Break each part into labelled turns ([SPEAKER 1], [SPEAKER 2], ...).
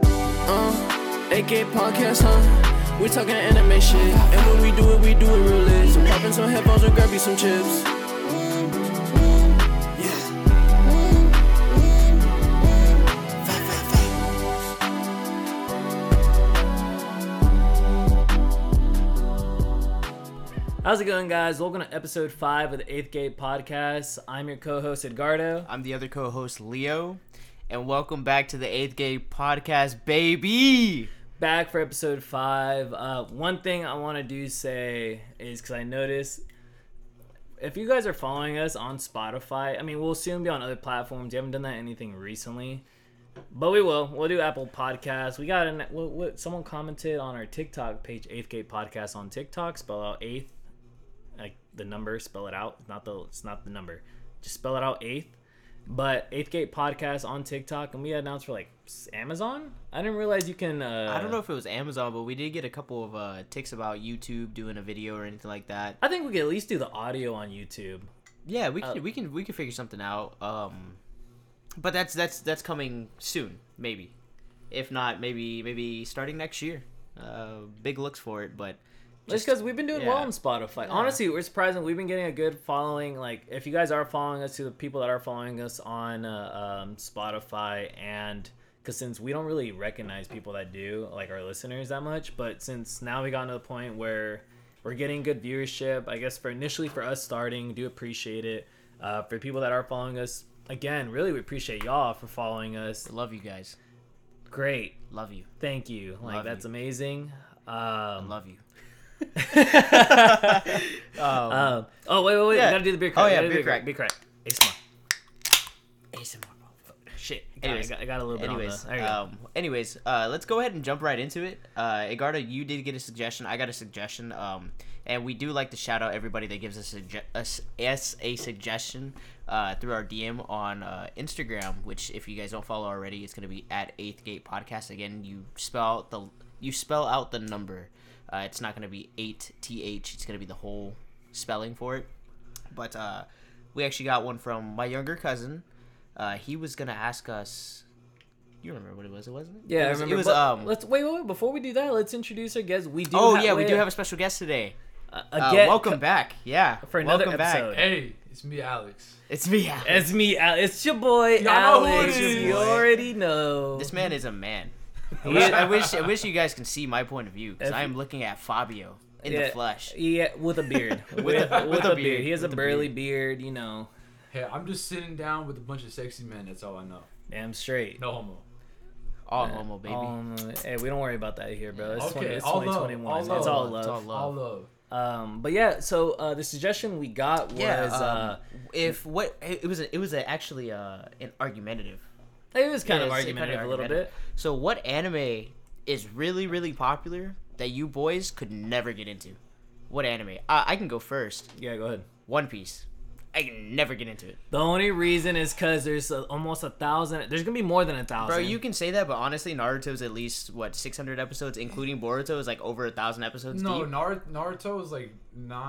[SPEAKER 1] AK Uh, podcast, huh? We talking anime shit. And when we do it, we do it real lit. So pop in some headphones and grab you some chips.
[SPEAKER 2] How's it going, guys? Welcome to episode five of the Eighth Gate Podcast. I'm your co-host Edgardo.
[SPEAKER 3] I'm the other co-host Leo, and welcome back to the Eighth Gate Podcast, baby.
[SPEAKER 2] Back for episode five. Uh, one thing I want to do say is because I noticed if you guys are following us on Spotify, I mean we'll soon be on other platforms. You haven't done that anything recently, but we will. We'll do Apple Podcasts. We got an what, what someone commented on our TikTok page, Eighth Gate Podcast on TikTok. Spell out eighth like the number, spell it out. It's not the it's not the number. Just spell it out eighth. But Eighth Gate podcast on TikTok, and we announced for like s- Amazon. I didn't realize you can. Uh,
[SPEAKER 3] I don't know if it was Amazon, but we did get a couple of uh, ticks about YouTube doing a video or anything like that.
[SPEAKER 2] I think we could at least do the audio on YouTube.
[SPEAKER 3] Yeah, we can, we can, we can figure something out. Um, but that's that's that's coming soon, maybe. If not, maybe maybe starting next year. Uh, big looks for it, but
[SPEAKER 2] Just because we've been doing well
[SPEAKER 3] yeah.
[SPEAKER 2] on Spotify. Honestly, we're surprising. We've been getting a good following. Like, if you guys are following us, to the people that are following us on uh, um, Spotify, and because since we don't really recognize people that do, like our listeners that much, but since now we gotten to the point where we're getting good viewership, I guess for initially for us starting, do appreciate it. Uh, for people that are following us, again, really we appreciate y'all for following us.
[SPEAKER 3] love you guys,
[SPEAKER 2] Great,
[SPEAKER 3] love you,
[SPEAKER 2] thank you. Like
[SPEAKER 3] Love
[SPEAKER 2] that's
[SPEAKER 3] you.
[SPEAKER 2] amazing. Um,
[SPEAKER 3] love you.
[SPEAKER 2] Um, oh wait, wait, wait!
[SPEAKER 3] Yeah.
[SPEAKER 2] We gotta do the beer
[SPEAKER 3] Oh,
[SPEAKER 2] crack. We
[SPEAKER 3] yeah,
[SPEAKER 2] gotta do
[SPEAKER 3] beer
[SPEAKER 2] the
[SPEAKER 3] crack.
[SPEAKER 2] Beer crack. Ace Mar.
[SPEAKER 3] ASMR.
[SPEAKER 2] Shit. Got,
[SPEAKER 3] Anyways.
[SPEAKER 2] I, got, I got a little bit on
[SPEAKER 3] Anyways,
[SPEAKER 2] the. There you
[SPEAKER 3] um, anyways, uh, let's go ahead and jump right into it. Uh, Egarda, you did get a suggestion. I got a suggestion. Um, and we do like to shout out everybody that gives us a, us, us a suggestion uh, through our DM on uh, Instagram, which if you guys don't follow already, it's gonna be at Eighth Gate Podcast. Again, you spell out the you spell out the number. Uh, it's not gonna be eight T H. It's gonna be the whole spelling for it. But uh, we actually got one from my younger cousin. Uh, he was gonna ask us. You remember what it was? It wasn't. It?
[SPEAKER 2] go. Yeah,
[SPEAKER 3] it
[SPEAKER 2] I
[SPEAKER 3] was,
[SPEAKER 2] remember.
[SPEAKER 3] It was
[SPEAKER 2] but
[SPEAKER 3] um.
[SPEAKER 2] Let's wait, wait, wait. Before we do that, let's introduce our guest. We do.
[SPEAKER 3] oh
[SPEAKER 2] ha-
[SPEAKER 3] yeah, we
[SPEAKER 2] wait,
[SPEAKER 3] do have a special guest today.
[SPEAKER 2] a,
[SPEAKER 3] Uh,
[SPEAKER 2] guest.
[SPEAKER 3] welcome back. Yeah,
[SPEAKER 2] for another
[SPEAKER 3] welcome
[SPEAKER 2] episode.
[SPEAKER 4] Hey, it's me, Alex.
[SPEAKER 3] It's me. Alex.
[SPEAKER 2] It's me, Al- It's your boy,
[SPEAKER 4] Y'all know who it
[SPEAKER 2] Alex.
[SPEAKER 4] is.
[SPEAKER 2] You already know.
[SPEAKER 3] This man is a man. I wish, I wish I wish you guys can see my point of view because
[SPEAKER 2] If-
[SPEAKER 3] I am looking at Fabio in
[SPEAKER 2] yeah,
[SPEAKER 3] the flesh.
[SPEAKER 2] Yeah, with a beard. with,
[SPEAKER 3] a-
[SPEAKER 2] with a beard. He has a burly beard. You know,
[SPEAKER 4] Hey, I'm just sitting down with a bunch of sexy men. That's all I know.
[SPEAKER 2] damn straight.
[SPEAKER 4] No homo.
[SPEAKER 3] All homo baby.
[SPEAKER 2] Um, hey, we don't worry about that here, bro. It's,
[SPEAKER 4] Okay,
[SPEAKER 2] 20, it's
[SPEAKER 4] all love,
[SPEAKER 2] 2021.
[SPEAKER 4] all
[SPEAKER 2] It's
[SPEAKER 4] love,
[SPEAKER 2] all
[SPEAKER 3] it's all
[SPEAKER 2] love.
[SPEAKER 3] Love.
[SPEAKER 4] All love.
[SPEAKER 2] Um, but yeah, so uh, the suggestion we got was
[SPEAKER 3] yeah. um,
[SPEAKER 2] uh,
[SPEAKER 3] if what it it was a, it was a, actually uh, an argumentative.
[SPEAKER 2] it was kind of
[SPEAKER 3] Yeah, it's
[SPEAKER 2] argumentative
[SPEAKER 3] kind
[SPEAKER 2] a
[SPEAKER 3] of
[SPEAKER 2] little bit.
[SPEAKER 3] argumentative. So what anime is really really popular that you boys could never get into? What anime? I, I can go first.
[SPEAKER 2] Yeah, go ahead.
[SPEAKER 3] One Piece. I can never get into it.
[SPEAKER 2] The only reason is because there's uh almost a thousand. There's gonna be more than a thousand.
[SPEAKER 3] Bro, you can say that, but honestly, Naruto's at least what 600 episodes, including Boruto is like over a thousand episodes
[SPEAKER 4] No,
[SPEAKER 3] deep.
[SPEAKER 4] Nar- Naruto is like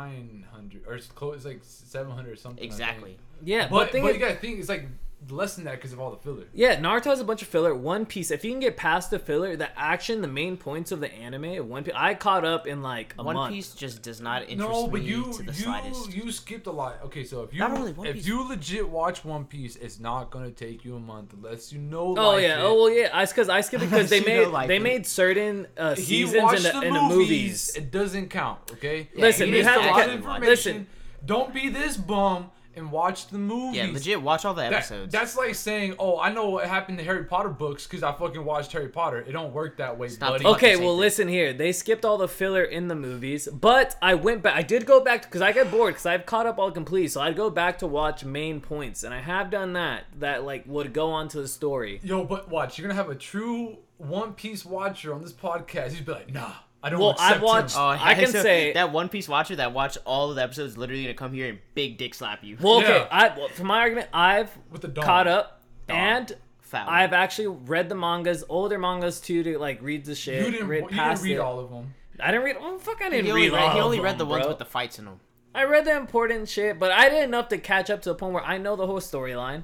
[SPEAKER 4] 900 or it's close. It's like 700 or something. I think.
[SPEAKER 3] Exactly.
[SPEAKER 2] yeah, but,
[SPEAKER 4] But,
[SPEAKER 2] thing
[SPEAKER 4] but
[SPEAKER 2] is,
[SPEAKER 4] you gotta think it's like less than that because of all the filler.
[SPEAKER 2] yeah, Naruto has a bunch of filler. One Piece, if you can get past the filler, the action, the main points of the anime of One Piece, I caught up in like a
[SPEAKER 3] One
[SPEAKER 2] month.
[SPEAKER 3] Piece just does not interest
[SPEAKER 4] No, but
[SPEAKER 3] me
[SPEAKER 4] you
[SPEAKER 3] to the
[SPEAKER 4] you
[SPEAKER 3] slightest.
[SPEAKER 4] you skipped a lot. Okay, so if you
[SPEAKER 3] Not really, One
[SPEAKER 4] if
[SPEAKER 3] Piece-
[SPEAKER 4] you legit watch One Piece, it's not gonna take you a month unless you know.
[SPEAKER 2] Oh
[SPEAKER 4] like
[SPEAKER 2] yeah,
[SPEAKER 4] it.
[SPEAKER 2] oh well, yeah. I because I skipped it because they
[SPEAKER 3] You know,
[SPEAKER 2] made
[SPEAKER 3] like
[SPEAKER 2] they
[SPEAKER 3] it.
[SPEAKER 2] made certain uh,
[SPEAKER 4] he
[SPEAKER 2] seasons in
[SPEAKER 4] watched
[SPEAKER 2] the,
[SPEAKER 4] the,
[SPEAKER 2] in the
[SPEAKER 4] movies.
[SPEAKER 2] movies.
[SPEAKER 4] It doesn't count, okay?
[SPEAKER 2] Listen,
[SPEAKER 4] he
[SPEAKER 3] you
[SPEAKER 4] missed
[SPEAKER 3] have
[SPEAKER 4] a
[SPEAKER 3] to-
[SPEAKER 4] lot of information.
[SPEAKER 2] listen.
[SPEAKER 4] Don't be this bum and watch the movies.
[SPEAKER 3] yeah, legit. Watch all the
[SPEAKER 4] That-
[SPEAKER 3] episodes.
[SPEAKER 4] that's like saying, "Oh, I know what happened to Harry Potter books because I fucking watched Harry Potter." It don't work that way,
[SPEAKER 3] Stop
[SPEAKER 4] buddy.
[SPEAKER 3] thinking-
[SPEAKER 2] Okay,
[SPEAKER 3] the same
[SPEAKER 2] well,
[SPEAKER 3] thing.
[SPEAKER 2] listen here. They skipped all the filler in the movies, but I went back. I did go back because I got bored because I've caught up all complete. So I'd go back to watch main points, and I have done that. That like would go on to the story.
[SPEAKER 4] Yo, but watch, you're gonna have a true One Piece watcher on this podcast. He'd be like, "Nah, I don't."
[SPEAKER 2] Well,
[SPEAKER 4] accept
[SPEAKER 2] I've watched-
[SPEAKER 4] Him.
[SPEAKER 3] Oh,
[SPEAKER 2] I can
[SPEAKER 3] so
[SPEAKER 2] say-
[SPEAKER 3] that One Piece watcher that watched all of the episodes literally gonna come here and big dick slap you.
[SPEAKER 2] Well, okay.
[SPEAKER 4] Yeah.
[SPEAKER 2] I well, for my argument, I've
[SPEAKER 4] With the dog.
[SPEAKER 2] caught up, and
[SPEAKER 3] Fat one.
[SPEAKER 2] I've actually read the mangas, older mangas too, to like read the shit.
[SPEAKER 4] You didn't.
[SPEAKER 2] read
[SPEAKER 4] you didn't
[SPEAKER 2] past
[SPEAKER 4] read
[SPEAKER 2] it.
[SPEAKER 4] all of them.
[SPEAKER 2] I didn't read. Oh fuck! I didn't
[SPEAKER 3] he only
[SPEAKER 2] read.
[SPEAKER 3] read,
[SPEAKER 2] all
[SPEAKER 3] he
[SPEAKER 2] of
[SPEAKER 3] only read
[SPEAKER 2] them,
[SPEAKER 3] the ones
[SPEAKER 2] bro.
[SPEAKER 3] with the fights in them.
[SPEAKER 2] I read the important shit, but I did enough to catch up to the point where I know the whole storyline.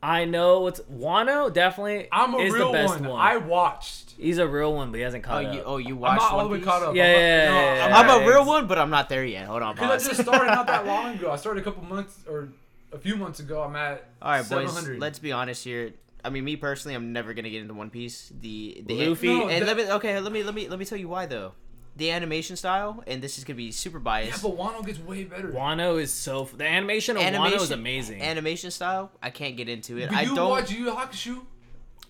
[SPEAKER 2] I know what's Wano definitely
[SPEAKER 4] I'm a
[SPEAKER 2] is
[SPEAKER 4] real
[SPEAKER 2] the best
[SPEAKER 4] one.
[SPEAKER 2] one.
[SPEAKER 4] I watched.
[SPEAKER 2] He's a real one, but he hasn't
[SPEAKER 3] Oh,
[SPEAKER 2] caught
[SPEAKER 3] you
[SPEAKER 2] up.
[SPEAKER 3] oh you
[SPEAKER 4] I'm
[SPEAKER 3] watched
[SPEAKER 4] not all
[SPEAKER 3] One
[SPEAKER 4] the way
[SPEAKER 3] Piece?
[SPEAKER 4] caught up.
[SPEAKER 2] Yeah,
[SPEAKER 4] I'm not-
[SPEAKER 2] yeah,
[SPEAKER 4] no,
[SPEAKER 2] yeah, yeah,
[SPEAKER 4] I'm
[SPEAKER 2] yeah.
[SPEAKER 4] not-
[SPEAKER 3] I'm a real
[SPEAKER 2] Thanks.
[SPEAKER 3] one, but I'm not there yet. Hold on,
[SPEAKER 4] Because
[SPEAKER 3] pause.
[SPEAKER 4] I just started not that long ago. I started a couple months or a few months ago. I'm at
[SPEAKER 3] All right, boys.
[SPEAKER 4] 700.
[SPEAKER 3] Let's be honest here. I mean, me personally, I'm never gonna get into One Piece. The the
[SPEAKER 2] Luffy-
[SPEAKER 3] and
[SPEAKER 4] No, that-
[SPEAKER 3] let me okay. Let me let me let me tell you why though. The animation style, and this is gonna be super
[SPEAKER 4] Yeah,
[SPEAKER 3] biased.
[SPEAKER 4] but Wano gets way better.
[SPEAKER 2] Wano is so f- the animation of Wano is amazing.
[SPEAKER 3] Animation style, I can't get into it.
[SPEAKER 4] But
[SPEAKER 3] I
[SPEAKER 4] you
[SPEAKER 3] don't.
[SPEAKER 4] watch Yu Yu Hakusho.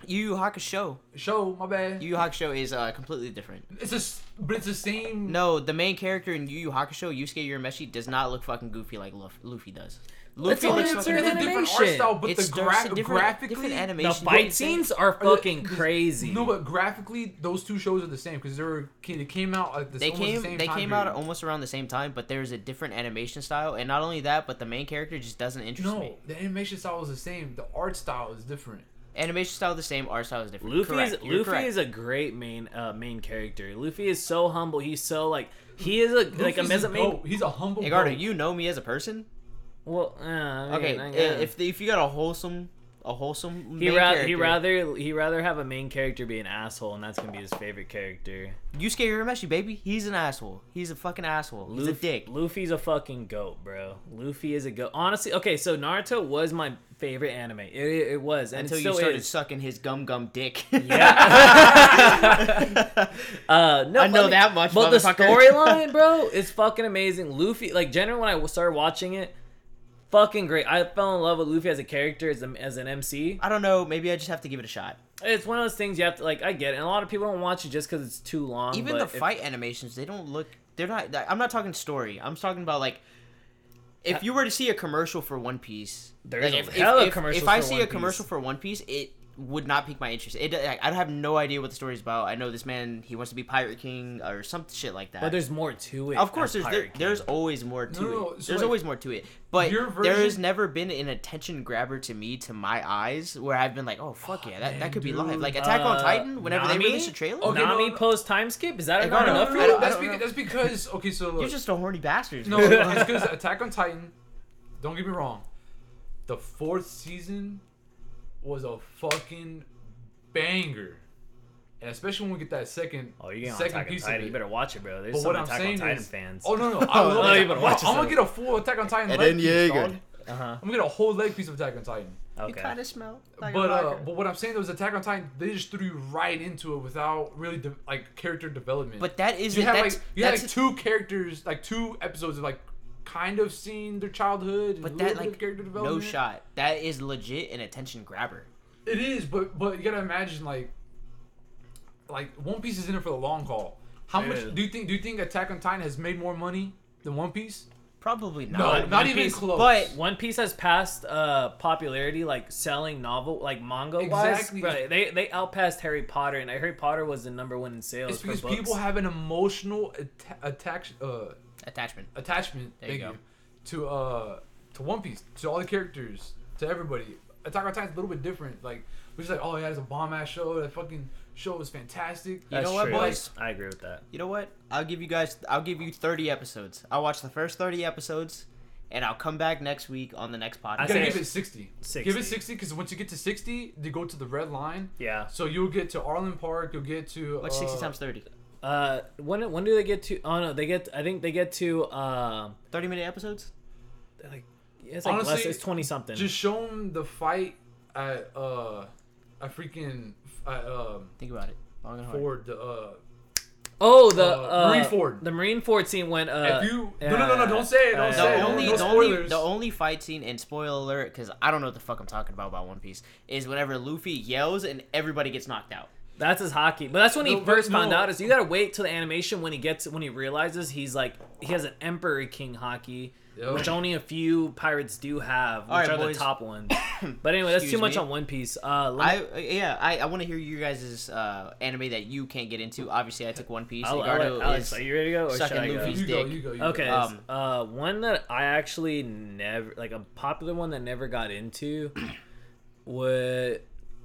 [SPEAKER 3] Yu Yu Hakusho.
[SPEAKER 4] Show my bad.
[SPEAKER 3] Yu Yu Hakusho is uh, completely different.
[SPEAKER 4] it's just, but it's the same.
[SPEAKER 3] No, the main character in Yu Yu Hakusho, Yusuke Urameshi, does not look fucking goofy like Luff- Luffy does.
[SPEAKER 2] That's
[SPEAKER 3] Luffy
[SPEAKER 2] all
[SPEAKER 3] looks
[SPEAKER 2] it's
[SPEAKER 3] fucking.
[SPEAKER 4] it's a different art
[SPEAKER 2] animation.
[SPEAKER 4] style, but
[SPEAKER 3] it's
[SPEAKER 4] the
[SPEAKER 3] there's
[SPEAKER 4] gra-
[SPEAKER 3] a different,
[SPEAKER 4] graphically,
[SPEAKER 3] different
[SPEAKER 2] the
[SPEAKER 3] animation.
[SPEAKER 2] fight scenes are
[SPEAKER 4] Or the-
[SPEAKER 2] fucking
[SPEAKER 4] this-
[SPEAKER 2] crazy.
[SPEAKER 4] No, but graphically, those two shows are the same because they were they came out at the,
[SPEAKER 3] they
[SPEAKER 4] almost
[SPEAKER 3] came
[SPEAKER 4] the same
[SPEAKER 3] they
[SPEAKER 4] time
[SPEAKER 3] came
[SPEAKER 4] period.
[SPEAKER 3] out almost around the same time, but there's a different animation style, and not only that, but the main character just doesn't interest
[SPEAKER 4] No,
[SPEAKER 3] me.
[SPEAKER 4] the animation style is the same. The art style is different.
[SPEAKER 3] Animation style the same, art style is different.
[SPEAKER 2] Luffy is
[SPEAKER 3] Correct, you're
[SPEAKER 2] Luffy
[SPEAKER 3] correct.
[SPEAKER 2] is a great main uh, main character. Luffy is so humble. He's so like he is a like a
[SPEAKER 4] Luffy's
[SPEAKER 2] mezzo main.
[SPEAKER 4] goat. He's a humble.
[SPEAKER 3] Hey, Garter,
[SPEAKER 4] goat.
[SPEAKER 3] you know me as a person.
[SPEAKER 2] Well, uh, I
[SPEAKER 3] Okay,
[SPEAKER 2] mean, I
[SPEAKER 3] i-
[SPEAKER 2] guess.
[SPEAKER 3] if the, if you got a wholesome a wholesome
[SPEAKER 2] he
[SPEAKER 3] main
[SPEAKER 2] ra-
[SPEAKER 3] character,
[SPEAKER 2] he rather he rather have a main character be an asshole, and that's gonna be his favorite character.
[SPEAKER 3] Yusuke Urameshi, baby, he's an asshole. He's a fucking asshole. He's a dick.
[SPEAKER 2] Luffy's a fucking goat, bro. Luffy is a goat. Honestly, okay, so Naruto was my favorite anime. It, it, it was and
[SPEAKER 3] Until
[SPEAKER 2] it
[SPEAKER 3] you
[SPEAKER 2] still
[SPEAKER 3] started
[SPEAKER 2] is.
[SPEAKER 3] sucking his gum gum dick.
[SPEAKER 2] Uh, no,
[SPEAKER 3] I
[SPEAKER 2] but
[SPEAKER 3] know that much,
[SPEAKER 2] But the
[SPEAKER 3] motherfucker.
[SPEAKER 2] storyline, bro, is fucking amazing. Luffy, like, generally when I started watching it, fucking great. I fell in love with Luffy as a character, as, a, as an MC.
[SPEAKER 3] I don't know. Maybe I just have to give it a shot.
[SPEAKER 2] It's one of those things you have to like. I get it. And a lot of people don't watch it just because it's too long.
[SPEAKER 3] Even
[SPEAKER 2] but
[SPEAKER 3] the
[SPEAKER 2] if-
[SPEAKER 3] fight animations, they don't look. They're not. I'm not talking story. I'm talking about like. If you were to see a commercial for One Piece,
[SPEAKER 2] There
[SPEAKER 3] like,
[SPEAKER 2] is Uh, a
[SPEAKER 3] if,
[SPEAKER 2] hella
[SPEAKER 3] if, if,
[SPEAKER 2] commercials
[SPEAKER 3] if I
[SPEAKER 2] for
[SPEAKER 3] see
[SPEAKER 2] One
[SPEAKER 3] a commercial
[SPEAKER 2] Piece.
[SPEAKER 3] for One Piece, it would not pique my interest. It, like, I'd have no idea what the story's about. I know this man, he wants to be Pirate King or some shit like that.
[SPEAKER 2] but there's more to it.
[SPEAKER 3] of course,
[SPEAKER 2] than
[SPEAKER 3] there's there,
[SPEAKER 2] Pirate King.
[SPEAKER 3] there's always more to
[SPEAKER 4] No, no, no,
[SPEAKER 3] it.
[SPEAKER 4] so,
[SPEAKER 3] there's
[SPEAKER 4] like,
[SPEAKER 3] always more to it. But
[SPEAKER 4] your
[SPEAKER 3] there has
[SPEAKER 4] version-
[SPEAKER 3] never been an attention grabber to me, to my eyes, where I've been like, oh fuck yeah, that, that
[SPEAKER 4] man,
[SPEAKER 3] could be live.
[SPEAKER 4] dude.
[SPEAKER 3] Like Attack on
[SPEAKER 2] Uh,
[SPEAKER 3] Titan, whenever
[SPEAKER 2] Nami?
[SPEAKER 3] they release a trailer,
[SPEAKER 4] Okay, no,
[SPEAKER 2] Nami
[SPEAKER 4] no.
[SPEAKER 2] post time skip. Is that
[SPEAKER 3] Hey,
[SPEAKER 2] not
[SPEAKER 3] Garner,
[SPEAKER 2] enough?
[SPEAKER 4] No,
[SPEAKER 2] for
[SPEAKER 4] no,
[SPEAKER 3] I
[SPEAKER 2] you?
[SPEAKER 3] don't-
[SPEAKER 4] that's,
[SPEAKER 3] I
[SPEAKER 4] be-
[SPEAKER 3] know.
[SPEAKER 4] that's because okay, so look,
[SPEAKER 3] you're just a horny bastard.
[SPEAKER 4] no, it's because Attack on Titan. Don't get me wrong, the fourth season was a fucking banger, and especially when we get that second
[SPEAKER 2] Oh, you're getting on
[SPEAKER 4] second
[SPEAKER 2] Attack on
[SPEAKER 4] piece
[SPEAKER 2] Titan.
[SPEAKER 4] of
[SPEAKER 2] You
[SPEAKER 4] it.
[SPEAKER 2] better watch it, bro. There's
[SPEAKER 4] But
[SPEAKER 2] some
[SPEAKER 4] what I'm
[SPEAKER 2] Attack on
[SPEAKER 4] saying
[SPEAKER 2] Titan
[SPEAKER 4] is,
[SPEAKER 2] fans.
[SPEAKER 4] oh no, no, I love
[SPEAKER 2] No, you
[SPEAKER 4] Attack-
[SPEAKER 2] better watch
[SPEAKER 4] I'm gonna
[SPEAKER 2] this.
[SPEAKER 4] get a full Attack on Titan.
[SPEAKER 3] And
[SPEAKER 4] leg
[SPEAKER 3] then
[SPEAKER 4] piece,
[SPEAKER 3] Jaeger.
[SPEAKER 4] dog.
[SPEAKER 2] Uh huh.
[SPEAKER 4] I'm gonna get a whole leg piece of Attack on Titan.
[SPEAKER 2] Okay.
[SPEAKER 3] smell.
[SPEAKER 4] But uh, but what I'm saying though is Attack on Titan, they just threw you right into it without really de- like character development.
[SPEAKER 3] But that isn't.
[SPEAKER 4] you had
[SPEAKER 3] that's,
[SPEAKER 4] like you had
[SPEAKER 3] that's
[SPEAKER 4] like two characters, like two episodes of like kind of seeing their childhood. And
[SPEAKER 3] But
[SPEAKER 4] a little
[SPEAKER 3] that
[SPEAKER 4] bit of
[SPEAKER 3] like
[SPEAKER 4] character
[SPEAKER 3] no
[SPEAKER 4] development.
[SPEAKER 3] shot. That is legit an attention grabber.
[SPEAKER 4] It is, but but you gotta imagine like like One Piece is in it for the long haul. How
[SPEAKER 2] Yeah.
[SPEAKER 4] much do you think? Do you think Attack on Titan has made more money than One Piece?
[SPEAKER 3] Probably
[SPEAKER 4] No,
[SPEAKER 3] not.
[SPEAKER 4] not
[SPEAKER 2] One
[SPEAKER 4] even
[SPEAKER 2] Piece-
[SPEAKER 4] close.
[SPEAKER 3] but-
[SPEAKER 2] One Piece has passed uh, popularity, like selling novel, like manga
[SPEAKER 4] Exactly.
[SPEAKER 2] wise. Right? They they outpassed Harry Potter, and Harry Potter was the number one in sales
[SPEAKER 4] it's
[SPEAKER 2] for
[SPEAKER 4] because
[SPEAKER 2] books.
[SPEAKER 4] people have an emotional atta- attack uh,
[SPEAKER 3] Attachment.
[SPEAKER 4] attachment.
[SPEAKER 3] There
[SPEAKER 4] thank
[SPEAKER 3] you
[SPEAKER 4] you,
[SPEAKER 3] go.
[SPEAKER 4] to uh to One Piece, to all the characters, to everybody. Attack on Titan's a little bit different. Like we're just like, oh yeah, it's a bomb ass show. That fucking show is fantastic.
[SPEAKER 3] You
[SPEAKER 2] That's
[SPEAKER 3] know what,
[SPEAKER 2] true.
[SPEAKER 3] boys?
[SPEAKER 2] I agree with that.
[SPEAKER 3] You know what? I'll give you guys. I'll give you thirty episodes. I'll watch the first thirty episodes, and I'll come back next week on the next
[SPEAKER 2] I
[SPEAKER 4] You
[SPEAKER 3] podcast.
[SPEAKER 4] gotta
[SPEAKER 2] say-
[SPEAKER 4] give it 60.
[SPEAKER 2] 60.
[SPEAKER 4] Give it 60 because once you get to 60, they go to the red line.
[SPEAKER 2] Yeah.
[SPEAKER 4] So you'll get to Arlen Park. You'll get to.
[SPEAKER 3] What's
[SPEAKER 4] uh,
[SPEAKER 3] sixty times 30?
[SPEAKER 2] Uh, when when do they get to? Oh no, they get. I think they get to. Um,
[SPEAKER 3] 30 minute episodes.
[SPEAKER 2] they're like it's like less.
[SPEAKER 4] Honestly,
[SPEAKER 2] It's twenty something.
[SPEAKER 4] Just show 'em the fight at uh, a freaking at, um
[SPEAKER 3] Think about it. Long and hard.
[SPEAKER 4] Ford. the, Uh,
[SPEAKER 2] oh, the
[SPEAKER 4] uh,
[SPEAKER 2] uh,
[SPEAKER 4] Marine Ford.
[SPEAKER 2] The Marine Ford scene when. Uh,
[SPEAKER 4] If you- no, no, no, no, don't say it, don't
[SPEAKER 3] The
[SPEAKER 4] say it,
[SPEAKER 3] only,
[SPEAKER 4] no
[SPEAKER 3] the only,
[SPEAKER 4] spoilers.
[SPEAKER 3] the only fight scene, and spoiler alert, because I don't know what the fuck I'm talking about about One Piece, is whenever Luffy yells and everybody gets knocked out.
[SPEAKER 2] That's his hockey, but that's when
[SPEAKER 4] No,
[SPEAKER 2] he
[SPEAKER 4] but
[SPEAKER 2] first found
[SPEAKER 4] no.
[SPEAKER 2] out. Is you gotta wait till the animation when he gets when he realizes he's like he has an Emperor King hockey,
[SPEAKER 4] Yo.
[SPEAKER 2] which only a few pirates do have, which
[SPEAKER 3] All right,
[SPEAKER 2] are
[SPEAKER 3] boys.
[SPEAKER 2] the top ones. But anyway, that's too
[SPEAKER 3] Excuse
[SPEAKER 2] much
[SPEAKER 3] me.
[SPEAKER 2] on One Piece. Uh, let me,
[SPEAKER 3] I yeah, I, I want to hear you guys' uh, anime that you can't get into. Obviously, I took One Piece.
[SPEAKER 2] I'll, I'll,
[SPEAKER 3] Eduardo
[SPEAKER 2] let- Alex,
[SPEAKER 3] is-
[SPEAKER 2] are you ready to go? Or should
[SPEAKER 3] sucking
[SPEAKER 2] I go?
[SPEAKER 3] Luffy's
[SPEAKER 4] you go.
[SPEAKER 3] uh, dick.
[SPEAKER 4] You go. You
[SPEAKER 2] Okay,
[SPEAKER 4] Go.
[SPEAKER 2] s-
[SPEAKER 3] Um,
[SPEAKER 2] uh, one that I actually never like a popular one that never got into would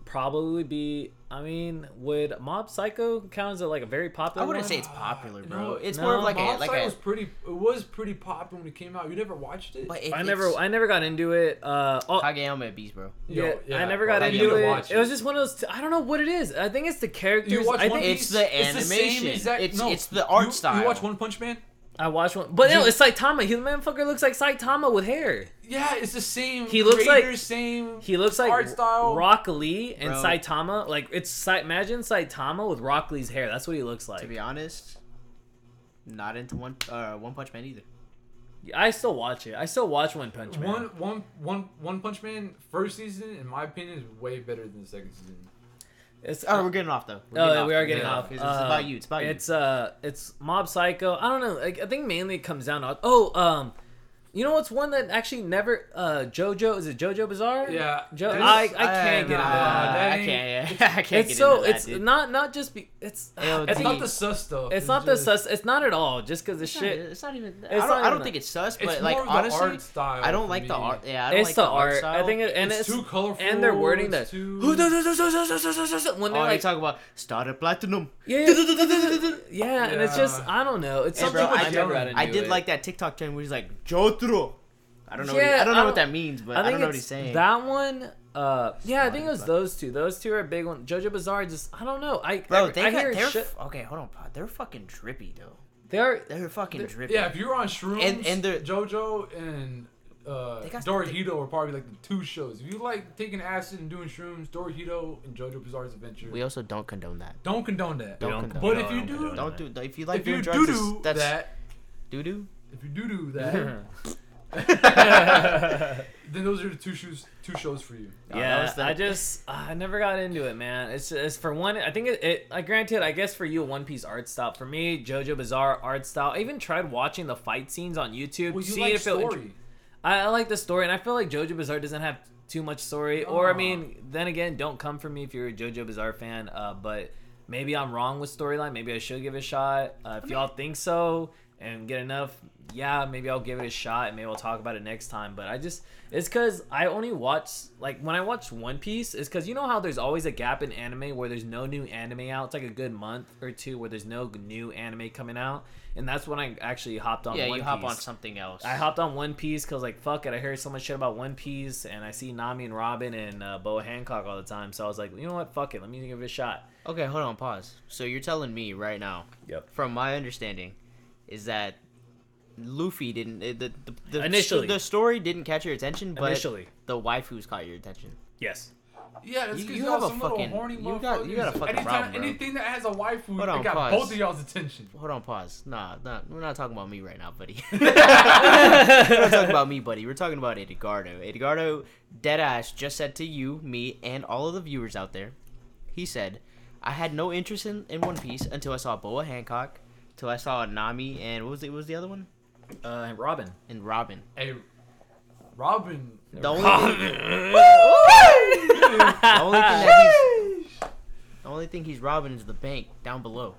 [SPEAKER 2] probably be. I mean, would Mob Psycho count as a, like a very popular?
[SPEAKER 3] I wouldn't
[SPEAKER 2] one?
[SPEAKER 3] say it's popular, bro.
[SPEAKER 4] No,
[SPEAKER 3] it's
[SPEAKER 2] no,
[SPEAKER 3] more of like a
[SPEAKER 4] Mob
[SPEAKER 3] like
[SPEAKER 4] Psycho
[SPEAKER 3] a.
[SPEAKER 4] was pretty. It was pretty popular when it came out. You never watched it?
[SPEAKER 3] But if
[SPEAKER 2] I never,
[SPEAKER 3] it's-
[SPEAKER 2] I never got into it. Uh, oh,
[SPEAKER 3] Kageyama at Beast, bro.
[SPEAKER 4] Yo,
[SPEAKER 2] yeah, I never
[SPEAKER 4] bro,
[SPEAKER 2] got
[SPEAKER 4] you
[SPEAKER 3] need
[SPEAKER 2] into
[SPEAKER 4] gotta
[SPEAKER 2] it.
[SPEAKER 4] watch
[SPEAKER 2] It was just one of those. I I don't know what it is. I think it's the characters.
[SPEAKER 4] You watch
[SPEAKER 2] I
[SPEAKER 4] One
[SPEAKER 2] think
[SPEAKER 3] It's
[SPEAKER 4] Piece?
[SPEAKER 3] the
[SPEAKER 4] same
[SPEAKER 3] animation.
[SPEAKER 4] exact-
[SPEAKER 3] It's-
[SPEAKER 4] no,
[SPEAKER 3] it's the art
[SPEAKER 4] you,
[SPEAKER 3] style.
[SPEAKER 4] You watch One Punch Man?
[SPEAKER 2] I watched one, but no,
[SPEAKER 4] You-
[SPEAKER 2] it's Saitama. He the man fucker looks like Saitama with hair.
[SPEAKER 4] Yeah, it's the same.
[SPEAKER 2] He looks like-
[SPEAKER 4] creator, same.
[SPEAKER 2] He looks like
[SPEAKER 4] art style.
[SPEAKER 2] Rock Lee and
[SPEAKER 3] Bro.
[SPEAKER 2] Saitama. Like it's Sai- imagine Saitama with Rock Lee's hair. That's what he looks
[SPEAKER 3] To
[SPEAKER 2] like.
[SPEAKER 3] be honest, not into one uh, One Punch Man either.
[SPEAKER 2] I still watch it. I still watch One Punch Man.
[SPEAKER 4] One, one, one, one Punch Man first season, in my opinion, is way better than the second season.
[SPEAKER 2] It's
[SPEAKER 3] Oh, we're getting off though. We're
[SPEAKER 2] Oh,
[SPEAKER 3] getting off.
[SPEAKER 2] we
[SPEAKER 3] We're
[SPEAKER 2] are getting
[SPEAKER 4] off.
[SPEAKER 2] off.
[SPEAKER 3] It's, it's
[SPEAKER 2] Uh,
[SPEAKER 3] about you. It's about you.
[SPEAKER 2] It's uh, it's Mob Psycho. I don't know. Like, I think mainly it comes down to oh, um, you know what's one that actually never uh JoJo is it JoJo Bizarre?
[SPEAKER 4] Yeah,
[SPEAKER 2] Jo-
[SPEAKER 4] there's-
[SPEAKER 2] I I can't
[SPEAKER 3] nah,
[SPEAKER 2] get into
[SPEAKER 4] that.
[SPEAKER 2] that.
[SPEAKER 4] That
[SPEAKER 3] I
[SPEAKER 4] ain't-
[SPEAKER 3] can't. Yeah, I can't
[SPEAKER 2] Ah, It's
[SPEAKER 3] get
[SPEAKER 2] so
[SPEAKER 3] into that,
[SPEAKER 2] it's
[SPEAKER 3] dude.
[SPEAKER 2] not not just be it's
[SPEAKER 3] Yo,
[SPEAKER 2] it's
[SPEAKER 4] It's
[SPEAKER 3] dude.
[SPEAKER 2] not
[SPEAKER 4] not
[SPEAKER 2] the
[SPEAKER 4] the sus stuff.
[SPEAKER 2] it's not the
[SPEAKER 4] just-
[SPEAKER 2] sus it's not at all just because the shit
[SPEAKER 3] It's not even. I
[SPEAKER 2] It's
[SPEAKER 3] don't,
[SPEAKER 2] not
[SPEAKER 3] I don't
[SPEAKER 2] even
[SPEAKER 3] think
[SPEAKER 2] that.
[SPEAKER 3] it's sus,
[SPEAKER 4] It's
[SPEAKER 3] but like
[SPEAKER 4] more of the
[SPEAKER 3] honestly,
[SPEAKER 4] art style
[SPEAKER 3] I
[SPEAKER 4] for
[SPEAKER 3] don't like the
[SPEAKER 4] me.
[SPEAKER 3] art. Yeah, I don't
[SPEAKER 2] it's
[SPEAKER 3] like
[SPEAKER 2] the
[SPEAKER 3] the art.
[SPEAKER 2] art. I
[SPEAKER 3] style.
[SPEAKER 2] think it, and
[SPEAKER 4] It's
[SPEAKER 2] it's,
[SPEAKER 4] too colorful,
[SPEAKER 2] and they're wording that
[SPEAKER 4] it's too-
[SPEAKER 2] when
[SPEAKER 3] Oh,
[SPEAKER 2] they're
[SPEAKER 3] you're
[SPEAKER 2] like
[SPEAKER 3] talking about starter platinum.
[SPEAKER 2] yeah, yeah, and it's just
[SPEAKER 4] Yeah.
[SPEAKER 2] I don't know. It's
[SPEAKER 3] Hey,
[SPEAKER 2] something
[SPEAKER 3] bro,
[SPEAKER 2] with
[SPEAKER 3] I,
[SPEAKER 2] Joe got
[SPEAKER 3] I
[SPEAKER 2] into
[SPEAKER 3] did
[SPEAKER 2] it.
[SPEAKER 3] like that TikTok trend where he's like Jotaro. I don't know. what
[SPEAKER 2] Yeah,
[SPEAKER 3] he, I don't
[SPEAKER 2] I
[SPEAKER 3] know what
[SPEAKER 2] don't-
[SPEAKER 3] that means, but
[SPEAKER 2] I
[SPEAKER 3] I,
[SPEAKER 2] think
[SPEAKER 3] don't know what
[SPEAKER 2] it's
[SPEAKER 3] he's saying.
[SPEAKER 2] That one, uh, yeah, I think it was
[SPEAKER 3] Spotify.
[SPEAKER 2] those two. Those two are a big one. JoJo Bizarre, just I don't know. I
[SPEAKER 3] Bro,
[SPEAKER 2] I,
[SPEAKER 3] they
[SPEAKER 2] I
[SPEAKER 3] got,
[SPEAKER 2] hear
[SPEAKER 3] they're
[SPEAKER 2] shit.
[SPEAKER 3] f- okay. Hold on, Pod. they're fucking drippy though.
[SPEAKER 2] They're
[SPEAKER 3] They're fucking
[SPEAKER 2] They're-
[SPEAKER 3] drippy.
[SPEAKER 4] Yeah, if you were on shrooms,
[SPEAKER 3] And-
[SPEAKER 4] and,
[SPEAKER 3] and they're-
[SPEAKER 4] JoJo and uh,
[SPEAKER 3] They got-
[SPEAKER 4] Dorohito were probably like the two shows. If you like taking acid and doing shrooms, Dorohito and JoJo Bizarre's Adventure.
[SPEAKER 3] We also don't condone that.
[SPEAKER 4] don't condone that.
[SPEAKER 3] Don't
[SPEAKER 2] don't
[SPEAKER 3] condone
[SPEAKER 4] but
[SPEAKER 2] condone
[SPEAKER 4] if you
[SPEAKER 2] it.
[SPEAKER 4] do,
[SPEAKER 3] Don't do. If you like
[SPEAKER 4] if
[SPEAKER 3] doing
[SPEAKER 4] you do
[SPEAKER 3] drugs,
[SPEAKER 4] do
[SPEAKER 3] that's, that's
[SPEAKER 4] that,
[SPEAKER 3] doo doo.
[SPEAKER 4] if you do do that, then those are the two shoes, two shows for you.
[SPEAKER 3] that
[SPEAKER 2] yeah,
[SPEAKER 3] was the-
[SPEAKER 2] I just uh, I never got into it, man. It's, it's for one. I think it, it. I granted, I guess for you, One Piece art style. For me, JoJo Bizarre art style. I even tried watching the fight scenes on YouTube.
[SPEAKER 4] Well, you
[SPEAKER 2] see
[SPEAKER 4] like
[SPEAKER 2] if it,
[SPEAKER 4] story.
[SPEAKER 2] I, I like the story, and I feel like JoJo Bizarre doesn't have too much story. Or I
[SPEAKER 4] Aw.
[SPEAKER 2] mean, then again, don't come for me if you're a JoJo Bizarre fan. Uh, but maybe I'm wrong with storyline. Maybe I should give it a shot. Uh, if y'all think so and get enough, yeah, maybe I'll give it a shot and maybe I'll talk about it next time. But I just it's because I only watch like when I watch One Piece, it's because you know how there's always a gap in anime where there's no new anime out. It's like a good month or two where there's no new anime coming out, and that's when I actually hopped on.
[SPEAKER 3] yeah,
[SPEAKER 2] One
[SPEAKER 3] you hop
[SPEAKER 2] Piece.
[SPEAKER 3] on something else.
[SPEAKER 2] I hopped on One Piece because like fuck it, I heard so much shit about One Piece, and I see Nami and Robin and uh, Bo Hancock all the time. So I was like, you know what, fuck it, let me give it a shot.
[SPEAKER 3] Okay, hold on. Pause. So you're telling me right now,
[SPEAKER 2] Yep.
[SPEAKER 3] from my understanding, is that Luffy didn't uh, the, the, the
[SPEAKER 2] Initially.
[SPEAKER 3] the story didn't catch your attention, but
[SPEAKER 2] Initially.
[SPEAKER 3] the waifus caught your attention.
[SPEAKER 2] Yes.
[SPEAKER 4] Yeah, that's
[SPEAKER 3] You-
[SPEAKER 4] because
[SPEAKER 3] you
[SPEAKER 4] you,
[SPEAKER 3] have
[SPEAKER 4] have
[SPEAKER 3] a
[SPEAKER 4] some
[SPEAKER 3] fucking-
[SPEAKER 4] little horny
[SPEAKER 3] you got- you got a
[SPEAKER 4] motherfuckers.
[SPEAKER 3] fucking
[SPEAKER 4] Anytime,
[SPEAKER 3] problem, bro.
[SPEAKER 4] Anything that has a waifu,
[SPEAKER 3] Hold on,
[SPEAKER 4] it got
[SPEAKER 3] pause.
[SPEAKER 4] both of y'all's attention.
[SPEAKER 3] Hold on, pause. Nah, nah, we're not talking about me right now, buddy. we're not talking about me, buddy. We're talking about Edgardo. Edgardo Deadass just said to you, me, and all of the viewers out there, he said, I had no interest in, in One Piece until I saw Boa Hancock, till I saw Nami, and what was the, what was the other one?
[SPEAKER 2] Uh, and Robin.
[SPEAKER 3] And Robin.
[SPEAKER 4] Hey, Robin.
[SPEAKER 3] The only, thing, the
[SPEAKER 2] Oh,
[SPEAKER 3] only thing that he's the only thing he's robbing is the bank down below.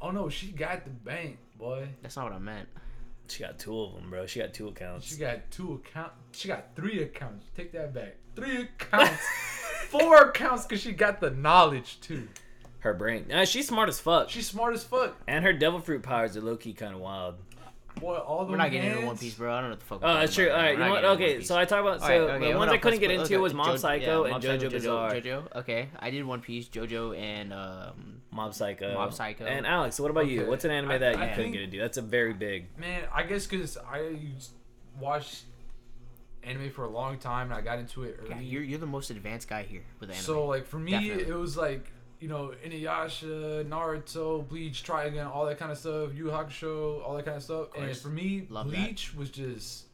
[SPEAKER 4] Oh no, she got the bank, boy.
[SPEAKER 3] That's not what I meant.
[SPEAKER 2] She got two of them, bro. She got two accounts.
[SPEAKER 4] She got two account. She got three accounts. Take that back. Three accounts. Four accounts because she got the knowledge too.
[SPEAKER 2] Her brain. Uh, she's smart as fuck.
[SPEAKER 4] She's smart as fuck.
[SPEAKER 2] and her devil fruit powers are low key kind of wild.
[SPEAKER 4] Boy, all the
[SPEAKER 3] We're not getting into One
[SPEAKER 4] hands-
[SPEAKER 3] Piece, bro. I don't know what the fuck.
[SPEAKER 2] Oh, that's true. All right, you know what? Okay, so I talked about so the ones I couldn't get into was Mob Psycho and JoJo, Bizarre.
[SPEAKER 3] JoJo. Okay, I did One Piece, JoJo, and um,
[SPEAKER 2] Mob Psycho.
[SPEAKER 3] Mob Psycho.
[SPEAKER 2] And Alex, what about you?
[SPEAKER 4] Okay.
[SPEAKER 2] What's an anime
[SPEAKER 4] I-
[SPEAKER 2] that
[SPEAKER 4] I
[SPEAKER 2] you couldn't
[SPEAKER 4] think-
[SPEAKER 2] get into? That's a very big.
[SPEAKER 4] Man, I guess because I used- watched anime for a long time and I got into it early.
[SPEAKER 3] yeah, you're you're the most advanced guy here with anime.
[SPEAKER 4] So like for me,
[SPEAKER 3] Definitely.
[SPEAKER 4] it was like you know Inuyasha, Naruto, Bleach, Trigun, all that kind of stuff, Yu Yu Hakusho, all that kind of stuff. And
[SPEAKER 3] course.
[SPEAKER 4] for me,
[SPEAKER 3] Love that.
[SPEAKER 4] Bleach was just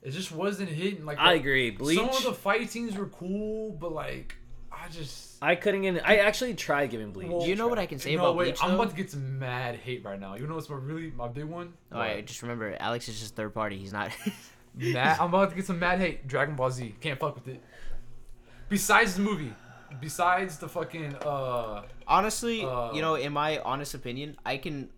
[SPEAKER 4] it just wasn't hitting. Like
[SPEAKER 2] I
[SPEAKER 4] the-
[SPEAKER 2] agree. Bleach.
[SPEAKER 4] Some of the fight scenes were cool, but like I just.
[SPEAKER 2] I couldn't get. in- I actually tried giving Bleach.
[SPEAKER 4] Well,
[SPEAKER 3] Do you know what I can say
[SPEAKER 4] no,
[SPEAKER 3] about
[SPEAKER 4] wait,
[SPEAKER 3] Bleach?
[SPEAKER 4] I'm
[SPEAKER 3] though?
[SPEAKER 4] about to get some mad hate right now. You know what's my really my big one?
[SPEAKER 3] All right, just remember, Alex is just third party. He's not.
[SPEAKER 4] Mad, I'm about to get some mad hate. Dragon Ball Z. Can't fuck with it. Besides the movie. Besides the fucking uh
[SPEAKER 3] Honestly,
[SPEAKER 4] Uh,
[SPEAKER 3] you
[SPEAKER 2] Oh.
[SPEAKER 3] know, in my honest opinion, I can.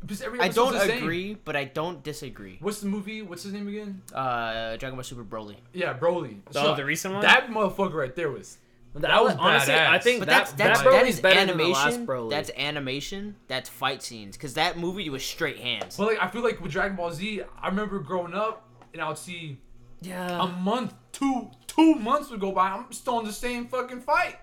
[SPEAKER 4] because every
[SPEAKER 3] I
[SPEAKER 4] episode's
[SPEAKER 3] don't
[SPEAKER 4] the same.
[SPEAKER 3] agree, but I don't disagree.
[SPEAKER 4] What's the movie? What's his name again?
[SPEAKER 3] Uh, Dragon Ball Super Broly.
[SPEAKER 4] Yeah, Broly.
[SPEAKER 2] Oh, the recent one?
[SPEAKER 4] That motherfucker right there was
[SPEAKER 2] That,
[SPEAKER 4] was
[SPEAKER 2] honestly, I
[SPEAKER 4] badass.
[SPEAKER 2] think
[SPEAKER 4] But
[SPEAKER 3] But
[SPEAKER 2] that,
[SPEAKER 3] that's that's
[SPEAKER 2] that Broly's
[SPEAKER 3] that is
[SPEAKER 2] better
[SPEAKER 3] animation.
[SPEAKER 2] than the last Broly.
[SPEAKER 3] That's animation. That's fight scenes. Cause that movie was straight hands.
[SPEAKER 4] But like I feel like with Dragon Ball Z, I remember growing up and I would see
[SPEAKER 2] yeah.
[SPEAKER 4] a month, two two months would go by. I'm still in the same fucking fight.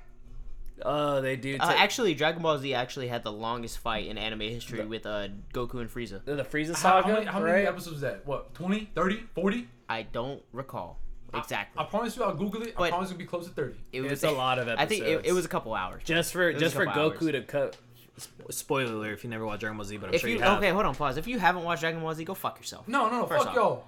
[SPEAKER 2] oh, they do.
[SPEAKER 3] Uh,
[SPEAKER 2] take-
[SPEAKER 3] actually, Dragon Ball Z actually had the longest fight in anime history with uh, Goku and Frieza.
[SPEAKER 2] the Frieza
[SPEAKER 4] How,
[SPEAKER 2] saga,
[SPEAKER 4] how many, how
[SPEAKER 2] right?
[SPEAKER 4] many episodes is that? What, 20, 30, 40?
[SPEAKER 3] I don't recall exactly.
[SPEAKER 4] I promise you, I'll Google it. I
[SPEAKER 3] But-
[SPEAKER 4] promise it'll be close to 30.
[SPEAKER 3] it
[SPEAKER 2] Uh, it's a lot of
[SPEAKER 3] I think it, it
[SPEAKER 2] episodes.
[SPEAKER 3] was a couple hours.
[SPEAKER 2] just for
[SPEAKER 3] was
[SPEAKER 2] just
[SPEAKER 3] a
[SPEAKER 2] for
[SPEAKER 3] couple
[SPEAKER 2] Goku to cut. sp- Spoiler alert! If you never watched Dragon Ball Z, but I'm
[SPEAKER 3] if
[SPEAKER 2] sure
[SPEAKER 3] you,
[SPEAKER 2] you, have.
[SPEAKER 3] okay, hold on, pause. If you haven't watched Dragon Ball Z, go fuck yourself.
[SPEAKER 4] No, no, no.
[SPEAKER 3] First
[SPEAKER 4] fuck
[SPEAKER 3] off.
[SPEAKER 4] y'all.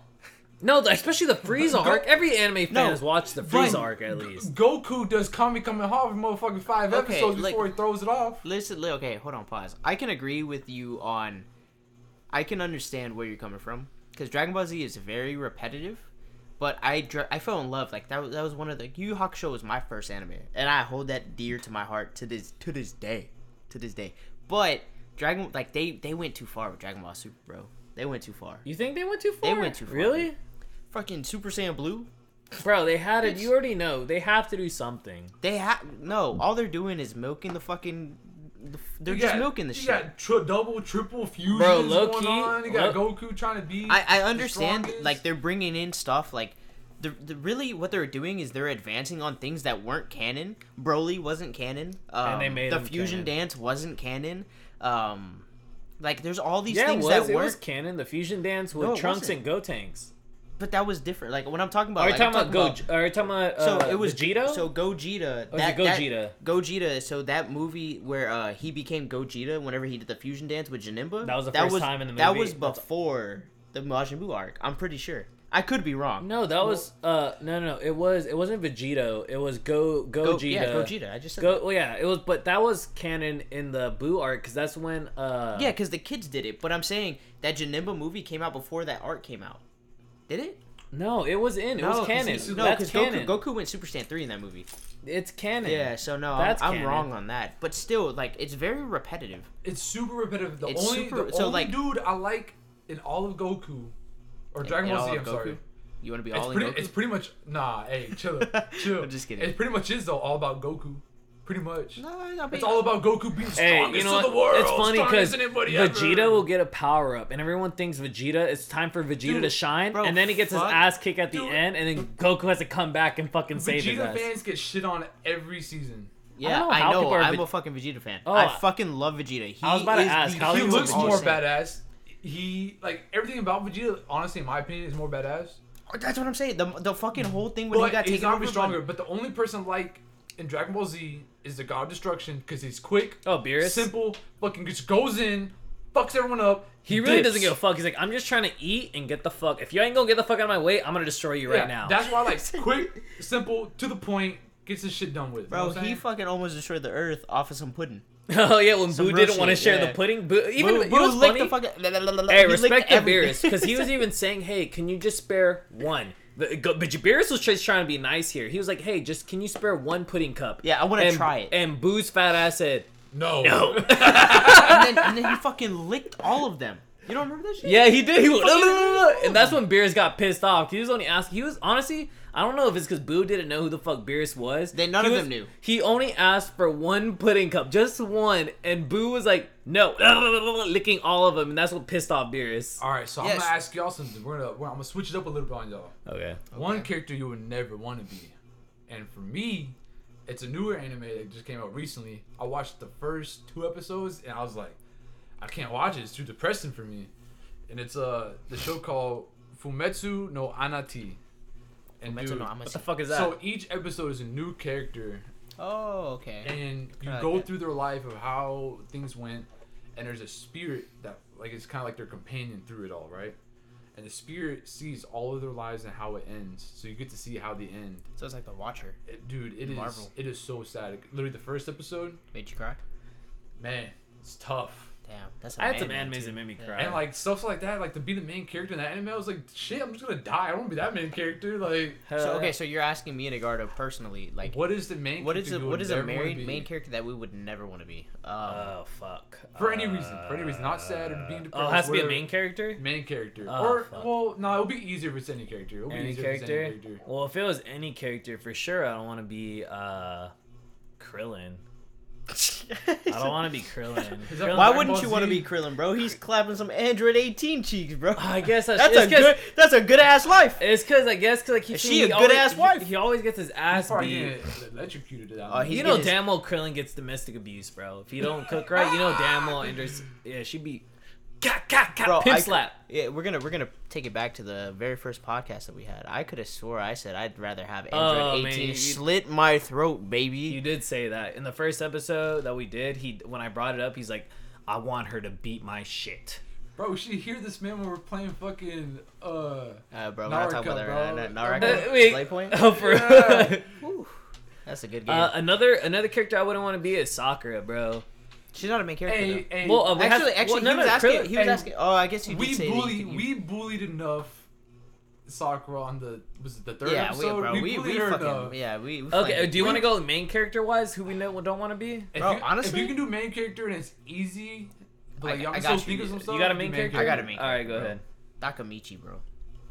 [SPEAKER 2] No, the- especially the Frieza arc. Every anime fan
[SPEAKER 3] No,
[SPEAKER 2] has watched the
[SPEAKER 4] Fine.
[SPEAKER 2] Frieza arc at least.
[SPEAKER 4] Goku does Kami Kamehameha for motherfucking five
[SPEAKER 3] Okay,
[SPEAKER 4] episodes
[SPEAKER 3] like-
[SPEAKER 4] before he throws it off.
[SPEAKER 3] Listen, li- okay, hold on, pause. I can agree with you on. I can understand where you're coming from because Dragon Ball Z is very repetitive, but I dr- I fell in love like that. Was, that was one of the Yu Yu Hakusho was my first anime, and I hold that dear to my heart to this to this day, to this day. But Dragon like they they went too far with Dragon Ball Super, bro. They went too far.
[SPEAKER 2] You think they went too far?
[SPEAKER 3] went too far.
[SPEAKER 2] Really,
[SPEAKER 3] Fucking Super Saiyan Blue.
[SPEAKER 2] bro? They had it. You already know they have to do something.
[SPEAKER 3] They have no. All they're doing is milking the fucking. The, f- they're
[SPEAKER 4] You
[SPEAKER 3] just
[SPEAKER 4] got-
[SPEAKER 3] milking the
[SPEAKER 4] you
[SPEAKER 3] shit.
[SPEAKER 4] got tri- double, triple fusions
[SPEAKER 2] Bro, low
[SPEAKER 4] going
[SPEAKER 2] key-
[SPEAKER 4] on. You got
[SPEAKER 2] low-
[SPEAKER 4] Goku trying to be.
[SPEAKER 3] I, I
[SPEAKER 4] the
[SPEAKER 3] understand
[SPEAKER 4] strongest.
[SPEAKER 3] like they're bringing in stuff like the, the really what they're doing is they're advancing on things that weren't canon. Broly wasn't canon. Um,
[SPEAKER 2] they made
[SPEAKER 3] the
[SPEAKER 2] him
[SPEAKER 3] fusion
[SPEAKER 2] canon.
[SPEAKER 3] dance wasn't canon. Um, like there's all these
[SPEAKER 2] Yeah, it
[SPEAKER 3] things
[SPEAKER 2] was.
[SPEAKER 3] that
[SPEAKER 2] It was
[SPEAKER 3] weren't,
[SPEAKER 2] canon. The fusion dance with
[SPEAKER 3] No, it
[SPEAKER 2] Trunks
[SPEAKER 3] wasn't.
[SPEAKER 2] and Gotenks.
[SPEAKER 3] but that was different. Like when I'm talking about,
[SPEAKER 2] Are you
[SPEAKER 3] like, I'm
[SPEAKER 2] talking about Go?
[SPEAKER 3] talking
[SPEAKER 2] Are you talking about uh,
[SPEAKER 3] about- so it was
[SPEAKER 2] Vegito?
[SPEAKER 3] So Gogeta.
[SPEAKER 2] it
[SPEAKER 3] That,
[SPEAKER 2] Gogeta?
[SPEAKER 3] That, Gogeta. So that movie where uh, he became Gogeta whenever he did the fusion dance with Janimba.
[SPEAKER 2] That was the first time in the
[SPEAKER 3] That
[SPEAKER 2] movie.
[SPEAKER 3] was
[SPEAKER 2] That's-
[SPEAKER 3] before the Majin Buu arc. I'm pretty sure. I could be wrong.
[SPEAKER 2] No, that was uh no no no, it was it wasn't Vegito it was Go
[SPEAKER 3] Go-
[SPEAKER 2] Gogeta
[SPEAKER 3] Yeah, Gogeta. I just said
[SPEAKER 2] Go well yeah it was but that was canon in the Boo art because that's when uh
[SPEAKER 3] Yeah, because the kids did it. But I'm saying that Janimba movie came out before that art came out. Did it?
[SPEAKER 2] no it was in it was
[SPEAKER 3] Oh, 'cause
[SPEAKER 2] canon
[SPEAKER 3] he's- No,
[SPEAKER 2] that's
[SPEAKER 3] because
[SPEAKER 2] canon
[SPEAKER 3] Goku, Goku went Super Saiyan 3 in that movie.
[SPEAKER 2] it's canon
[SPEAKER 3] Yeah, so no,
[SPEAKER 2] That's
[SPEAKER 3] I'm, I'm
[SPEAKER 2] canon.
[SPEAKER 3] wrong on that. But still, like, it's very repetitive.
[SPEAKER 4] It's super repetitive. The
[SPEAKER 3] It's
[SPEAKER 4] only,
[SPEAKER 3] super-
[SPEAKER 4] the
[SPEAKER 3] so,
[SPEAKER 4] only
[SPEAKER 3] like-
[SPEAKER 4] dude I like in all of Goku, or Dragon
[SPEAKER 3] In
[SPEAKER 4] Ball
[SPEAKER 3] all
[SPEAKER 4] Z,
[SPEAKER 3] of
[SPEAKER 4] I'm
[SPEAKER 3] Goku?
[SPEAKER 4] sorry.
[SPEAKER 3] You want to be
[SPEAKER 4] It's
[SPEAKER 3] all
[SPEAKER 4] pretty,
[SPEAKER 3] in Goku?
[SPEAKER 4] it's pretty much nah. Hey, chill, chill.
[SPEAKER 3] I'm just kidding.
[SPEAKER 4] It pretty much is though all about Goku, pretty much.
[SPEAKER 3] No, I mean-
[SPEAKER 4] It's all about Goku being
[SPEAKER 2] Hey,
[SPEAKER 4] strongest
[SPEAKER 2] you know
[SPEAKER 4] in
[SPEAKER 2] what?
[SPEAKER 4] the world.
[SPEAKER 2] it's funny
[SPEAKER 4] because
[SPEAKER 2] because Vegeta will get a power up, and everyone thinks Vegeta. It's time for Vegeta
[SPEAKER 4] Dude,
[SPEAKER 2] to shine,
[SPEAKER 3] bro,
[SPEAKER 2] and then he gets
[SPEAKER 3] fuck.
[SPEAKER 2] his ass kicked at the
[SPEAKER 4] Dude.
[SPEAKER 2] end, and then Goku has to come back and fucking save his
[SPEAKER 4] Vegeta
[SPEAKER 2] ass.
[SPEAKER 4] fans get shit on every season.
[SPEAKER 3] yeah,
[SPEAKER 2] know
[SPEAKER 3] I
[SPEAKER 2] how
[SPEAKER 3] know.
[SPEAKER 2] people are
[SPEAKER 3] I'm
[SPEAKER 2] Ve-
[SPEAKER 3] a fucking Vegeta fan.
[SPEAKER 2] Oh, I-
[SPEAKER 3] I fucking love Vegeta. He
[SPEAKER 2] I was about to
[SPEAKER 3] is
[SPEAKER 2] ask,
[SPEAKER 3] the
[SPEAKER 2] how
[SPEAKER 4] He
[SPEAKER 2] Goku
[SPEAKER 4] looks
[SPEAKER 2] is
[SPEAKER 4] more
[SPEAKER 2] awesome.
[SPEAKER 4] badass. He like everything about Vegeta. Honestly, in my opinion, is more badass.
[SPEAKER 3] That's what I'm saying. The, the fucking whole thing when he got
[SPEAKER 4] But he's
[SPEAKER 3] taken
[SPEAKER 4] not
[SPEAKER 3] over
[SPEAKER 4] really
[SPEAKER 3] by-
[SPEAKER 4] stronger. But the only person like in Dragon Ball Z is the God of Destruction because he's quick,
[SPEAKER 2] Oh, Beerus.
[SPEAKER 4] simple, fucking just goes in, fucks everyone up.
[SPEAKER 2] He really
[SPEAKER 4] dips.
[SPEAKER 2] doesn't give a fuck. He's like, I'm just trying to eat and get the fuck. If you ain't gonna get the fuck out of my way, I'm gonna destroy you
[SPEAKER 4] Yeah,
[SPEAKER 2] right now.
[SPEAKER 4] That's why like quick, simple, to the point, gets his shit done with. You know
[SPEAKER 3] Bro,
[SPEAKER 4] what I'm
[SPEAKER 3] he
[SPEAKER 4] saying?
[SPEAKER 3] fucking almost destroyed the earth off of some pudding.
[SPEAKER 2] oh yeah, when
[SPEAKER 3] Some
[SPEAKER 2] Boo
[SPEAKER 3] real
[SPEAKER 2] didn't want to
[SPEAKER 3] shit,
[SPEAKER 2] share
[SPEAKER 3] yeah.
[SPEAKER 2] the pudding, Boo even you
[SPEAKER 3] Boo- Boo
[SPEAKER 2] know what's
[SPEAKER 3] licked
[SPEAKER 2] funny?
[SPEAKER 3] the fucking.
[SPEAKER 2] Hey,
[SPEAKER 3] he licked
[SPEAKER 2] respect the
[SPEAKER 3] everything.
[SPEAKER 2] Beerus because he was even saying, "Hey, can you just spare one?" The, go, but Beerus was just trying to be nice here. He was like, "Hey, just can you spare one pudding cup?"
[SPEAKER 3] Yeah, I wanna
[SPEAKER 2] And-
[SPEAKER 3] try it.
[SPEAKER 2] And Boo's fat ass said,
[SPEAKER 4] no,
[SPEAKER 2] "No."
[SPEAKER 3] and then, and then he fucking licked all of them. You don't remember that shit?
[SPEAKER 2] yeah, he did. He went, and that's when Beerus got pissed off. He was only asking. He was honestly, I don't know if it's because Boo didn't know who the fuck Beerus was.
[SPEAKER 3] They- none
[SPEAKER 2] He
[SPEAKER 3] of
[SPEAKER 2] was-
[SPEAKER 3] them knew.
[SPEAKER 2] He only asked for one pudding cup, just one, and Boo was like, "No," licking all of them, and that's what pissed off Beerus.
[SPEAKER 4] All right, so I'm
[SPEAKER 3] Yes.
[SPEAKER 4] gonna ask y'all something. We're gonna, we're, I'm gonna switch it up a little bit on y'all.
[SPEAKER 2] Okay.
[SPEAKER 4] One character you would never want to be, and for me, it's a newer anime that just came out recently. I watched the first two episodes and I was like, I can't watch it. It's too depressing for me. And it's uh the show called Fumetsu no Anati. And
[SPEAKER 3] Fumetsu
[SPEAKER 4] dude,
[SPEAKER 3] no Anati.
[SPEAKER 2] What the fuck is that?
[SPEAKER 4] so each episode is a new character
[SPEAKER 3] Oh, okay.
[SPEAKER 4] and you
[SPEAKER 3] like
[SPEAKER 4] go
[SPEAKER 3] that.
[SPEAKER 4] through their life of how things went and there's a spirit that like it's kind of like their companion through it all right and the spirit sees all of their lives and how it ends so you get to see how they end
[SPEAKER 3] So it's like the Watcher.
[SPEAKER 4] It- dude it is
[SPEAKER 3] Marvel.
[SPEAKER 4] it is so sad literally the first episode
[SPEAKER 3] Made you cry?
[SPEAKER 4] man it's tough
[SPEAKER 3] Damn, that's.
[SPEAKER 2] I had some animes that made me cry.
[SPEAKER 4] and like stuff like that like to be the main character in that anime i was like shit i'm just gonna die i don't want to be that main character like
[SPEAKER 2] Uh,
[SPEAKER 3] So okay, so you're asking me and Agardo personally, like,
[SPEAKER 4] what is the main
[SPEAKER 3] what is
[SPEAKER 4] character
[SPEAKER 3] a
[SPEAKER 4] you would
[SPEAKER 3] what is a
[SPEAKER 4] never wanna
[SPEAKER 3] married
[SPEAKER 4] be?
[SPEAKER 3] main character that we would never want to be? Um,
[SPEAKER 2] Oh fuck.
[SPEAKER 4] for any reason for any reason not sad or
[SPEAKER 3] Uh,
[SPEAKER 4] being
[SPEAKER 2] Oh,
[SPEAKER 4] depressed
[SPEAKER 2] it has to be a
[SPEAKER 4] whatever.
[SPEAKER 2] main character.
[SPEAKER 4] Main character.
[SPEAKER 3] Ah,
[SPEAKER 2] Oh,
[SPEAKER 4] or
[SPEAKER 2] fuck.
[SPEAKER 4] well, no, it'll be easier if it's any character. It'll be
[SPEAKER 2] Any
[SPEAKER 4] easier if it's
[SPEAKER 2] character.
[SPEAKER 4] any character.
[SPEAKER 2] Well, if it was any character, for sure, I don't want to be. uh Krillin. I don't want to be Krillin.
[SPEAKER 4] Is that-
[SPEAKER 2] Krillin-
[SPEAKER 3] Why
[SPEAKER 4] Dragon
[SPEAKER 3] wouldn't
[SPEAKER 4] Ball
[SPEAKER 3] you want to
[SPEAKER 4] Z.
[SPEAKER 3] be Krillin, bro? He's clapping some Android 18 cheeks, bro.
[SPEAKER 2] I guess that's,
[SPEAKER 3] that's
[SPEAKER 2] it's
[SPEAKER 3] a
[SPEAKER 2] 'cause-
[SPEAKER 3] good. That's a good ass life.
[SPEAKER 2] It's because I guess because I keep
[SPEAKER 3] Is
[SPEAKER 2] seeing
[SPEAKER 3] she a
[SPEAKER 2] he
[SPEAKER 3] good
[SPEAKER 2] always-
[SPEAKER 3] ass wife?
[SPEAKER 2] He always gets his ass
[SPEAKER 4] Probably
[SPEAKER 2] beat.
[SPEAKER 4] getting electrocuted to that.
[SPEAKER 3] Oh,
[SPEAKER 4] one.
[SPEAKER 3] he's
[SPEAKER 2] You
[SPEAKER 3] getting
[SPEAKER 2] know
[SPEAKER 3] his-
[SPEAKER 2] damn well Krillin gets domestic abuse, bro. If you don't cook right, you know damn well Anders. Yeah, she be. Ka, ka, ka,
[SPEAKER 3] Bro,
[SPEAKER 2] pimp
[SPEAKER 3] I-
[SPEAKER 2] slap.
[SPEAKER 3] Yeah, we're gonna we're gonna take it back to the very first podcast that we had. I could have swore I said I'd rather have
[SPEAKER 2] Oh,
[SPEAKER 3] Android
[SPEAKER 2] man,
[SPEAKER 3] 18
[SPEAKER 2] you-
[SPEAKER 3] slit my throat, baby.
[SPEAKER 2] You did say that in the first episode that we did. He when I brought it up, he's like, "I want her to beat my shit."
[SPEAKER 4] bro, we should hear this man when we're playing fucking. Uh,
[SPEAKER 3] uh, bro, we're not talking
[SPEAKER 4] Naruto,
[SPEAKER 3] about that
[SPEAKER 4] bro.
[SPEAKER 3] right now.
[SPEAKER 4] Uh,
[SPEAKER 3] Naruto,
[SPEAKER 2] wait.
[SPEAKER 3] Playpoint?
[SPEAKER 2] Oh, for
[SPEAKER 4] Yeah.
[SPEAKER 3] That's a good game.
[SPEAKER 2] uh, another another character I wouldn't want to be is Sakura, bro.
[SPEAKER 3] She's not a main character.
[SPEAKER 4] hey,
[SPEAKER 3] though.
[SPEAKER 4] hey,
[SPEAKER 2] Well, uh, we have-
[SPEAKER 3] Actually, actually,
[SPEAKER 2] well, no,
[SPEAKER 3] he was
[SPEAKER 2] no,
[SPEAKER 3] asking.
[SPEAKER 2] Krillin-
[SPEAKER 3] um, he was
[SPEAKER 4] hey,
[SPEAKER 3] asking. Oh, I guess you did
[SPEAKER 4] we
[SPEAKER 3] say that you
[SPEAKER 4] bullied
[SPEAKER 3] could- you-
[SPEAKER 4] we bullied enough Sakura on the was it the third
[SPEAKER 3] yeah,
[SPEAKER 4] episode?
[SPEAKER 3] we, bro, we, we,
[SPEAKER 4] bullied her
[SPEAKER 3] fucking,
[SPEAKER 4] enough.
[SPEAKER 3] yeah, we. we
[SPEAKER 2] Okay,
[SPEAKER 3] fucking-
[SPEAKER 2] do you want to go main character wise? Who we know don't want to be?
[SPEAKER 4] If
[SPEAKER 3] Bro,
[SPEAKER 4] you,
[SPEAKER 3] honestly-
[SPEAKER 4] if you can do main character and it's easy, but
[SPEAKER 3] I-
[SPEAKER 4] like y'all
[SPEAKER 3] I
[SPEAKER 4] can
[SPEAKER 3] got
[SPEAKER 4] still
[SPEAKER 3] you.
[SPEAKER 4] think of
[SPEAKER 3] You
[SPEAKER 4] some stuff.
[SPEAKER 2] got a
[SPEAKER 4] do
[SPEAKER 2] main character?
[SPEAKER 3] I got a main.
[SPEAKER 2] All right, go
[SPEAKER 3] character,
[SPEAKER 2] ahead.
[SPEAKER 3] Takamichi, bro.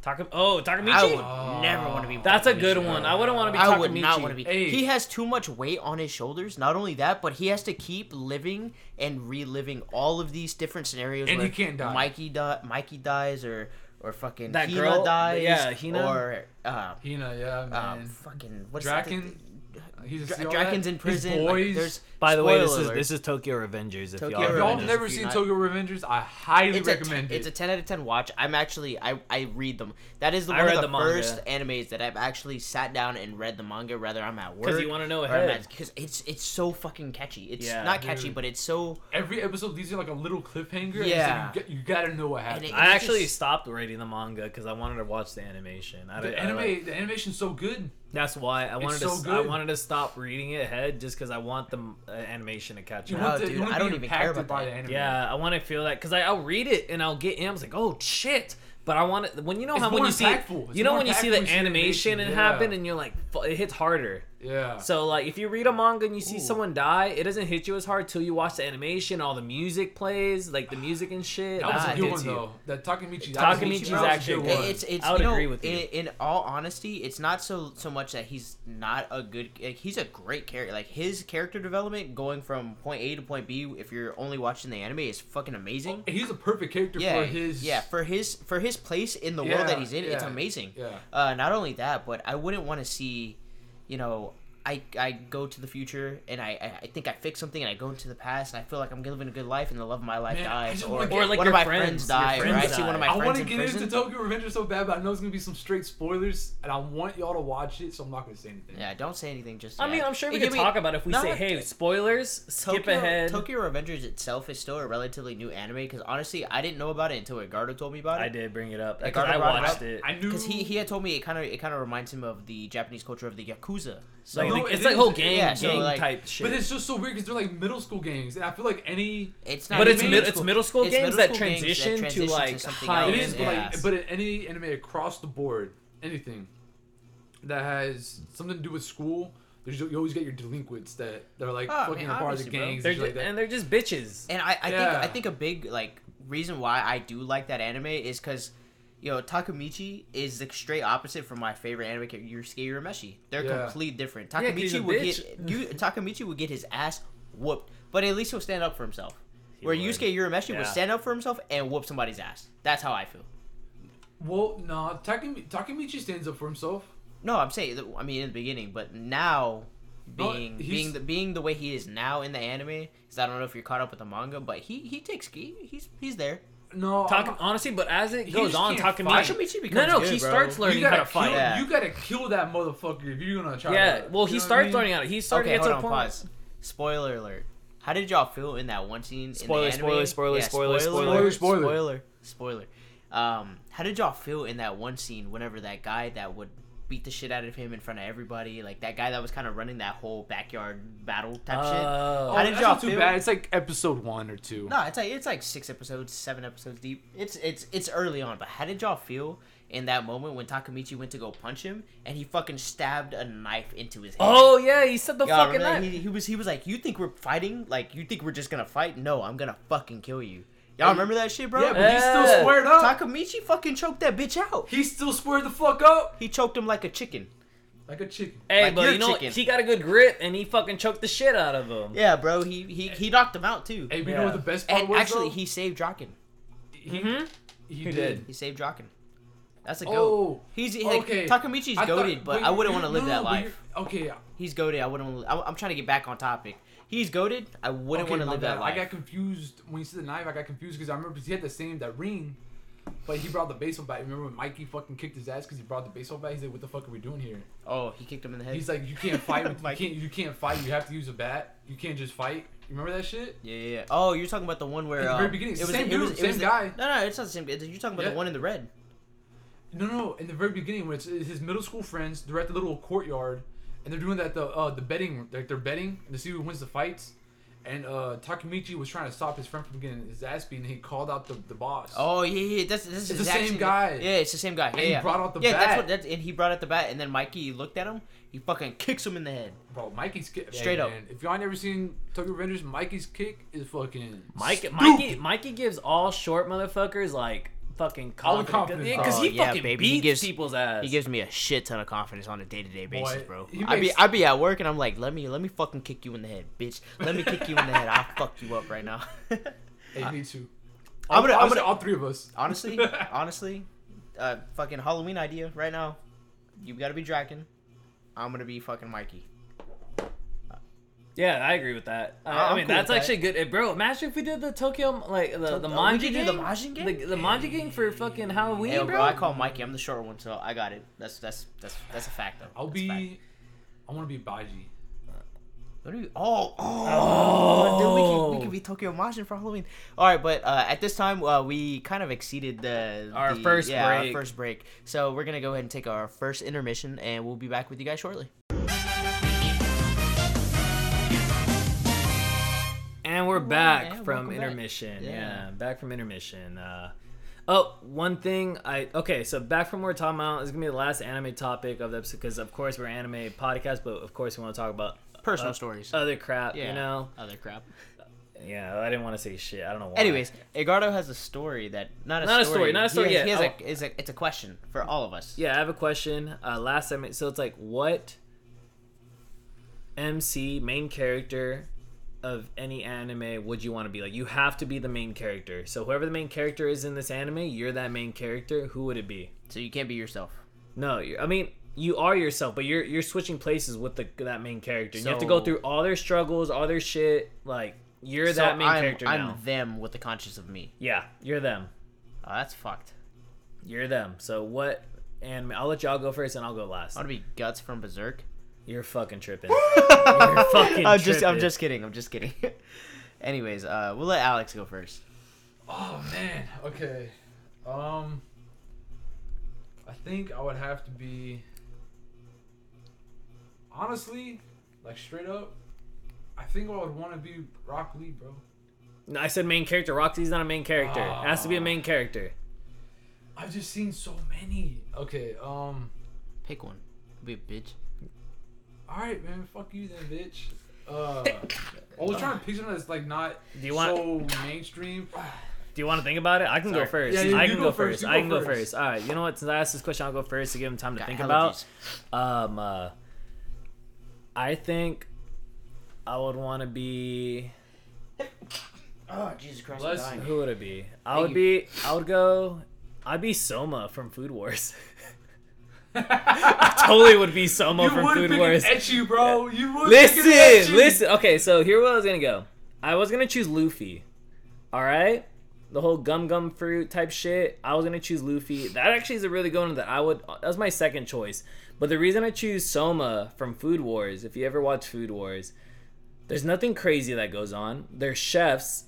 [SPEAKER 2] Taka. Oh, Takamichi.
[SPEAKER 3] I would
[SPEAKER 4] Oh.
[SPEAKER 3] never want to be.
[SPEAKER 2] That's a
[SPEAKER 3] Takamichi,
[SPEAKER 2] good
[SPEAKER 3] bro.
[SPEAKER 2] one. I wouldn't want to be.
[SPEAKER 3] I would not
[SPEAKER 2] Takamichi.
[SPEAKER 3] want to be.
[SPEAKER 4] Hey.
[SPEAKER 3] He has too much weight on his shoulders. Not only that, but he has to keep living and reliving all of these different scenarios.
[SPEAKER 4] And
[SPEAKER 3] where
[SPEAKER 4] he can't die.
[SPEAKER 3] Mikey, di- Mikey dies, or or fucking
[SPEAKER 2] That
[SPEAKER 3] Hina
[SPEAKER 2] girl-
[SPEAKER 3] dies.
[SPEAKER 2] yeah, Hina.
[SPEAKER 3] Or uh,
[SPEAKER 4] Hina, yeah,
[SPEAKER 3] uh,
[SPEAKER 4] man.
[SPEAKER 3] fucking what's
[SPEAKER 4] Draken.
[SPEAKER 3] The,
[SPEAKER 4] He's
[SPEAKER 3] Dra- Draken's in prison.
[SPEAKER 4] His
[SPEAKER 3] like,
[SPEAKER 4] boys.
[SPEAKER 3] there's
[SPEAKER 2] By the way, this
[SPEAKER 3] spoiler
[SPEAKER 2] is
[SPEAKER 3] alert.
[SPEAKER 2] this is Tokyo Revengers. If
[SPEAKER 3] Tokyo
[SPEAKER 2] y'all,
[SPEAKER 4] if
[SPEAKER 3] Revengers.
[SPEAKER 4] y'all
[SPEAKER 2] haven't
[SPEAKER 4] have
[SPEAKER 3] Revengers,
[SPEAKER 4] never
[SPEAKER 3] if you
[SPEAKER 4] seen
[SPEAKER 3] not-
[SPEAKER 4] Tokyo Revengers, I highly
[SPEAKER 3] it's
[SPEAKER 4] recommend
[SPEAKER 3] a,
[SPEAKER 4] it.
[SPEAKER 3] It's a 10 out of 10 watch. I'm actually, I, I read them. That is the
[SPEAKER 2] I
[SPEAKER 3] one
[SPEAKER 2] read
[SPEAKER 3] of the,
[SPEAKER 2] the manga.
[SPEAKER 3] first animes that I've actually sat down and read the manga. Rather, I'm at work.
[SPEAKER 2] 'Cause you wanna know ahead.
[SPEAKER 3] Because it's it's so fucking catchy. It's
[SPEAKER 2] Yeah.
[SPEAKER 3] not catchy,
[SPEAKER 4] Dude.
[SPEAKER 3] but it's so.
[SPEAKER 4] Every episode leaves you like a little cliffhanger.
[SPEAKER 3] Yeah.
[SPEAKER 4] And so you, get, you gotta know what happened.
[SPEAKER 3] it-
[SPEAKER 2] I
[SPEAKER 3] It's
[SPEAKER 2] actually
[SPEAKER 3] just-
[SPEAKER 2] stopped reading the manga because I wanted to watch the animation. I,
[SPEAKER 4] the
[SPEAKER 2] didn't- I,
[SPEAKER 4] anime,
[SPEAKER 2] like-
[SPEAKER 4] the animation's so good.
[SPEAKER 2] that's why I wanted to.
[SPEAKER 4] so
[SPEAKER 2] s- I
[SPEAKER 4] good.
[SPEAKER 2] wanted to stop reading it ahead just because I want the m- uh, animation to catch
[SPEAKER 4] You
[SPEAKER 2] up.
[SPEAKER 3] Wow,
[SPEAKER 4] want to,
[SPEAKER 3] Oh, dude,
[SPEAKER 4] you want
[SPEAKER 3] I
[SPEAKER 4] to
[SPEAKER 3] don't
[SPEAKER 4] be
[SPEAKER 3] even care
[SPEAKER 4] impacted
[SPEAKER 3] about
[SPEAKER 4] by
[SPEAKER 3] that.
[SPEAKER 4] the anime.
[SPEAKER 2] Yeah, I want to feel that because I, I'll read it and I'll get in. I was like, oh shit. But I want to when you know
[SPEAKER 4] It's
[SPEAKER 2] how when
[SPEAKER 4] more
[SPEAKER 2] you see
[SPEAKER 4] impactful. It's
[SPEAKER 2] you know
[SPEAKER 4] more
[SPEAKER 2] when you see the
[SPEAKER 4] impactful when you see the
[SPEAKER 2] animation
[SPEAKER 4] animation,
[SPEAKER 2] and
[SPEAKER 4] yeah.
[SPEAKER 2] happen and you're like fu- it hits harder.
[SPEAKER 4] Yeah.
[SPEAKER 2] So like if you read a manga and you see
[SPEAKER 3] Ooh.
[SPEAKER 2] someone die, it doesn't hit you as hard till you watch the animation, all the music plays, like the music and shit.
[SPEAKER 4] that was
[SPEAKER 2] That's
[SPEAKER 3] Ah,
[SPEAKER 4] a
[SPEAKER 2] what
[SPEAKER 4] good
[SPEAKER 2] hits
[SPEAKER 4] one
[SPEAKER 2] you.
[SPEAKER 4] though. That Takamichi.
[SPEAKER 2] Takamichi's
[SPEAKER 4] that was a
[SPEAKER 2] actually
[SPEAKER 4] good
[SPEAKER 2] good.
[SPEAKER 4] one.
[SPEAKER 3] It's it's
[SPEAKER 2] I would
[SPEAKER 3] you know,
[SPEAKER 2] agree with you.
[SPEAKER 3] In, in all honesty, it's not so so much that he's not a good like, he's a great character. Like his character development going from point A to point B if you're only watching the anime is fucking amazing.
[SPEAKER 4] He's a perfect character
[SPEAKER 3] yeah,
[SPEAKER 4] for his.
[SPEAKER 3] yeah, for his for his place in the
[SPEAKER 4] Yeah,
[SPEAKER 3] world that he's in, it's
[SPEAKER 4] yeah,
[SPEAKER 3] amazing.
[SPEAKER 4] yeah.
[SPEAKER 3] Uh, not only that, but I wouldn't want to see, you know, I I go to the future and I I- I think I fix something and I go into the past and I feel like I'm living a good life and the love of my life
[SPEAKER 4] Man, I
[SPEAKER 3] dies
[SPEAKER 4] just
[SPEAKER 3] or,
[SPEAKER 4] wanna get-
[SPEAKER 3] or
[SPEAKER 4] Or
[SPEAKER 3] like
[SPEAKER 2] like
[SPEAKER 3] one of
[SPEAKER 2] your
[SPEAKER 3] my friends,
[SPEAKER 2] friends,
[SPEAKER 3] die
[SPEAKER 2] your
[SPEAKER 3] or I
[SPEAKER 2] friends
[SPEAKER 3] see one of
[SPEAKER 2] die.
[SPEAKER 3] my
[SPEAKER 4] I
[SPEAKER 3] friends
[SPEAKER 4] want to
[SPEAKER 3] in
[SPEAKER 4] get
[SPEAKER 3] prison.
[SPEAKER 4] into Tokyo Revengers so bad, but I know it's gonna be some straight spoilers, and I want y'all to watch it, so I'm not gonna say anything.
[SPEAKER 3] Yeah, don't say anything. Just
[SPEAKER 2] I
[SPEAKER 3] yet.
[SPEAKER 2] mean, I'm sure we
[SPEAKER 3] Hey, give
[SPEAKER 2] could
[SPEAKER 3] me-
[SPEAKER 2] talk about it if we
[SPEAKER 3] No,
[SPEAKER 2] say,
[SPEAKER 3] it-
[SPEAKER 2] hey, spoilers, skip
[SPEAKER 3] Tokyo,
[SPEAKER 2] ahead.
[SPEAKER 3] Tokyo Revengers itself is still a relatively new anime because honestly, I didn't know about it until Edgardo told me about it.
[SPEAKER 2] I did bring it up
[SPEAKER 3] Like,
[SPEAKER 2] because
[SPEAKER 3] I
[SPEAKER 2] I
[SPEAKER 3] brought it
[SPEAKER 2] watched
[SPEAKER 3] up.
[SPEAKER 2] it.
[SPEAKER 4] I knew
[SPEAKER 3] because he he had told me it kind of it kind of reminds him of the Japanese culture of the yakuza. So
[SPEAKER 2] Like,
[SPEAKER 4] No,
[SPEAKER 2] the-
[SPEAKER 4] it
[SPEAKER 2] it's like
[SPEAKER 4] is-
[SPEAKER 2] whole gang,
[SPEAKER 3] yeah, so,
[SPEAKER 2] gang
[SPEAKER 3] like-
[SPEAKER 2] type shit.
[SPEAKER 4] But it's just so weird because they're like middle school gangs, and I feel like any
[SPEAKER 3] it's not.
[SPEAKER 2] But it's
[SPEAKER 3] even
[SPEAKER 2] mid, it's middle school
[SPEAKER 3] It's
[SPEAKER 2] games
[SPEAKER 3] middle
[SPEAKER 2] that,
[SPEAKER 3] school games that
[SPEAKER 2] transition
[SPEAKER 3] transition to
[SPEAKER 2] to like
[SPEAKER 3] something
[SPEAKER 2] high
[SPEAKER 3] else.
[SPEAKER 4] it
[SPEAKER 2] end.
[SPEAKER 4] is, but
[SPEAKER 3] yeah.
[SPEAKER 4] like, but in any anime across the board, anything that has something to do with school, there's you always get your delinquents that they're like
[SPEAKER 3] Oh, I
[SPEAKER 4] fucking
[SPEAKER 3] mean,
[SPEAKER 4] a part of the
[SPEAKER 3] obviously, bro.
[SPEAKER 4] gangs
[SPEAKER 2] They're
[SPEAKER 4] and
[SPEAKER 2] ju-
[SPEAKER 4] shit like that.
[SPEAKER 2] and they're just bitches.
[SPEAKER 3] And I, I
[SPEAKER 4] Yeah.
[SPEAKER 3] think I think a big like reason why I do like that anime is because you know Takamichi is the straight opposite from my favorite anime character Yusuke Urameshi. They're
[SPEAKER 4] Yeah.
[SPEAKER 3] completely different.
[SPEAKER 2] Yeah, 'cause
[SPEAKER 3] Takamichi
[SPEAKER 2] he's a
[SPEAKER 3] would
[SPEAKER 2] bitch.
[SPEAKER 3] get you, Takamichi would get his ass whooped, but at least he'll stand up for himself. Where
[SPEAKER 2] would.
[SPEAKER 3] Yusuke Urameshi
[SPEAKER 2] Yeah.
[SPEAKER 3] would stand up for himself and whoop somebody's ass. That's how I feel.
[SPEAKER 4] Well, no, Takami- Takamichi stands up for himself.
[SPEAKER 3] No, I'm saying that- I mean in the beginning, but now
[SPEAKER 4] No,
[SPEAKER 3] being
[SPEAKER 4] he's-
[SPEAKER 3] being the being the way he is now in the anime, because I don't know if you're caught up with the manga, but he he takes he, he's he's there.
[SPEAKER 4] No, I'm
[SPEAKER 2] Taka-
[SPEAKER 4] not-
[SPEAKER 2] honestly, but as it
[SPEAKER 4] He
[SPEAKER 2] goes
[SPEAKER 4] just
[SPEAKER 2] on,
[SPEAKER 4] can't
[SPEAKER 2] Takamichi.
[SPEAKER 4] fight.
[SPEAKER 3] Takamichi
[SPEAKER 2] no,
[SPEAKER 3] becomes
[SPEAKER 2] no,
[SPEAKER 3] good,
[SPEAKER 2] he
[SPEAKER 3] bro.
[SPEAKER 2] starts learning
[SPEAKER 4] you
[SPEAKER 2] how
[SPEAKER 4] gotta
[SPEAKER 2] to fight.
[SPEAKER 4] Kill,
[SPEAKER 3] Yeah.
[SPEAKER 4] You gotta kill that motherfucker if you're gonna try.
[SPEAKER 2] Yeah, well,
[SPEAKER 4] to- you
[SPEAKER 2] he
[SPEAKER 4] know what I
[SPEAKER 2] starts
[SPEAKER 4] mean?
[SPEAKER 2] learning how to. He's starting
[SPEAKER 3] Okay,
[SPEAKER 2] at
[SPEAKER 3] hold on,
[SPEAKER 2] some point.
[SPEAKER 3] pause. Spoiler alert. How did y'all feel in that one scene?
[SPEAKER 2] Spoiler,
[SPEAKER 3] in the
[SPEAKER 2] spoiler,
[SPEAKER 3] anime?
[SPEAKER 2] spoiler, spoiler,
[SPEAKER 4] spoiler.
[SPEAKER 3] spoiler, spoiler. Um, how did y'all feel in that one scene? Whenever that guy that would beat the shit out of him in front of everybody, like that guy that was kind of running that whole backyard battle type
[SPEAKER 2] Oh.
[SPEAKER 3] shit.
[SPEAKER 4] Oh,
[SPEAKER 3] How did
[SPEAKER 4] that's
[SPEAKER 3] y'all
[SPEAKER 4] not too
[SPEAKER 3] feel?
[SPEAKER 4] bad. It's like episode one or two.
[SPEAKER 3] No, it's like it's like six episodes, seven episodes deep. It's it's it's early on, but how did y'all feel in that moment when Takamichi went to go punch him and he fucking stabbed a knife into his head?
[SPEAKER 2] Oh yeah, he said the
[SPEAKER 3] Yeah,
[SPEAKER 2] fucking
[SPEAKER 3] remember,
[SPEAKER 2] knife.
[SPEAKER 3] He, he was he was like, "You think we're fighting? Like, you think we're just gonna fight? No, I'm gonna fucking kill you." Y'all remember that shit, bro?
[SPEAKER 4] Yeah, but he's still
[SPEAKER 2] Yeah.
[SPEAKER 4] squared up.
[SPEAKER 3] Takamichi fucking choked that bitch out.
[SPEAKER 4] He still squared the fuck up.
[SPEAKER 3] He choked him like a chicken.
[SPEAKER 4] like a chicken.
[SPEAKER 2] Hey,
[SPEAKER 3] Like
[SPEAKER 2] but
[SPEAKER 3] your
[SPEAKER 2] you know
[SPEAKER 3] chicken.
[SPEAKER 2] what? he got a good grip and he fucking choked the shit out of him.
[SPEAKER 3] Yeah, bro. He he, he knocked him out too.
[SPEAKER 4] Hey, we know
[SPEAKER 2] Yeah.
[SPEAKER 4] what the best part
[SPEAKER 3] and
[SPEAKER 4] was
[SPEAKER 3] actually,
[SPEAKER 4] though?
[SPEAKER 3] he saved Draken.
[SPEAKER 4] he
[SPEAKER 2] Mhm.
[SPEAKER 4] he
[SPEAKER 2] He
[SPEAKER 4] did.
[SPEAKER 3] He saved Draken. That's a goat.
[SPEAKER 4] Oh,
[SPEAKER 3] He's like,
[SPEAKER 4] okay.
[SPEAKER 3] Takamichi's
[SPEAKER 4] I thought-
[SPEAKER 3] goaded, but
[SPEAKER 4] wait,
[SPEAKER 3] I wouldn't
[SPEAKER 4] you-
[SPEAKER 3] want to live
[SPEAKER 4] no,
[SPEAKER 3] that
[SPEAKER 4] but you're-
[SPEAKER 3] life.
[SPEAKER 4] Okay,
[SPEAKER 3] He's goaded. I wouldn't. wanna- I, I'm trying to get back on topic. He's goaded. I wouldn't
[SPEAKER 4] okay,
[SPEAKER 3] want to
[SPEAKER 4] my
[SPEAKER 3] live that
[SPEAKER 4] bad.
[SPEAKER 3] life.
[SPEAKER 4] I got confused when you said the knife. I got confused because I remember he had the same that ring, but he brought the baseball bat. Remember when Mikey fucking kicked his ass because he brought the baseball bat? He's like, "What the fuck are we doing here?"
[SPEAKER 3] oh, he kicked him in the head.
[SPEAKER 4] He's like, "You can't fight. With, you
[SPEAKER 3] Mikey.
[SPEAKER 4] can't. You can't fight. You have to use a bat. You can't just fight." You remember that shit?
[SPEAKER 3] yeah, yeah, yeah. Oh, you're talking about the one where
[SPEAKER 4] At the
[SPEAKER 3] um,
[SPEAKER 4] very beginning,
[SPEAKER 3] it was
[SPEAKER 4] same
[SPEAKER 3] it
[SPEAKER 4] dude,
[SPEAKER 3] was, it
[SPEAKER 4] same
[SPEAKER 3] was the-
[SPEAKER 4] guy.
[SPEAKER 3] no, no, it's not the same. You're talking about
[SPEAKER 4] Yeah.
[SPEAKER 3] the one in the red.
[SPEAKER 4] No, no. In the very beginning, when it's his middle school friends, they're at the little courtyard, and they're doing that the uh, the betting like they're betting to see who wins the fights. And uh, Takamichi was trying to stop his friend from getting his ass beaten. And he called out the, the boss.
[SPEAKER 3] Oh yeah, yeah. That's this is
[SPEAKER 4] It's the
[SPEAKER 3] exact
[SPEAKER 4] same guy.
[SPEAKER 3] Yeah, it's the same guy. yeah,
[SPEAKER 4] he
[SPEAKER 3] yeah.
[SPEAKER 4] brought out the
[SPEAKER 3] yeah,
[SPEAKER 4] bat.
[SPEAKER 3] that's what. That's, and he brought out the bat, and then Mikey looked at him. He fucking kicks him in the head.
[SPEAKER 4] bro, Mikey's kick.
[SPEAKER 3] Straight
[SPEAKER 4] Hey,
[SPEAKER 3] up.
[SPEAKER 4] man, if y'all ain't never seen Tokyo Revengers, Mikey's kick is fucking.
[SPEAKER 2] Mike,
[SPEAKER 4] stupid.
[SPEAKER 2] Mikey, Mikey gives all short motherfuckers like fucking
[SPEAKER 4] All the
[SPEAKER 2] confidence.
[SPEAKER 4] confidence.
[SPEAKER 2] because
[SPEAKER 3] Oh,
[SPEAKER 2] he
[SPEAKER 3] yeah,
[SPEAKER 2] fucking
[SPEAKER 3] baby, he
[SPEAKER 2] beats
[SPEAKER 3] gives-
[SPEAKER 2] people's ass.
[SPEAKER 3] He gives me a shit ton of confidence on a day to day basis,
[SPEAKER 4] Boy,
[SPEAKER 3] bro.
[SPEAKER 4] he
[SPEAKER 3] I be
[SPEAKER 4] makes-
[SPEAKER 3] I be at work and I'm like, let me let me fucking kick you in the head, bitch. Let me kick you in the head. I'll fuck you up right now.
[SPEAKER 4] Hey, me too.
[SPEAKER 3] I'm gonna- I'm
[SPEAKER 4] Honestly,
[SPEAKER 3] gonna-
[SPEAKER 4] all three of us.
[SPEAKER 3] honestly, honestly, uh, fucking Halloween idea right now. You gotta be Draken. I'm gonna be fucking Mikey.
[SPEAKER 2] yeah, I agree with that. I,
[SPEAKER 3] I-
[SPEAKER 2] I
[SPEAKER 3] I'm
[SPEAKER 2] mean,
[SPEAKER 3] cool
[SPEAKER 2] that's
[SPEAKER 3] with that.
[SPEAKER 2] actually good, Eh, bro. Imagine if we did the Tokyo like the the
[SPEAKER 3] oh, we
[SPEAKER 2] Manji
[SPEAKER 3] could do
[SPEAKER 2] game,
[SPEAKER 3] the Manji game?
[SPEAKER 2] the, the Manji game for fucking Halloween,
[SPEAKER 3] Hey, bro,
[SPEAKER 2] bro.
[SPEAKER 3] I call Mikey. I'm the short one, so I got it. That's that's that's that's a fact though.
[SPEAKER 4] I'll
[SPEAKER 3] That's a fact.
[SPEAKER 4] be. I want to be Baji.
[SPEAKER 3] What are you? Oh, oh,
[SPEAKER 2] Oh.
[SPEAKER 3] dude, we can, we can be Tokyo Majin for Halloween. All right, but uh, at this time, uh, we kind of exceeded the
[SPEAKER 2] Our
[SPEAKER 3] the-
[SPEAKER 2] first
[SPEAKER 3] yeah,
[SPEAKER 2] break.
[SPEAKER 3] Our first break. So we're gonna go ahead and take our first intermission, and we'll be back with you guys shortly.
[SPEAKER 2] And we're
[SPEAKER 3] Wow,
[SPEAKER 2] back
[SPEAKER 3] man,
[SPEAKER 2] from
[SPEAKER 3] welcome back.
[SPEAKER 2] intermission.
[SPEAKER 3] Yeah.
[SPEAKER 2] Yeah. back from intermission. Uh, oh, one thing I okay. So back from what we're talking about is gonna be the last anime topic of the episode because of course we're an anime podcast, but of course we want to talk about
[SPEAKER 3] Personal
[SPEAKER 2] uh,
[SPEAKER 3] stories.
[SPEAKER 2] other crap. You know.
[SPEAKER 3] other crap.
[SPEAKER 2] Yeah, I didn't want to say shit. I don't know why.
[SPEAKER 3] Anyways, Edgardo has a story that not a
[SPEAKER 2] Not a
[SPEAKER 3] story,
[SPEAKER 2] story, not a story
[SPEAKER 3] He has, he
[SPEAKER 2] yet.
[SPEAKER 3] has
[SPEAKER 2] Oh.
[SPEAKER 3] a, is a, it's a question for all of us.
[SPEAKER 2] Yeah, I have a question. Uh, last segment. So it's like, what MC main character of any anime would you want to be? Like, you have to be the main character. So whoever the main character is in this anime, you're that main character. Who would it be?
[SPEAKER 3] So you can't be yourself.
[SPEAKER 2] No, you're, I mean you are yourself, but you're you're switching places with the that main character. And you have to
[SPEAKER 3] So-
[SPEAKER 2] go through all their struggles, all their shit. Like you're
[SPEAKER 3] So
[SPEAKER 2] that main
[SPEAKER 3] I'm,
[SPEAKER 2] character
[SPEAKER 3] I'm
[SPEAKER 2] now.
[SPEAKER 3] them with the conscience of me.
[SPEAKER 2] Yeah, you're them.
[SPEAKER 3] Oh, that's fucked.
[SPEAKER 2] You're them. So what? And I'll let y'all go first, and I'll go last.
[SPEAKER 3] I want to be guts from Berserk.
[SPEAKER 2] You're fucking tripping. you're fucking.
[SPEAKER 3] I'm just, I'm
[SPEAKER 2] tripping.
[SPEAKER 3] just kidding. I'm just kidding. Anyways, uh, we'll let Alex go first.
[SPEAKER 4] Oh man. Okay. Um. I think I would have to be. Honestly, like straight up, I think I would want to be Rock Lee, bro.
[SPEAKER 2] No, I said main character. Roxy's not a main character. It has to be a main character.
[SPEAKER 4] I've just seen so many. Okay. Um.
[SPEAKER 3] Pick one. Be a bitch.
[SPEAKER 4] All right, man. Fuck you then, bitch. Uh, I was trying to pick something that's like not
[SPEAKER 2] Do you want-
[SPEAKER 4] so mainstream.
[SPEAKER 2] Do you want to think about it? I can
[SPEAKER 3] Sorry.
[SPEAKER 2] go first.
[SPEAKER 4] Yeah, you-
[SPEAKER 2] I
[SPEAKER 4] you
[SPEAKER 2] can
[SPEAKER 4] go
[SPEAKER 2] go,
[SPEAKER 4] first,
[SPEAKER 2] first.
[SPEAKER 4] you
[SPEAKER 2] I
[SPEAKER 4] go
[SPEAKER 2] can go
[SPEAKER 4] first.
[SPEAKER 2] first. All right. You know what? Since I asked this question, I'll go first to give him time to
[SPEAKER 3] Got
[SPEAKER 2] think
[SPEAKER 3] hella
[SPEAKER 2] about.
[SPEAKER 3] juice.
[SPEAKER 2] Um, uh, I think I would want to be.
[SPEAKER 3] Oh Jesus Christ!
[SPEAKER 4] Bless
[SPEAKER 3] I'm dying.
[SPEAKER 2] Who would it be? I
[SPEAKER 3] Thank
[SPEAKER 2] would be. I would go. I'd be Soma from Food Wars.
[SPEAKER 4] you
[SPEAKER 2] totally would be Soma from
[SPEAKER 4] would
[SPEAKER 2] Food
[SPEAKER 4] pick
[SPEAKER 2] Wars.
[SPEAKER 4] an etchy, bro. You would
[SPEAKER 2] Listen,
[SPEAKER 4] pick an etchy.
[SPEAKER 2] listen. Okay, so here where I was gonna go. I was gonna choose Luffy. All right, the whole gum gum fruit type shit. I was gonna choose Luffy. That actually is a really good one that I would. That was my second choice. But the reason I choose Soma from Food Wars, if you ever watch Food Wars, there's nothing crazy that goes on. They're chefs,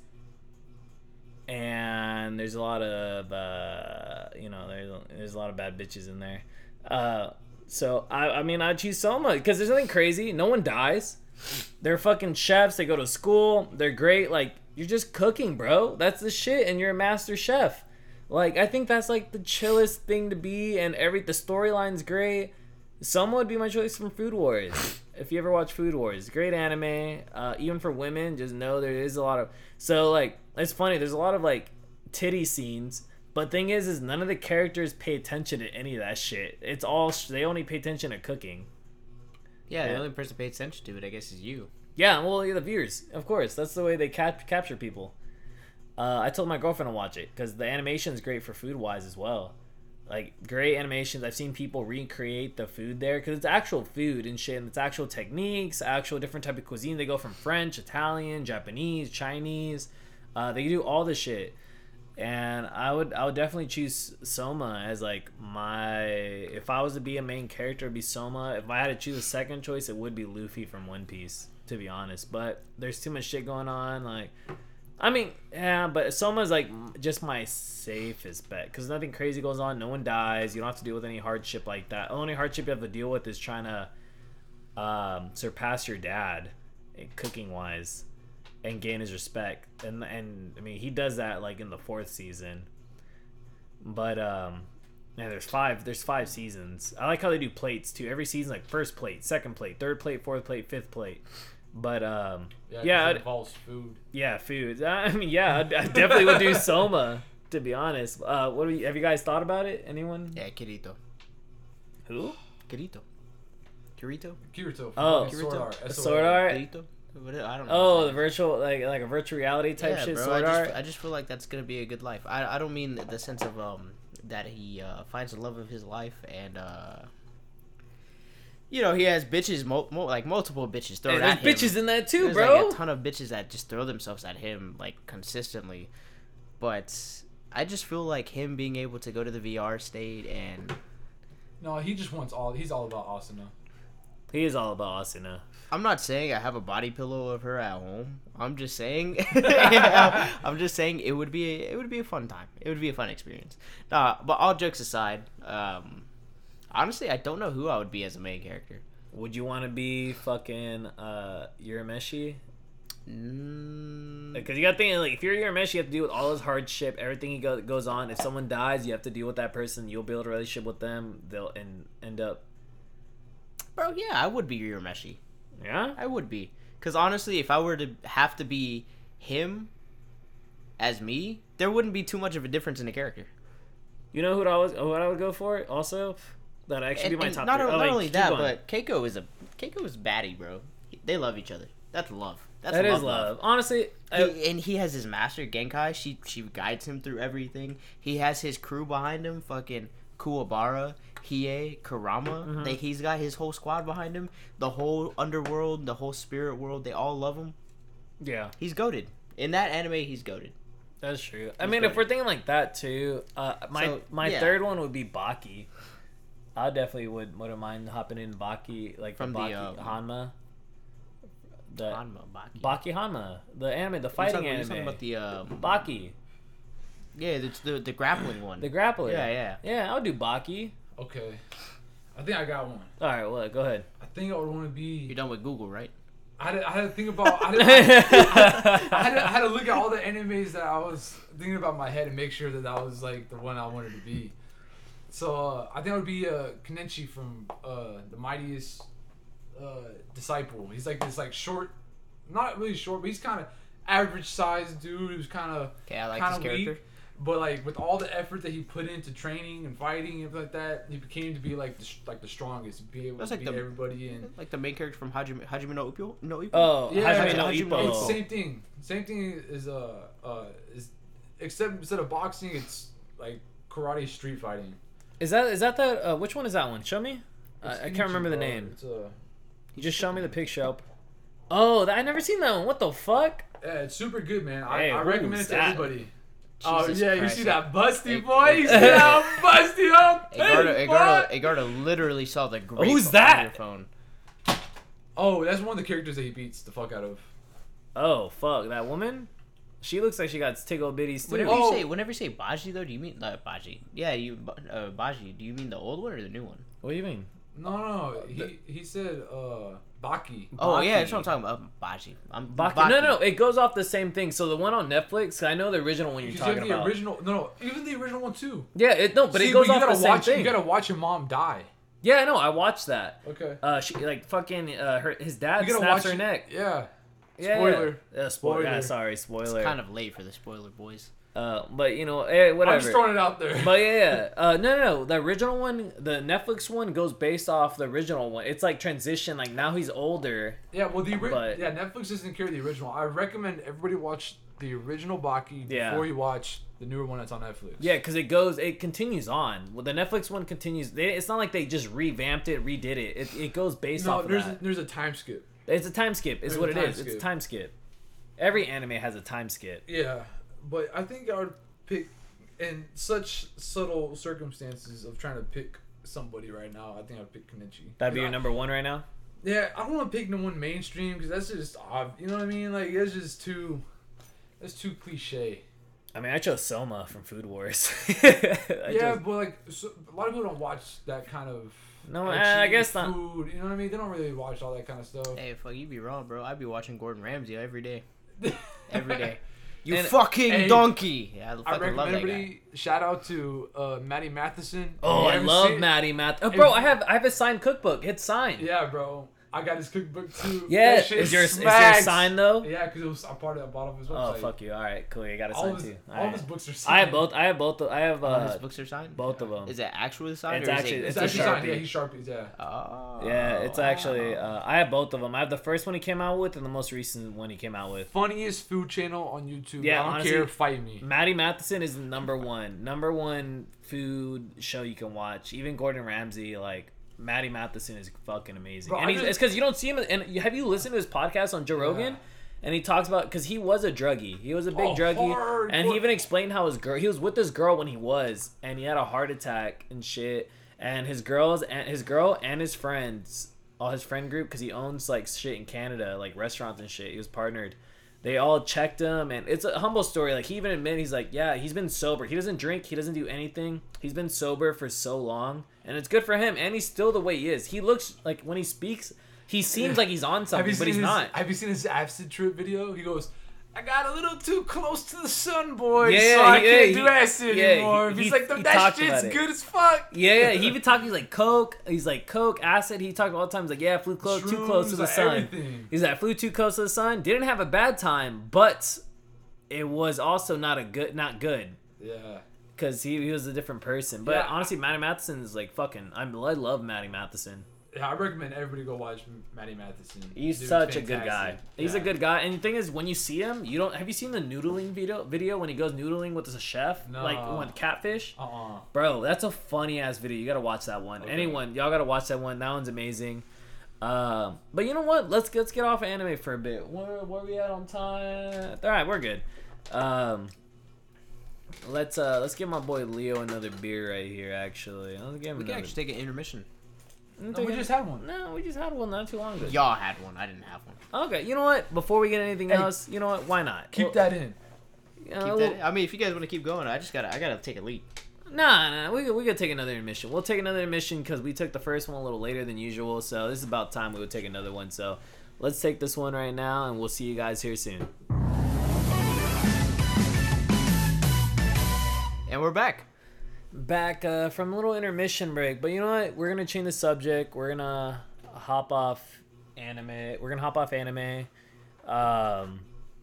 [SPEAKER 2] and there's a lot of uh, you know there's there's a lot of bad bitches in there. Uh, so I I mean I choose Soma because there's nothing crazy. No one dies. They're fucking chefs. They go to school. They're great. Like you're just cooking, bro. That's the shit, and you're a master chef. Like I think that's like the chillest thing to be, and every the storyline's great. Soma would be my choice from Food Wars. If you ever watch Food Wars, great anime. Uh, even for women, just know there is a lot of so like it's funny. There's a lot of like titty scenes, but thing is, is none of the characters pay attention to any of that shit. It's all they only pay attention to cooking.
[SPEAKER 3] Yeah,
[SPEAKER 2] Yeah.
[SPEAKER 3] the only person paying attention to it, I guess, is you.
[SPEAKER 2] Yeah, well, yeah, the viewers, of course. That's the way they cap- capture people. Uh, I told my girlfriend to watch it because the animation is great for food wise as well. Like great animations. I've seen people recreate the food there because it's actual food and shit, and it's actual techniques, actual different type of cuisine. They go from French, Italian, Japanese, Chinese. Uh, they do all this shit, and I would I would definitely choose Soma as like my if I was to be a main character, it'd be Soma. If I had to choose a second choice, it would be Luffy from One Piece, to be honest. But there's too much shit going on. Like, I mean, yeah, but Soma's like m- just my safest bet because nothing crazy goes on. No one dies. You don't have to deal with any hardship like that. The only hardship you have to deal with is trying to um, surpass your dad, eh, cooking wise and gain his respect. And and I mean he does that like in the fourth season. But um yeah, there's five there's five seasons. I like how they do plates too. Every season like first plate, second plate, third plate, fourth plate, fifth plate. But um yeah,
[SPEAKER 4] 'cause
[SPEAKER 2] yeah,
[SPEAKER 4] it
[SPEAKER 2] I'd-
[SPEAKER 4] involves food.
[SPEAKER 2] yeah, food. I mean yeah, I'd- I definitely would do Soma to be honest. Uh what do you, have you guys thought about it? Anyone?
[SPEAKER 3] Yeah, Kirito.
[SPEAKER 2] Who?
[SPEAKER 3] Kirito. Kirito?
[SPEAKER 4] Kirito. from
[SPEAKER 2] Oh.
[SPEAKER 4] fucking Sword
[SPEAKER 3] Kirito.
[SPEAKER 4] Art.
[SPEAKER 2] A
[SPEAKER 4] SOA.
[SPEAKER 2] Sword art?
[SPEAKER 3] Kirito? What, I don't know.
[SPEAKER 2] Oh, the virtual like like a virtual reality type shit
[SPEAKER 3] bro,
[SPEAKER 2] sword
[SPEAKER 3] I just,
[SPEAKER 2] art.
[SPEAKER 3] I just feel like that's gonna be a good life. I, I don't mean the sense of um that he uh, finds the love of his life and uh you know he has bitches mo- mo- like multiple bitches
[SPEAKER 2] Hey,
[SPEAKER 3] thrown
[SPEAKER 2] there's
[SPEAKER 3] at him.
[SPEAKER 2] bitches in that too,
[SPEAKER 3] There's
[SPEAKER 2] bro.
[SPEAKER 3] like a ton of bitches that just throw themselves at him like consistently, but I just feel like him being able to go to the VR state and
[SPEAKER 4] No, he just wants all. He's all about Asuna.
[SPEAKER 2] He is all about Asuna.
[SPEAKER 3] I'm not saying I have a body pillow of her at home. I'm just saying, I'm just saying it would be it would be a fun time. It would be a fun experience. Nah, but all jokes aside, um, honestly, I don't know who I would be as a main character.
[SPEAKER 2] Would you want to be fucking uh Urameshi?
[SPEAKER 3] Mm,
[SPEAKER 2] Because you got to think like if you're Urameshi, you have to deal with all his hardship, everything he go- goes on. If someone dies, you have to deal with that person. You'll build a relationship with them. They'll end end up.
[SPEAKER 3] bro, yeah, I would be Yurameshi.
[SPEAKER 2] Yeah.
[SPEAKER 3] I would be, because honestly, if I were to have to be him as me, there wouldn't be too much of a difference in the character.
[SPEAKER 2] You know who I was? What I would go for? Also, that actually be
[SPEAKER 3] And-
[SPEAKER 2] my
[SPEAKER 3] and
[SPEAKER 2] top.
[SPEAKER 3] not,
[SPEAKER 2] three.
[SPEAKER 3] o-
[SPEAKER 2] Oh,
[SPEAKER 3] not
[SPEAKER 2] wait,
[SPEAKER 3] only
[SPEAKER 2] keep
[SPEAKER 3] that,
[SPEAKER 2] going.
[SPEAKER 3] but Keiko is a Keiko is baddie, bro. He- They love each other. That's love. That's
[SPEAKER 2] that
[SPEAKER 3] love,
[SPEAKER 2] is love. Honestly, I-
[SPEAKER 3] He- and he has his master Genkai. She she guides him through everything. He has his crew behind him. Fucking Kuwabara, Hiei, Kurama.
[SPEAKER 2] Mm-hmm.
[SPEAKER 3] They, he's got his whole squad behind him. The whole underworld, the whole spirit world. They all love him.
[SPEAKER 2] yeah,
[SPEAKER 3] He's goaded. In that anime, he's goaded.
[SPEAKER 2] that's true. I mean, if
[SPEAKER 3] good.
[SPEAKER 2] we're thinking like that too, uh, my
[SPEAKER 3] So,
[SPEAKER 2] my
[SPEAKER 3] yeah.
[SPEAKER 2] third one would be Baki. I definitely would wouldn't mind hopping in Baki like
[SPEAKER 3] From
[SPEAKER 2] from Baki,
[SPEAKER 3] the, um,
[SPEAKER 2] Hanma. The
[SPEAKER 3] Hanma, Baki.
[SPEAKER 2] Baki Hanma, the anime, the
[SPEAKER 3] You're
[SPEAKER 2] fighting
[SPEAKER 3] talking, you're
[SPEAKER 2] anime.
[SPEAKER 3] talking about the um,
[SPEAKER 2] Baki,
[SPEAKER 3] yeah, the, the the grappling one.
[SPEAKER 2] the grappler.
[SPEAKER 3] Yeah, yeah.
[SPEAKER 2] Yeah, I'll do Baki.
[SPEAKER 4] Okay, I think I got one.
[SPEAKER 2] All right, well, go ahead.
[SPEAKER 4] I think I would want to
[SPEAKER 3] You're
[SPEAKER 4] be.
[SPEAKER 3] done with Google, right?
[SPEAKER 4] I had, I had to think about. I, had, I, had to, I had to look at all the animes that I was thinking about in my head and make sure that that was like the one I wanted to be. So uh, I think I would be uh, Kenenchi from uh, the Mightiest uh, Disciple. He's like this like short, not really short, but he's kind of average sized dude who's kind of
[SPEAKER 3] Okay, I like
[SPEAKER 4] kind
[SPEAKER 3] his
[SPEAKER 4] of
[SPEAKER 3] character.
[SPEAKER 4] weak. But like with all the effort that he put into training and fighting and like that, he became to be like the, like the strongest, be able
[SPEAKER 3] That's
[SPEAKER 4] to
[SPEAKER 3] like
[SPEAKER 4] beat
[SPEAKER 3] the-
[SPEAKER 4] everybody and
[SPEAKER 3] Like the main character from Hajime, Hajime no Ippo? No Ippo?
[SPEAKER 2] Oh,
[SPEAKER 4] Yeah,
[SPEAKER 2] Hajime no
[SPEAKER 3] Hajime
[SPEAKER 2] Ippo.
[SPEAKER 4] It's same thing. Same thing is uh uh is except instead of boxing, it's like karate street fighting.
[SPEAKER 2] Is that is that the uh, which one is that one? Show me. I,
[SPEAKER 4] It's
[SPEAKER 2] I
[SPEAKER 4] Kenichi,
[SPEAKER 2] can't remember the
[SPEAKER 4] bro.
[SPEAKER 2] name.
[SPEAKER 4] It's uh
[SPEAKER 2] You just show me the picture up. Oh, that, I never seen that one. What the fuck?
[SPEAKER 4] yeah, it's super good, man. I,
[SPEAKER 2] Hey,
[SPEAKER 4] I
[SPEAKER 2] who's
[SPEAKER 4] recommend it to
[SPEAKER 2] that?
[SPEAKER 4] everybody.
[SPEAKER 3] Jesus
[SPEAKER 4] oh yeah,
[SPEAKER 3] Christ.
[SPEAKER 4] you see that busty
[SPEAKER 3] Hey,
[SPEAKER 4] boy? You see
[SPEAKER 2] hey.
[SPEAKER 4] that busty up?
[SPEAKER 3] Edgardo,
[SPEAKER 4] Hey,
[SPEAKER 3] Edgardo,
[SPEAKER 4] boy?
[SPEAKER 3] Edgardo literally saw the grape
[SPEAKER 2] who's
[SPEAKER 3] on
[SPEAKER 2] that?
[SPEAKER 3] your phone.
[SPEAKER 4] Oh, that's one of the characters that he beats the fuck out of.
[SPEAKER 2] Oh fuck, that woman. She looks like she got tickle bitties too.
[SPEAKER 3] Whenever
[SPEAKER 4] Oh.
[SPEAKER 3] you say whenever you say Baji though, do you mean uh, Baji? Yeah, you uh, Baji. Do you mean the old one or the new one?
[SPEAKER 2] What do you mean?
[SPEAKER 4] No, no, he he said uh Baki.
[SPEAKER 3] Oh yeah, that's
[SPEAKER 2] Baki.
[SPEAKER 3] what I'm talking about. Um, Baji. I'm
[SPEAKER 2] Baki. No, no, it goes off the same thing. So the one on Netflix, I know the original one you're
[SPEAKER 4] You said
[SPEAKER 2] talking
[SPEAKER 4] the
[SPEAKER 2] about.
[SPEAKER 4] original, no, no, even the original one too.
[SPEAKER 2] Yeah, it, no, but
[SPEAKER 4] See,
[SPEAKER 2] it goes
[SPEAKER 4] you
[SPEAKER 2] off
[SPEAKER 4] gotta
[SPEAKER 2] the same
[SPEAKER 4] watch,
[SPEAKER 2] thing.
[SPEAKER 4] You gotta watch your mom die.
[SPEAKER 2] Yeah, no, I watched that.
[SPEAKER 4] Okay.
[SPEAKER 2] Uh, she like fucking uh, her his dad
[SPEAKER 4] You gotta
[SPEAKER 2] snaps
[SPEAKER 4] watch
[SPEAKER 2] her neck.
[SPEAKER 4] Yeah.
[SPEAKER 2] Yeah,
[SPEAKER 4] Spoiler.
[SPEAKER 2] Yeah, spoiler. Yeah,
[SPEAKER 4] Spoiler.
[SPEAKER 2] sorry, spoiler.
[SPEAKER 3] It's kind of late for the spoiler, boys.
[SPEAKER 2] uh, but you know, eh, whatever.
[SPEAKER 4] I'm just throwing it out there.
[SPEAKER 2] But yeah, yeah. Uh, no, no, no. The original one, the Netflix one, goes based off the original one. It's like transition. Like now he's older.
[SPEAKER 4] yeah, well, the ori-
[SPEAKER 2] but-
[SPEAKER 4] yeah Netflix doesn't carry the original. I recommend everybody watch the original Baki
[SPEAKER 2] Yeah.
[SPEAKER 4] before you watch the newer one that's on Netflix.
[SPEAKER 2] Yeah, because it goes, it continues on. Well, the Netflix one continues. They, it's not like they just revamped it, redid it. It, it goes based
[SPEAKER 4] No,
[SPEAKER 2] off of
[SPEAKER 4] there's
[SPEAKER 2] that.
[SPEAKER 4] a, there's a time skip.
[SPEAKER 2] it's a time skip. Is
[SPEAKER 4] there's
[SPEAKER 2] what
[SPEAKER 4] a
[SPEAKER 2] it
[SPEAKER 4] time
[SPEAKER 2] is. It's a
[SPEAKER 4] skip.
[SPEAKER 2] time skip. Every anime has a time skip.
[SPEAKER 4] Yeah, but I think I would pick in such subtle circumstances of trying to pick somebody right now. I think I'd pick Kenichi.
[SPEAKER 2] That'd be
[SPEAKER 4] I,
[SPEAKER 2] your number one right now.
[SPEAKER 4] Yeah, I don't want to pick no one mainstream because that's just ob- you know what I mean. Like that's just too that's too cliche.
[SPEAKER 2] I mean, I chose Soma from Food Wars. I
[SPEAKER 4] yeah,
[SPEAKER 2] chose-
[SPEAKER 4] but like so, a lot of people don't watch that kind of.
[SPEAKER 2] No, eh,
[SPEAKER 4] like,
[SPEAKER 2] I
[SPEAKER 4] cheap
[SPEAKER 2] guess not.
[SPEAKER 4] Food, you know what I mean? They don't really watch all that kind of stuff.
[SPEAKER 3] Hey, fuck, you be wrong, bro. I'd be watching Gordon Ramsay every day.
[SPEAKER 2] Eh,
[SPEAKER 3] Every day. You
[SPEAKER 2] And-
[SPEAKER 3] fucking
[SPEAKER 4] Hey,
[SPEAKER 3] donkey! Yeah, I
[SPEAKER 4] I
[SPEAKER 3] fucking love
[SPEAKER 4] recommend
[SPEAKER 3] that guy.
[SPEAKER 4] everybody shout out to uh, Maddie Matheson.
[SPEAKER 2] Oh,
[SPEAKER 4] You
[SPEAKER 2] I
[SPEAKER 4] haven't
[SPEAKER 2] love
[SPEAKER 4] seen-
[SPEAKER 2] Maddie Math. Oh,
[SPEAKER 4] If-
[SPEAKER 2] bro, I have I have a signed cookbook. It's signed.
[SPEAKER 4] Yeah, bro. I got his cookbook too.
[SPEAKER 2] Yeah,
[SPEAKER 4] That shit
[SPEAKER 2] is your is your
[SPEAKER 4] smacks.
[SPEAKER 2] sign though?
[SPEAKER 4] Yeah, because it was a part of the bottom of his
[SPEAKER 2] Oh
[SPEAKER 4] website.
[SPEAKER 2] fuck you! All right, cool. You got a
[SPEAKER 4] All
[SPEAKER 2] sign
[SPEAKER 4] of his,
[SPEAKER 2] too.
[SPEAKER 4] all
[SPEAKER 2] All
[SPEAKER 4] of
[SPEAKER 2] right.
[SPEAKER 4] his books are signed.
[SPEAKER 2] I have both. I have both. I have
[SPEAKER 3] All his
[SPEAKER 2] uh,
[SPEAKER 3] books are signed?
[SPEAKER 2] both of them.
[SPEAKER 3] Is it actually signed?
[SPEAKER 2] It's
[SPEAKER 3] or is
[SPEAKER 2] actually-
[SPEAKER 3] it-
[SPEAKER 4] It's,
[SPEAKER 2] It's a
[SPEAKER 4] actually signed. Yeah,
[SPEAKER 2] Sharpie.
[SPEAKER 4] he sharpies. Yeah.
[SPEAKER 3] Oh,
[SPEAKER 2] yeah, it's actually.
[SPEAKER 3] wow.
[SPEAKER 2] Uh, I have both of them. I have the first one he came out with and the most recent one he came out with.
[SPEAKER 4] Funniest food channel on YouTube.
[SPEAKER 2] Yeah,
[SPEAKER 4] I don't
[SPEAKER 2] honestly-
[SPEAKER 4] care. Fight me.
[SPEAKER 2] Maddie Matheson is number one, number one food show you can watch. Even Gordon Ramsay, like Maddie Matheson, is fucking amazing.
[SPEAKER 4] Bro,
[SPEAKER 2] and
[SPEAKER 4] I
[SPEAKER 2] he's,
[SPEAKER 4] just-
[SPEAKER 2] it's because you don't see him. And you- have you listened to his podcast on Joe Rogan?
[SPEAKER 4] Yeah.
[SPEAKER 2] And he talks about because he was a druggie. He was a big
[SPEAKER 4] Oh,
[SPEAKER 2] druggie,
[SPEAKER 4] hard.
[SPEAKER 2] and he even explained how his girl. He was with this girl when he was, and he had a heart attack and shit. And his girls and his girl and his friends, all his friend group, because he owns like shit in Canada, like restaurants and shit. He was partnered they all checked him and it's a humble story like he even admitted he's like yeah he's been sober he doesn't drink he doesn't do anything he's been sober for so long and it's good for him and he's still the way he is he looks like when he speaks he seems like he's on
[SPEAKER 4] Have
[SPEAKER 2] something
[SPEAKER 4] you
[SPEAKER 2] but
[SPEAKER 4] seen
[SPEAKER 2] he's
[SPEAKER 4] his,
[SPEAKER 2] not
[SPEAKER 4] Have you seen his acid trip video? He goes. I got a little too close to the sun, boys,
[SPEAKER 2] Yeah,
[SPEAKER 4] so I
[SPEAKER 2] yeah,
[SPEAKER 4] can't
[SPEAKER 2] he-
[SPEAKER 4] do acid
[SPEAKER 2] yeah, he-
[SPEAKER 4] anymore.
[SPEAKER 2] he-
[SPEAKER 4] he's like,
[SPEAKER 2] he
[SPEAKER 4] that
[SPEAKER 2] talked about
[SPEAKER 4] shit's
[SPEAKER 2] it."
[SPEAKER 4] good as fuck.
[SPEAKER 2] yeah, yeah, he even talked. He's like coke. He's like coke, acid. He talked all the time. He's like, yeah, flew close, too close to
[SPEAKER 4] Shrooms,
[SPEAKER 2] the
[SPEAKER 4] like,
[SPEAKER 2] sun.
[SPEAKER 4] everything.
[SPEAKER 2] He's like, flew too close to the sun. Didn't have a bad time, but it was also not a good, not good.
[SPEAKER 4] Yeah.
[SPEAKER 2] because he, he was a different person. But
[SPEAKER 4] Yeah.
[SPEAKER 2] honestly, Maddie Matheson is like fucking. I'm, I love Maddie Matheson.
[SPEAKER 4] Yeah, I recommend everybody go watch Matty Matheson.
[SPEAKER 2] He's
[SPEAKER 4] Dude's
[SPEAKER 2] such a good guy.
[SPEAKER 4] fantastic.
[SPEAKER 2] He's a
[SPEAKER 4] Yeah.
[SPEAKER 2] good guy. And the thing is, when you see him, you don't. Have you seen the noodling video? Video when he goes noodling with the chef,
[SPEAKER 4] No.
[SPEAKER 2] like with catfish.
[SPEAKER 4] Uh-uh.
[SPEAKER 2] Bro, that's a funny ass video. You gotta watch that one.
[SPEAKER 4] Okay.
[SPEAKER 2] Anyone, y'all gotta watch that one. That one's amazing. Um, but you know what? Let's let's get off anime for a bit. Where where we at on time? All right, we're good. Um, let's uh let's give my boy Leo another beer right here. Actually, let's give him
[SPEAKER 3] We
[SPEAKER 2] another.
[SPEAKER 3] can actually take an intermission.
[SPEAKER 4] No, we just had one.
[SPEAKER 2] no, we just had one not too long ago.
[SPEAKER 3] Y'all had one. I didn't have one.
[SPEAKER 2] Okay, you know what? Before we get anything
[SPEAKER 4] Hey.
[SPEAKER 2] else, you know what? Why not? Well,
[SPEAKER 4] Keep that in.
[SPEAKER 2] uh,
[SPEAKER 3] Keep
[SPEAKER 2] well-
[SPEAKER 3] that, I mean, if you guys want to keep going, I just gotta, I gotta take a leak.
[SPEAKER 2] Nah, nah, we could, we could take another intermission. We'll take another intermission because we took the first one a little later than usual. So this is about time we would take another one. So let's take this one right now, and we'll see you guys here soon.
[SPEAKER 3] And we're back.
[SPEAKER 2] Back uh, from a little intermission break, but you know what? We're gonna change the subject. We're gonna hop off anime. We're gonna hop off anime. Um,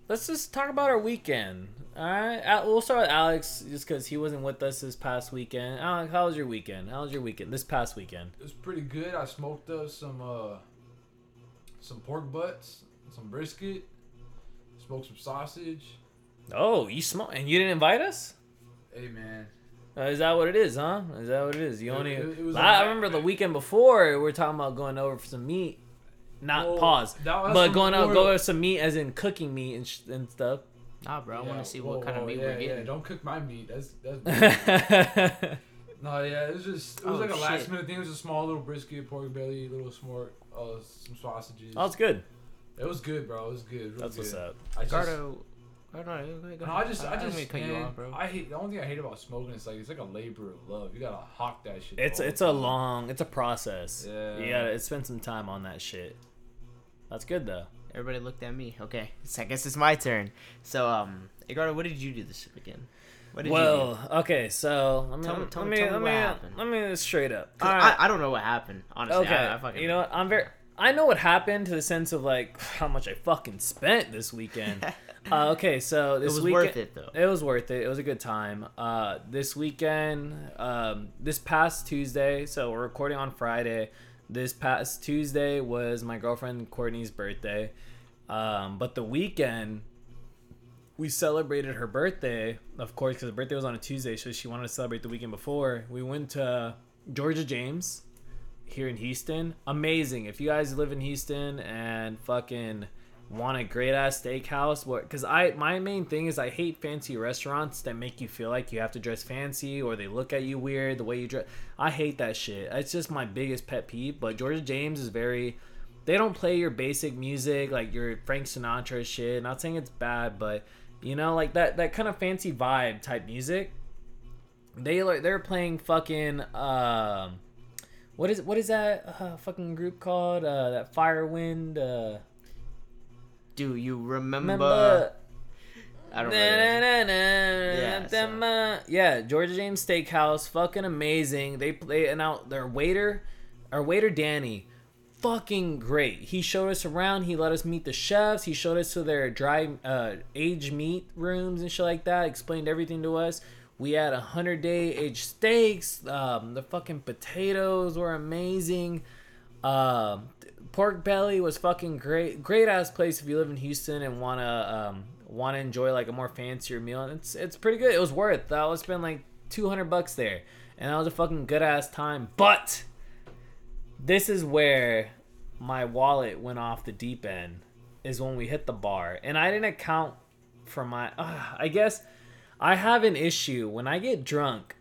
[SPEAKER 2] let's just talk about our weekend. All right, Al- we'll start with Alex just because he wasn't with us this past weekend. Alex, how was your weekend? How was your weekend this past weekend?
[SPEAKER 4] It was pretty good. I smoked up some uh some pork butts, some brisket, smoked some sausage.
[SPEAKER 2] Oh, you smoke and you didn't invite us?
[SPEAKER 4] Hey man.
[SPEAKER 2] Uh, is that what it is, huh? Is that what it is? You
[SPEAKER 4] It-
[SPEAKER 2] only.
[SPEAKER 4] it- it was
[SPEAKER 2] I, I
[SPEAKER 4] a-
[SPEAKER 2] remember the weekend before we were talking about going over for some meat. Not
[SPEAKER 4] Well,
[SPEAKER 2] pause,
[SPEAKER 4] that was
[SPEAKER 2] but
[SPEAKER 4] from
[SPEAKER 2] going out,
[SPEAKER 4] Florida.
[SPEAKER 2] go over some meat, as in cooking meat and, sh- and stuff.
[SPEAKER 3] Nah, bro, I
[SPEAKER 4] Yeah,
[SPEAKER 3] want to see
[SPEAKER 4] whoa,
[SPEAKER 3] what kind
[SPEAKER 4] whoa,
[SPEAKER 3] of meat
[SPEAKER 4] yeah,
[SPEAKER 3] we're
[SPEAKER 4] Yeah,
[SPEAKER 3] getting.
[SPEAKER 4] don't cook my meat. That's that's
[SPEAKER 2] yeah,
[SPEAKER 4] no, yeah. It was just it was
[SPEAKER 3] Oh,
[SPEAKER 4] like a last
[SPEAKER 3] shit.
[SPEAKER 4] minute thing. It was a small little brisket, pork belly, little smork, uh, some sausages.
[SPEAKER 2] that's good.
[SPEAKER 4] It was good, bro. It was good. real
[SPEAKER 2] That's what's
[SPEAKER 4] good.
[SPEAKER 2] up.
[SPEAKER 4] I just,
[SPEAKER 3] Ricardo, oh, no, go ahead, go
[SPEAKER 4] No, I
[SPEAKER 3] ahead.
[SPEAKER 4] just,
[SPEAKER 3] I,
[SPEAKER 4] I,
[SPEAKER 3] didn't
[SPEAKER 4] just,
[SPEAKER 3] mean to cut you
[SPEAKER 4] man,
[SPEAKER 3] off, bro.
[SPEAKER 4] I hate the only thing I hate about smoking is like it's like a labor of love. You gotta hawk that shit.
[SPEAKER 2] It's
[SPEAKER 4] all the
[SPEAKER 2] it's a
[SPEAKER 4] time.
[SPEAKER 2] long, it's a process.
[SPEAKER 4] Yeah.
[SPEAKER 2] you gotta spend some time on that shit. That's good though.
[SPEAKER 3] Everybody looked at me. Okay, so I guess it's my turn. So, um, Ricardo, what did you do this weekend? What did you do?
[SPEAKER 2] Well, okay, so let me
[SPEAKER 3] Tell me-
[SPEAKER 2] let
[SPEAKER 3] tell me-
[SPEAKER 2] me
[SPEAKER 3] tell me
[SPEAKER 2] let
[SPEAKER 3] what
[SPEAKER 2] me
[SPEAKER 3] happened.
[SPEAKER 2] let me straight up.
[SPEAKER 3] 'Cause
[SPEAKER 2] All right.
[SPEAKER 3] I, I don't know what happened. Honestly,
[SPEAKER 2] Okay,
[SPEAKER 3] I, I fucking
[SPEAKER 2] you know what? I'm very I know what happened to the sense of like how much I fucking spent this weekend. uh, okay, so this
[SPEAKER 3] was
[SPEAKER 2] weekend,
[SPEAKER 3] worth it, though.
[SPEAKER 2] It was worth it. It was a good time. Uh, this weekend, um, this past Tuesday, so we're recording on Friday. This past Tuesday was my girlfriend Courtney's birthday, um, but the weekend we celebrated her birthday, of course, because the birthday was on a Tuesday, so she wanted to celebrate the weekend before. We went to Georgia James here in Houston. Amazing. If you guys live in Houston and fucking want a great ass steakhouse, what? Because I my main thing is I hate fancy restaurants that make you feel like you have to dress fancy or they look at you weird the way you dress. I hate that shit. It's just my biggest pet peeve. But Georgia James is very. They don't play your basic music like your Frank Sinatra shit. Not saying it's bad, but you know, like that that kind of fancy vibe type music. They like they're playing fucking um what is what is that uh, fucking group called? Uh, that Firewind. Uh,
[SPEAKER 3] Do you remember?
[SPEAKER 2] remember?
[SPEAKER 3] I don't
[SPEAKER 2] Yeah,
[SPEAKER 3] know. so-
[SPEAKER 2] yeah, Georgia James Steakhouse, fucking amazing. They play and out their waiter, our waiter Danny, fucking great. He showed us around. He let us meet the chefs. He showed us to their dry uh, age meat rooms and shit like that. Explained everything to us. We had a hundred day aged steaks. Um, the fucking potatoes were amazing. Um, pork belly was fucking great. Great ass place if you live in Houston and wanna um, wanna enjoy like a more fancier meal. And it's it's pretty good. It was worth. I was spend like two hundred bucks there, and that was a fucking good ass time. But this is where my wallet went off the deep end. Is when we hit the bar, and I didn't account for my. Uh, I guess I have an issue when I get drunk.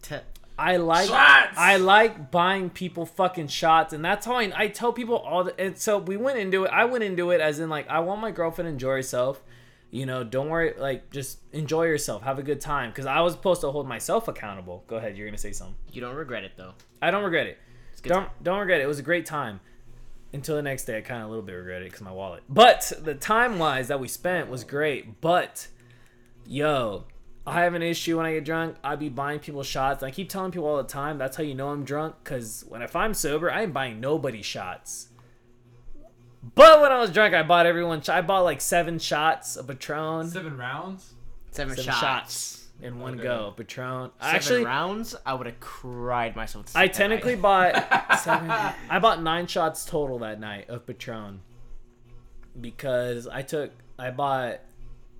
[SPEAKER 3] Te-
[SPEAKER 2] I like
[SPEAKER 4] Shots!
[SPEAKER 2] I like buying people fucking shots, and that's how I, I tell people all. The, and so we went into it. I went into it as in like I want my girlfriend to enjoy herself. You know, don't worry. Like just enjoy yourself, have a good time. Because I was supposed to hold myself accountable. Go ahead, you're gonna say something.
[SPEAKER 3] You don't regret it though.
[SPEAKER 2] I don't regret it.
[SPEAKER 3] good
[SPEAKER 2] Don't don't regret it. It was a great time. Until the next day, I kind of a little bit regret it because my wallet. But the time wise that we spent was great. But yo, I have an issue when I get drunk. I be buying people shots. And I keep telling people all the time. That's how you know I'm drunk. Cause when if I'm sober, I ain't buying nobody shots. But when I was drunk, I bought everyone. sh- I bought like seven shots of Patron, seven,
[SPEAKER 4] Seven rounds.
[SPEAKER 3] Seven,
[SPEAKER 2] shots.
[SPEAKER 3] shots.
[SPEAKER 2] in one
[SPEAKER 4] Okay.
[SPEAKER 2] go. Patron.
[SPEAKER 3] Seven
[SPEAKER 2] Actually,
[SPEAKER 3] rounds. I would have cried myself. To
[SPEAKER 2] I
[SPEAKER 3] sleep that night.
[SPEAKER 2] technically bought seven, I bought nine shots total that night of Patron because I took I bought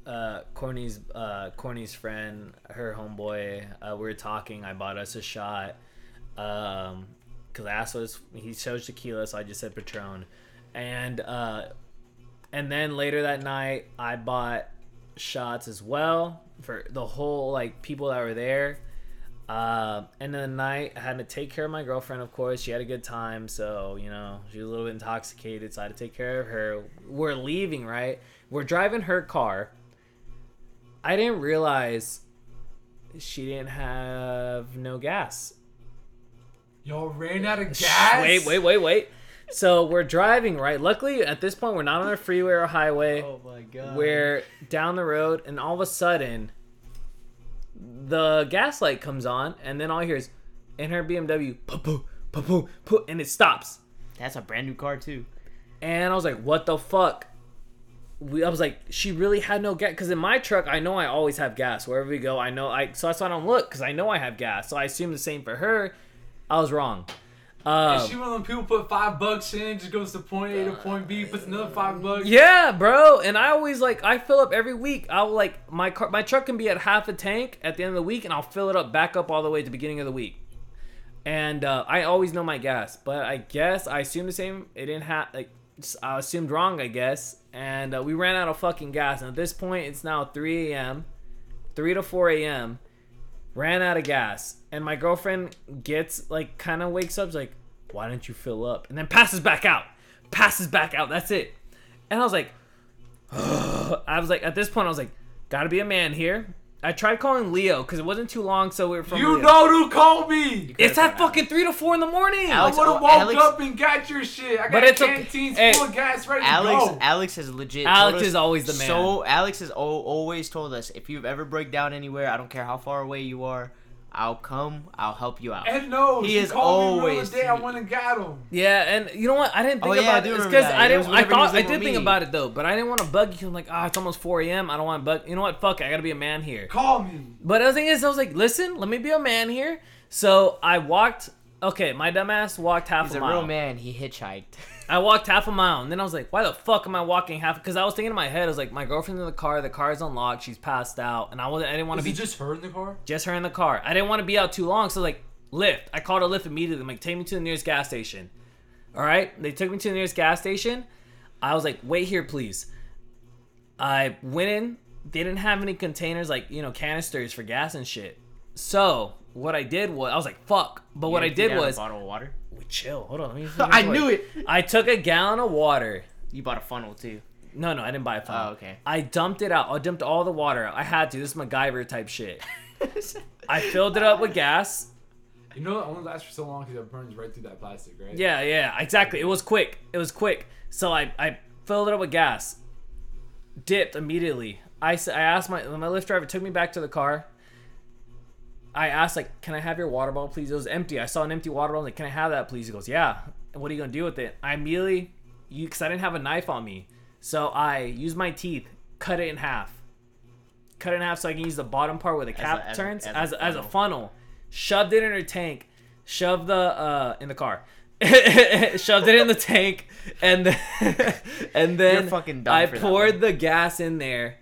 [SPEAKER 2] uh, Corny's uh, Corny's friend her homeboy uh, we were talking I bought us a shot um because I asked us he chose tequila so I just said Patron and uh, and then later that night I bought shots as well for the whole like people that were there um, and then the night I had to take care of my girlfriend, of course. She had a good time, so you know, she was a little bit intoxicated, so I had to take care of her. We're leaving, right? We're driving her car. I didn't realize she didn't have no gas.
[SPEAKER 4] Y'all ran out of gas.
[SPEAKER 2] Wait, wait, wait, wait. So we're driving, right? Luckily, at this point, we're not on a freeway or highway.
[SPEAKER 3] Oh my god.
[SPEAKER 2] We're down the road, and all of a sudden, the gas light comes on, and then all I hear is in her BMW, poo poo poo poo poo, and it stops.
[SPEAKER 3] That's a brand new car too.
[SPEAKER 2] And I was like, "What the fuck?" We, I was like, "She really had no gas." Because in my truck, I know I always have gas wherever we go. I know I, so that's why I don't look because I know I have gas. So I assume the same for her. I was wrong. Um,
[SPEAKER 4] She one of them people put five bucks in, just goes to point A to point B, puts another five bucks.
[SPEAKER 2] Yeah, bro. And I always like I fill up every week. I'll like my car, my truck can be at half a tank at the end of the week, and I'll fill it up back up all the way at the beginning of the week. And uh, I always know my gas, but I guess I assumed the same. It didn't have like s- I assumed wrong, I guess. And uh, we ran out of fucking gas. And at this point, it's now 3 a.m., 3 to 4 a.m. Ran out of gas, and my girlfriend gets like kind of wakes up, is like, "Why didn't you fill up?" And then passes back out, passes back out. That's it. And I was like, I was like, at this point, I was like, gotta be a man here. I tried calling Leo because it wasn't too long, so we were from.
[SPEAKER 4] You
[SPEAKER 2] Leo.
[SPEAKER 4] know who called me.
[SPEAKER 2] it's at fucking three to four in the morning.
[SPEAKER 4] I
[SPEAKER 3] Alex-
[SPEAKER 4] would have
[SPEAKER 3] oh,
[SPEAKER 4] walked
[SPEAKER 3] Alex-
[SPEAKER 4] up and got your shit. I got
[SPEAKER 2] But it's okay.
[SPEAKER 4] canteens
[SPEAKER 2] Hey,
[SPEAKER 4] full of gas ready
[SPEAKER 3] Alex,
[SPEAKER 4] to go.
[SPEAKER 3] Alex has legit. told
[SPEAKER 2] Alex
[SPEAKER 3] us-
[SPEAKER 2] is always the man.
[SPEAKER 3] So Alex has al- always told us if you've ever break down anywhere, I don't care how far away you are, I'll come. I'll help you out.
[SPEAKER 4] And no,
[SPEAKER 3] He
[SPEAKER 4] she
[SPEAKER 3] is
[SPEAKER 4] called me
[SPEAKER 3] always
[SPEAKER 4] the other day I
[SPEAKER 3] too-
[SPEAKER 4] went and got him.
[SPEAKER 2] Yeah, and you know what? I didn't
[SPEAKER 3] Oh,
[SPEAKER 2] think
[SPEAKER 3] yeah, I
[SPEAKER 2] about
[SPEAKER 3] do
[SPEAKER 2] it
[SPEAKER 3] remember
[SPEAKER 2] because
[SPEAKER 3] that.
[SPEAKER 2] I
[SPEAKER 3] It was
[SPEAKER 2] didn't. I
[SPEAKER 3] whenever he was
[SPEAKER 2] thought I
[SPEAKER 3] in
[SPEAKER 2] did
[SPEAKER 3] with
[SPEAKER 2] think
[SPEAKER 3] me.
[SPEAKER 2] about it though, but I didn't want to bug you. I'm like, ah, it's almost 4 a.m. I don't want to bug. You know what? Fuck, I gotta be a man here.
[SPEAKER 4] Call me.
[SPEAKER 2] But the thing is, I was like, listen, let me be a man here. So I walked. Okay, my dumbass walked half
[SPEAKER 3] He's
[SPEAKER 2] a
[SPEAKER 3] a
[SPEAKER 2] mile.
[SPEAKER 3] real man. He hitchhiked.
[SPEAKER 2] I walked half a mile, and then I was like, "Why the fuck am I walking half?" Because I was thinking in my head, I was like, "My girlfriend's in the car. The car's unlocked. She's passed out." And I wasn't. I didn't want to
[SPEAKER 4] Was
[SPEAKER 2] be
[SPEAKER 4] it just her in the car?
[SPEAKER 2] just her in the car. I didn't want to be out too long, so like Lyft. I called a Lyft immediately. I'm like, take me to the nearest gas station. All right, they took me to the nearest gas station. I was like, wait here, please. I went in. They didn't have any containers, like you know, canisters for gas and shit. So what I did was, I was like, fuck. But what I
[SPEAKER 3] Emptied
[SPEAKER 2] did
[SPEAKER 3] out a
[SPEAKER 2] was,
[SPEAKER 3] bottle of water.
[SPEAKER 2] chill. Hold on. Let me
[SPEAKER 3] I knew it.
[SPEAKER 2] I took a gallon of water.
[SPEAKER 3] You bought a funnel too.
[SPEAKER 2] No, no, I didn't buy a funnel.
[SPEAKER 3] Oh, okay.
[SPEAKER 2] I dumped it out. I dumped all the water. out. I had to. This is MacGyver type shit. I filled it up with gas.
[SPEAKER 4] You know it only lasts for so long because it burns right through that plastic, right?
[SPEAKER 2] Yeah, yeah, exactly. It was quick. It was quick. So I, I filled it up with gas, dipped immediately. I, s- I asked my my Lyft driver took me back to the car. I asked like, "Can I have your water bottle, please?" It was empty. I saw an empty water bottle. I'm like, "Can I have that, please?" He goes, "Yeah." And what are you gonna do with it? I immediately, you, cause I didn't have a knife on me, so I used my teeth, cut it in half, cut it in half so I can use the bottom part where the cap
[SPEAKER 3] as a-
[SPEAKER 2] turns
[SPEAKER 3] as a
[SPEAKER 2] as a, as a
[SPEAKER 3] funnel.
[SPEAKER 2] funnel. Shoved it in her tank. Shoved the uh in the car. shoved it in the tank, and then, and then
[SPEAKER 3] You're fucking dumb
[SPEAKER 2] I
[SPEAKER 3] for that
[SPEAKER 2] poured
[SPEAKER 3] one.
[SPEAKER 2] the gas in there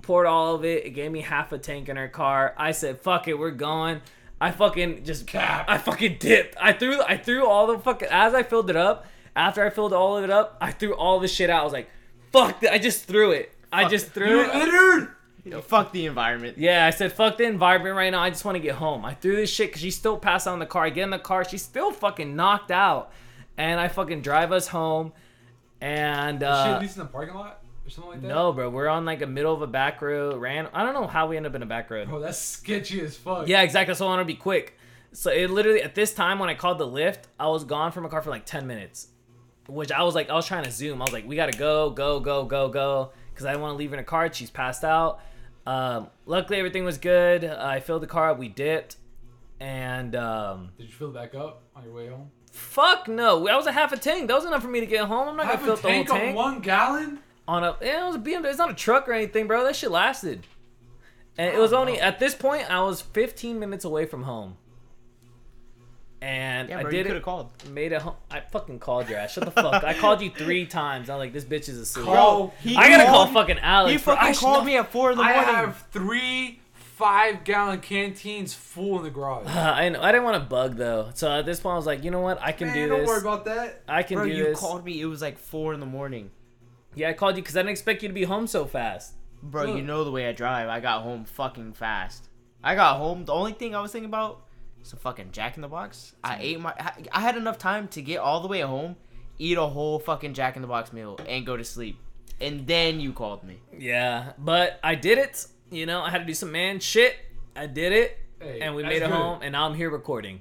[SPEAKER 2] poured all of it. It gave me half a tank in her car. I said, "Fuck it, we're going." I fucking just
[SPEAKER 4] Cap.
[SPEAKER 2] I fucking dipped. I threw I threw all the fucking as I filled it up. After I filled all of it up, I threw all the shit out. I was like, "Fuck!" th- I just threw it. I just threw
[SPEAKER 4] You
[SPEAKER 2] it.
[SPEAKER 4] littered.
[SPEAKER 3] Fuck the environment.
[SPEAKER 2] Yeah, I said, "Fuck the environment right now. I just want to get home." I threw this shit because she still passed out in the car. I get in the car, she's still fucking knocked out, and I fucking drive us home. And uh,
[SPEAKER 4] Shit, at least in the parking lot or something like that.
[SPEAKER 2] no, bro, we're on like a middle of a back road. Ran. I don't know how we end up in a back road.
[SPEAKER 4] Bro, that's sketchy as fuck.
[SPEAKER 2] Yeah, exactly. So I want to be quick. So it literally at this time when I called the lift, I was gone from a car for like ten minutes, which I was like, I was trying to zoom. I was like, we gotta go, go, go, go, go, because I didn't want to leave her in a car. She's passed out. Um, luckily, everything was good. I filled the car up. We dipped, and um,
[SPEAKER 4] Did you fill it back up on your way home?
[SPEAKER 2] fuck no, that was a half a tank. That was enough for me to get home. I'm not gonna
[SPEAKER 4] Half a
[SPEAKER 2] fill up the whole
[SPEAKER 4] tank on
[SPEAKER 2] tank
[SPEAKER 4] one gallon?
[SPEAKER 2] on a yeah, it was a BMW. It's not a truck or anything, bro. That shit lasted. And it was
[SPEAKER 3] Oh,
[SPEAKER 2] only at this point I was 15 minutes away from home. And
[SPEAKER 3] Yeah, bro,
[SPEAKER 2] I
[SPEAKER 3] you
[SPEAKER 2] did
[SPEAKER 3] could
[SPEAKER 2] it.
[SPEAKER 3] have called.
[SPEAKER 2] Made it home. I fucking called your ass. Shut the fuck. I called you three times. I'm like, this bitch is a suit.
[SPEAKER 4] Bro,
[SPEAKER 3] he
[SPEAKER 2] I gotta call
[SPEAKER 3] called-
[SPEAKER 2] fucking Alex.
[SPEAKER 3] He
[SPEAKER 2] bro. I
[SPEAKER 3] fucking
[SPEAKER 2] should
[SPEAKER 3] called
[SPEAKER 2] know-
[SPEAKER 3] me at four in the
[SPEAKER 4] I
[SPEAKER 3] morning.
[SPEAKER 4] have three five gallon canteens full in the garage.
[SPEAKER 2] Uh, I know. I didn't want to bug though. So at this point, I was like, you know what? I can
[SPEAKER 4] Man,
[SPEAKER 2] do
[SPEAKER 4] don't
[SPEAKER 2] this.
[SPEAKER 4] worry about that.
[SPEAKER 2] I can
[SPEAKER 3] bro,
[SPEAKER 2] do
[SPEAKER 3] you
[SPEAKER 2] this.
[SPEAKER 3] called me. It was like four in the morning.
[SPEAKER 2] Yeah, I called you because I didn't expect you to be home so fast.
[SPEAKER 3] Bro, you
[SPEAKER 4] Look.
[SPEAKER 3] know the way I drive. I got home fucking fast. I got home. The only thing I was thinking about was some fucking Jack in the Box. I ate my. I- I had enough time to get all the way home, eat a whole fucking Jack in the Box meal, and go to sleep. And then you called me.
[SPEAKER 2] Yeah, but I did it. You know, I had to do some man shit. I did it.
[SPEAKER 4] Hey,
[SPEAKER 2] and we
[SPEAKER 4] that's
[SPEAKER 2] made it
[SPEAKER 4] good.
[SPEAKER 2] home, and now I'm here recording.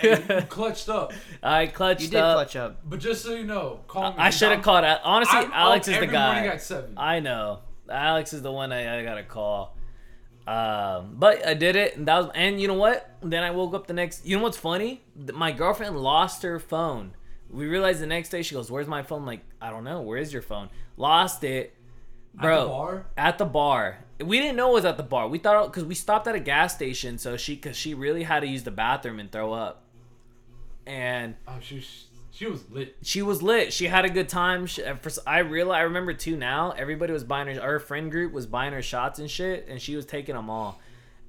[SPEAKER 4] You clutched up.
[SPEAKER 2] I clutched
[SPEAKER 3] You did
[SPEAKER 2] up.
[SPEAKER 3] clutch up.
[SPEAKER 4] But just so you know, call me.
[SPEAKER 2] I should have called. Al- Honestly,
[SPEAKER 4] I'm
[SPEAKER 2] Alex
[SPEAKER 4] up
[SPEAKER 2] is the
[SPEAKER 4] every morning
[SPEAKER 2] guy.
[SPEAKER 4] at seven.
[SPEAKER 2] I know. Alex is the one I, I gotta call. Um, but I did it, and that was. And you know what? Then I woke up the next. You know what's funny? Th- My girlfriend lost her phone. We realized the next day. She goes, "Where's my phone?" I'm like, I don't know. Where is your phone? Lost it, bro.
[SPEAKER 4] At the bar?
[SPEAKER 2] at the bar. We didn't know it was at the bar. We thought because we stopped at a gas station, so she because she really had to use the bathroom and throw up, and
[SPEAKER 4] Oh, she, was- she was lit.
[SPEAKER 2] she was lit. She had a good time. She, at first, I realize I remember too now. Everybody was buying her. Our friend group was buying her shots and shit, and she was taking them all.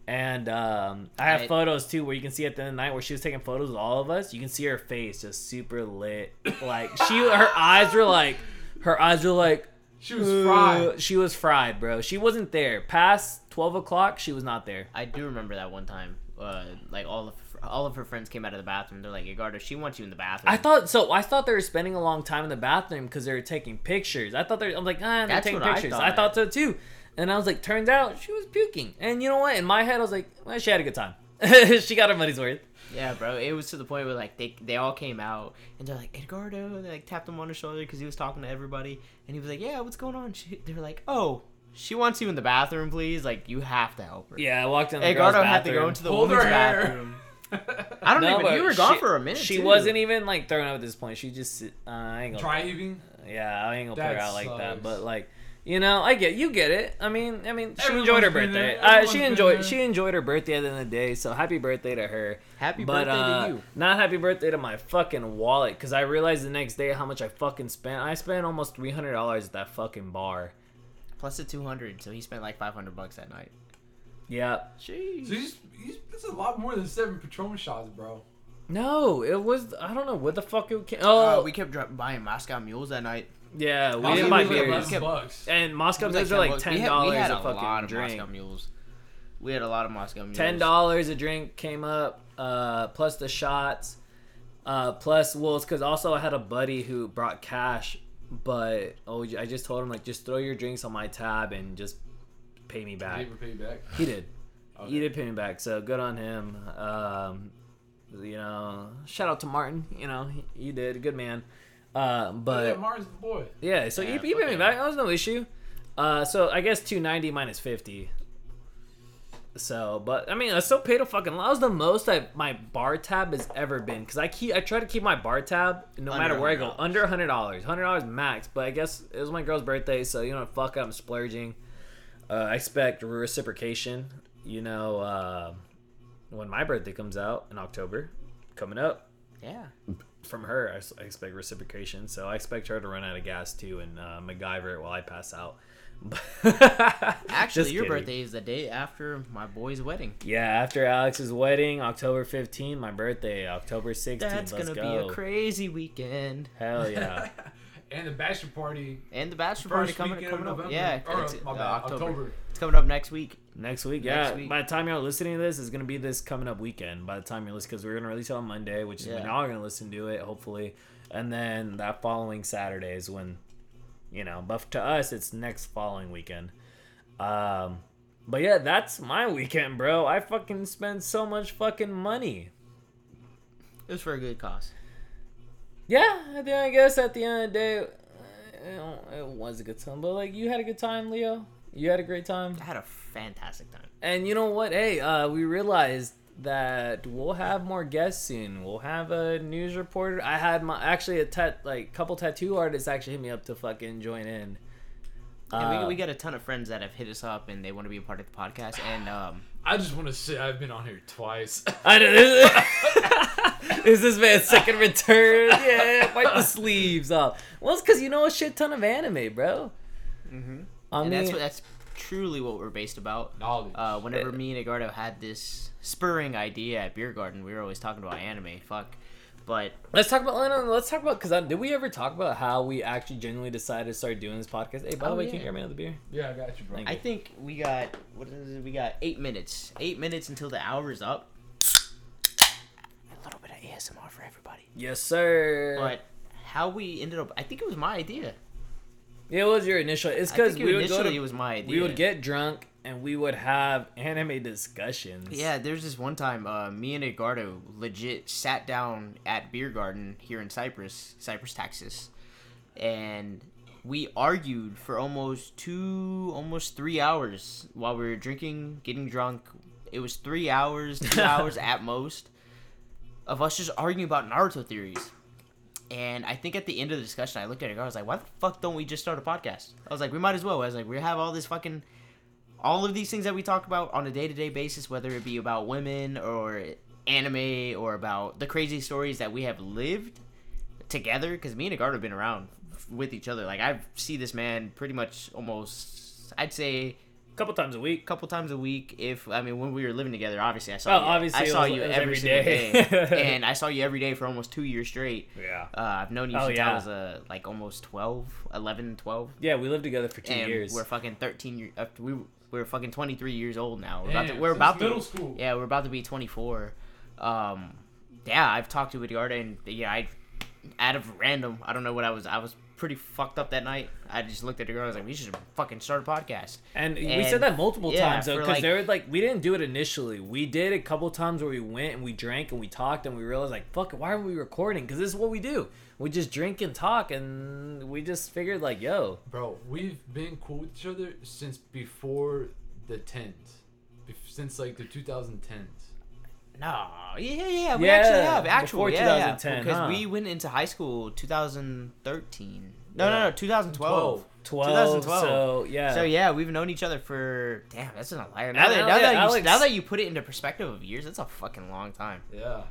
[SPEAKER 2] And um, I have
[SPEAKER 3] I-
[SPEAKER 2] photos too where you can see at the end of the night where she was taking photos with all of us. You can see her face just super lit. Like she, her eyes were like, her eyes were like.
[SPEAKER 4] She was fried.
[SPEAKER 2] Uh, She was fried, bro. She wasn't there. Past twelve o'clock, she was not there.
[SPEAKER 3] I do remember that one time. Uh, like all of all of her friends came out of the bathroom. They're like, "Egardo, she wants you in the bathroom."
[SPEAKER 2] I thought so. I thought they were spending a long time in the bathroom because they were taking pictures. I thought they. I'm like, ah, they're
[SPEAKER 3] That's
[SPEAKER 2] taking
[SPEAKER 3] what I
[SPEAKER 2] pictures. I thought
[SPEAKER 3] thought.
[SPEAKER 2] so too. And I was like, turns out she was puking. And you know what? In my head, I was like, well, she had a good time. she got her money's worth.
[SPEAKER 3] Yeah, bro. It was to the point where like they they all came out and they're like Edgardo. And they like tapped him on the shoulder because he was talking to everybody, and he was like, "Yeah, what's going on?" She, they were like, "Oh, she wants you in the bathroom, please. Like you have to help her.
[SPEAKER 2] Yeah, I walked in the girls'
[SPEAKER 3] Eduardo had to go
[SPEAKER 2] bathroom.
[SPEAKER 3] into the
[SPEAKER 4] Hold her
[SPEAKER 3] woman's
[SPEAKER 4] hair.
[SPEAKER 3] bathroom. I don't
[SPEAKER 2] No,
[SPEAKER 3] even.
[SPEAKER 2] but
[SPEAKER 3] You were gone
[SPEAKER 2] she-
[SPEAKER 3] for a minute.
[SPEAKER 2] She
[SPEAKER 3] too.
[SPEAKER 2] wasn't e- even like thrown up at this point. She just uh, I ain't gonna,
[SPEAKER 4] Driving.
[SPEAKER 2] yeah, I ain't gonna put her
[SPEAKER 4] That
[SPEAKER 2] out like that.
[SPEAKER 4] sucks.
[SPEAKER 2] But like, you know, I get you get it. I mean, I mean, she
[SPEAKER 4] Everyone's
[SPEAKER 2] enjoyed her
[SPEAKER 4] been there.
[SPEAKER 2] birthday. Uh,
[SPEAKER 4] Everyone's
[SPEAKER 2] she
[SPEAKER 4] been there.
[SPEAKER 2] enjoyed she enjoyed her birthday at the end of the day. So happy birthday to her.
[SPEAKER 3] Happy
[SPEAKER 2] but
[SPEAKER 3] birthday
[SPEAKER 2] uh,
[SPEAKER 3] to you.
[SPEAKER 2] not happy birthday to my fucking wallet because I realized the next day how much I fucking spent. I spent almost three hundred dollars at that fucking bar.
[SPEAKER 3] Plus the two hundred, so he spent like five hundred bucks that night.
[SPEAKER 2] Yeah.
[SPEAKER 3] Jeez.
[SPEAKER 4] So you just, you just, that's a lot more than seven Patron shots, bro.
[SPEAKER 2] No, it was I don't know what the fuck it came. Oh,
[SPEAKER 3] Uh, we kept dri- buying Moscow mules that night.
[SPEAKER 2] yeah, we
[SPEAKER 4] Moscow
[SPEAKER 2] didn't
[SPEAKER 4] Mules
[SPEAKER 2] buy
[SPEAKER 4] was like
[SPEAKER 2] beers.
[SPEAKER 4] 11 bucks.
[SPEAKER 2] And Moscow
[SPEAKER 3] It was
[SPEAKER 2] Mules are
[SPEAKER 3] 10
[SPEAKER 2] like
[SPEAKER 3] bucks. We
[SPEAKER 2] ten
[SPEAKER 3] had- we
[SPEAKER 2] dollars
[SPEAKER 3] had
[SPEAKER 2] a
[SPEAKER 3] lot
[SPEAKER 2] fucking
[SPEAKER 3] of
[SPEAKER 2] drink.
[SPEAKER 3] Moscow mules. We had a lot of Moscow mules.
[SPEAKER 2] Ten dollars a drink came up, uh, plus the shots, uh, plus well, it's because also I had a buddy who brought cash, but oh, I just told him like just throw your drinks on my tab and just pay me
[SPEAKER 4] They
[SPEAKER 2] back.
[SPEAKER 4] were paid back.
[SPEAKER 2] He did, he
[SPEAKER 4] Okay.
[SPEAKER 2] did pay me back. So good on him. Um, you know, shout out to Martin. You know, he, he did, good man. Uh,
[SPEAKER 4] Yeah,
[SPEAKER 2] but
[SPEAKER 4] Mars the boy.
[SPEAKER 2] yeah, so E
[SPEAKER 3] Yeah,
[SPEAKER 2] he, he
[SPEAKER 3] fuck
[SPEAKER 2] paid me
[SPEAKER 3] yeah.
[SPEAKER 2] back. That was no issue. Uh, so I guess two ninety minus fifty. So, but I mean, I still paid a fucking. lot. That was the most I my bar tab has ever been because I keep I try to keep my bar tab no
[SPEAKER 3] Under
[SPEAKER 2] matter where I go
[SPEAKER 3] $100.
[SPEAKER 2] under a hundred dollars, hundred dollars max. But I guess it was my girl's birthday, so you know, fuck, it, I'm splurging. Uh, I expect reciprocation. You know, uh, when my birthday comes out in October, coming up,
[SPEAKER 3] Yeah.
[SPEAKER 2] from her, I, s- I expect reciprocation. So I expect her to run out of gas too and uh, MacGyver it while I pass out.
[SPEAKER 3] Actually,
[SPEAKER 2] Just
[SPEAKER 3] your
[SPEAKER 2] kidding.
[SPEAKER 3] birthday is the day after my boy's wedding.
[SPEAKER 2] Yeah, after Alex's wedding, October 15, my birthday, October 16.
[SPEAKER 3] That's
[SPEAKER 2] let's
[SPEAKER 3] gonna
[SPEAKER 2] go.
[SPEAKER 3] be a crazy weekend.
[SPEAKER 2] Hell yeah.
[SPEAKER 4] and the bachelor party.
[SPEAKER 3] And the bachelor party
[SPEAKER 4] First
[SPEAKER 3] coming,
[SPEAKER 4] weekend of
[SPEAKER 3] coming up.
[SPEAKER 4] November.
[SPEAKER 3] Yeah,
[SPEAKER 4] Or,
[SPEAKER 3] it's,
[SPEAKER 4] my
[SPEAKER 3] uh,
[SPEAKER 4] bad,
[SPEAKER 3] October.
[SPEAKER 4] October.
[SPEAKER 3] It's coming up next week.
[SPEAKER 2] Next week, yeah.
[SPEAKER 3] Next week.
[SPEAKER 2] By the time y'all listening to this, it's gonna be this coming up weekend. By the time you're listening, because we're gonna release it on Monday, which is when
[SPEAKER 3] Yeah.
[SPEAKER 2] y'all are gonna listen to it, hopefully. And then that following Saturday is when, you know, but to us, it's next following weekend. Um, but yeah, that's my weekend, bro. I fucking spent so much fucking money.
[SPEAKER 3] It was for a good cause.
[SPEAKER 2] Yeah, I think I guess at the end of the day, uh, it was a good time. But like, you had a good time, Leo. You had a great time.
[SPEAKER 3] I had a fantastic time.
[SPEAKER 2] And you know what? Hey, uh, we realized that we'll have more guests soon. We'll have a news reporter. I had my actually a tat like couple tattoo artists actually hit me up to fucking join in.
[SPEAKER 3] and
[SPEAKER 2] Uh,
[SPEAKER 3] we, we got a ton of friends that have hit us up and they want to be a part of the podcast. And um,
[SPEAKER 4] I just want to say I've been on here twice.
[SPEAKER 3] Uh,
[SPEAKER 2] I don't, this is, is this man's second return. Yeah, wipe the sleeves off. Well, it's because you know a shit ton of anime, bro. Mm-hmm. I
[SPEAKER 3] and
[SPEAKER 2] mean,
[SPEAKER 3] that's what, that's truly what we're based about.
[SPEAKER 4] Knowledge.
[SPEAKER 3] Uh, whenever me and Eduardo had this spurring idea at Beer Garden, we were always talking about anime. Fuck, but
[SPEAKER 2] let's talk about. no, no, Let's talk about because did we ever talk about how we actually genuinely decided to start doing this podcast? Hey, by the
[SPEAKER 3] Oh,
[SPEAKER 2] way,
[SPEAKER 3] yeah.
[SPEAKER 2] can you hear me another beer?
[SPEAKER 4] yeah, I got you, bro.
[SPEAKER 3] I think we got what is it? We got eight minutes. Eight minutes until the hour is up. A little bit of ASMR for everybody.
[SPEAKER 2] Yes, sir.
[SPEAKER 3] But how we ended up, I think it was my idea.
[SPEAKER 2] Yeah, It was your initial. It's
[SPEAKER 3] I
[SPEAKER 2] because
[SPEAKER 3] think
[SPEAKER 2] we would go
[SPEAKER 3] initially
[SPEAKER 2] to.
[SPEAKER 3] it was my idea.
[SPEAKER 2] we would get drunk and we would have anime discussions.
[SPEAKER 3] Yeah, there's this one time uh, me and Eduardo legit sat down at Beer Garden here in Cyprus, Cyprus, Texas, and we argued for almost two, almost three hours while we were drinking, getting drunk. It was three hours, two hours at most, of us just arguing about Naruto theories. And I think at the end of the discussion, I looked at it and I was like, why the fuck don't we just start a podcast? I was like, we might as well. I was like, we have all this fucking all of these things that we talk about on a day-to-day basis whether it be about women or anime or about the crazy stories that we have lived together because me and Edgardo have been around f- with each other like i see this man pretty much almost i'd say
[SPEAKER 2] a couple times a
[SPEAKER 3] a
[SPEAKER 2] week.
[SPEAKER 3] couple times a week if i mean when we were living together obviously i saw
[SPEAKER 2] Oh,
[SPEAKER 3] you
[SPEAKER 2] obviously,
[SPEAKER 3] i
[SPEAKER 2] it
[SPEAKER 3] saw
[SPEAKER 2] was-
[SPEAKER 3] you
[SPEAKER 2] it was
[SPEAKER 3] every
[SPEAKER 2] every
[SPEAKER 3] single
[SPEAKER 2] day.
[SPEAKER 3] day, and i saw you every day for almost two years straight
[SPEAKER 2] Yeah.
[SPEAKER 3] uh, i've known you
[SPEAKER 2] Oh,
[SPEAKER 3] since
[SPEAKER 2] yeah.
[SPEAKER 3] i was uh, like almost 12 11 12
[SPEAKER 2] Yeah, we lived together for two
[SPEAKER 3] and
[SPEAKER 2] years.
[SPEAKER 3] we're fucking 13 year after we we're fucking 23 years old now we're about
[SPEAKER 4] Damn,
[SPEAKER 3] to, we're
[SPEAKER 4] since
[SPEAKER 3] about to
[SPEAKER 4] middle school.
[SPEAKER 3] yeah we're about to be 24 um yeah i've talked to Edgardo and yeah i out of random i don't know what i was i was pretty fucked up that night. I just looked at the girl. I was like, "We should fucking start a podcast."
[SPEAKER 2] And, we
[SPEAKER 3] And-
[SPEAKER 2] said that multiple
[SPEAKER 3] yeah,
[SPEAKER 2] times though,
[SPEAKER 3] for,
[SPEAKER 2] because
[SPEAKER 3] like-
[SPEAKER 2] there were like we didn't do it initially. We did a couple times where we went and we drank and we talked and we realized like fuck, why aren't we recording? Because this is what we do. We just drink and talk, and we just figured like yo,
[SPEAKER 4] Bro, we've been cool with each other since before the 10th. Bef- since like the 2010s.
[SPEAKER 3] No, yeah, yeah, we
[SPEAKER 2] Yeah,
[SPEAKER 3] actually have actual
[SPEAKER 2] before
[SPEAKER 3] yeah,
[SPEAKER 2] 2010,
[SPEAKER 3] because
[SPEAKER 2] huh?
[SPEAKER 3] we went into high school 2013. No, no, no, 2012.
[SPEAKER 2] 12,
[SPEAKER 3] 2012.
[SPEAKER 2] So yeah,
[SPEAKER 3] So yeah, we've known each other for damn, that's an liar.
[SPEAKER 2] Uh, Now
[SPEAKER 3] Now that,
[SPEAKER 2] that-
[SPEAKER 3] now, that you,
[SPEAKER 2] Alex-
[SPEAKER 3] now that you put it into perspective of years, that's a fucking long time.
[SPEAKER 4] Yeah.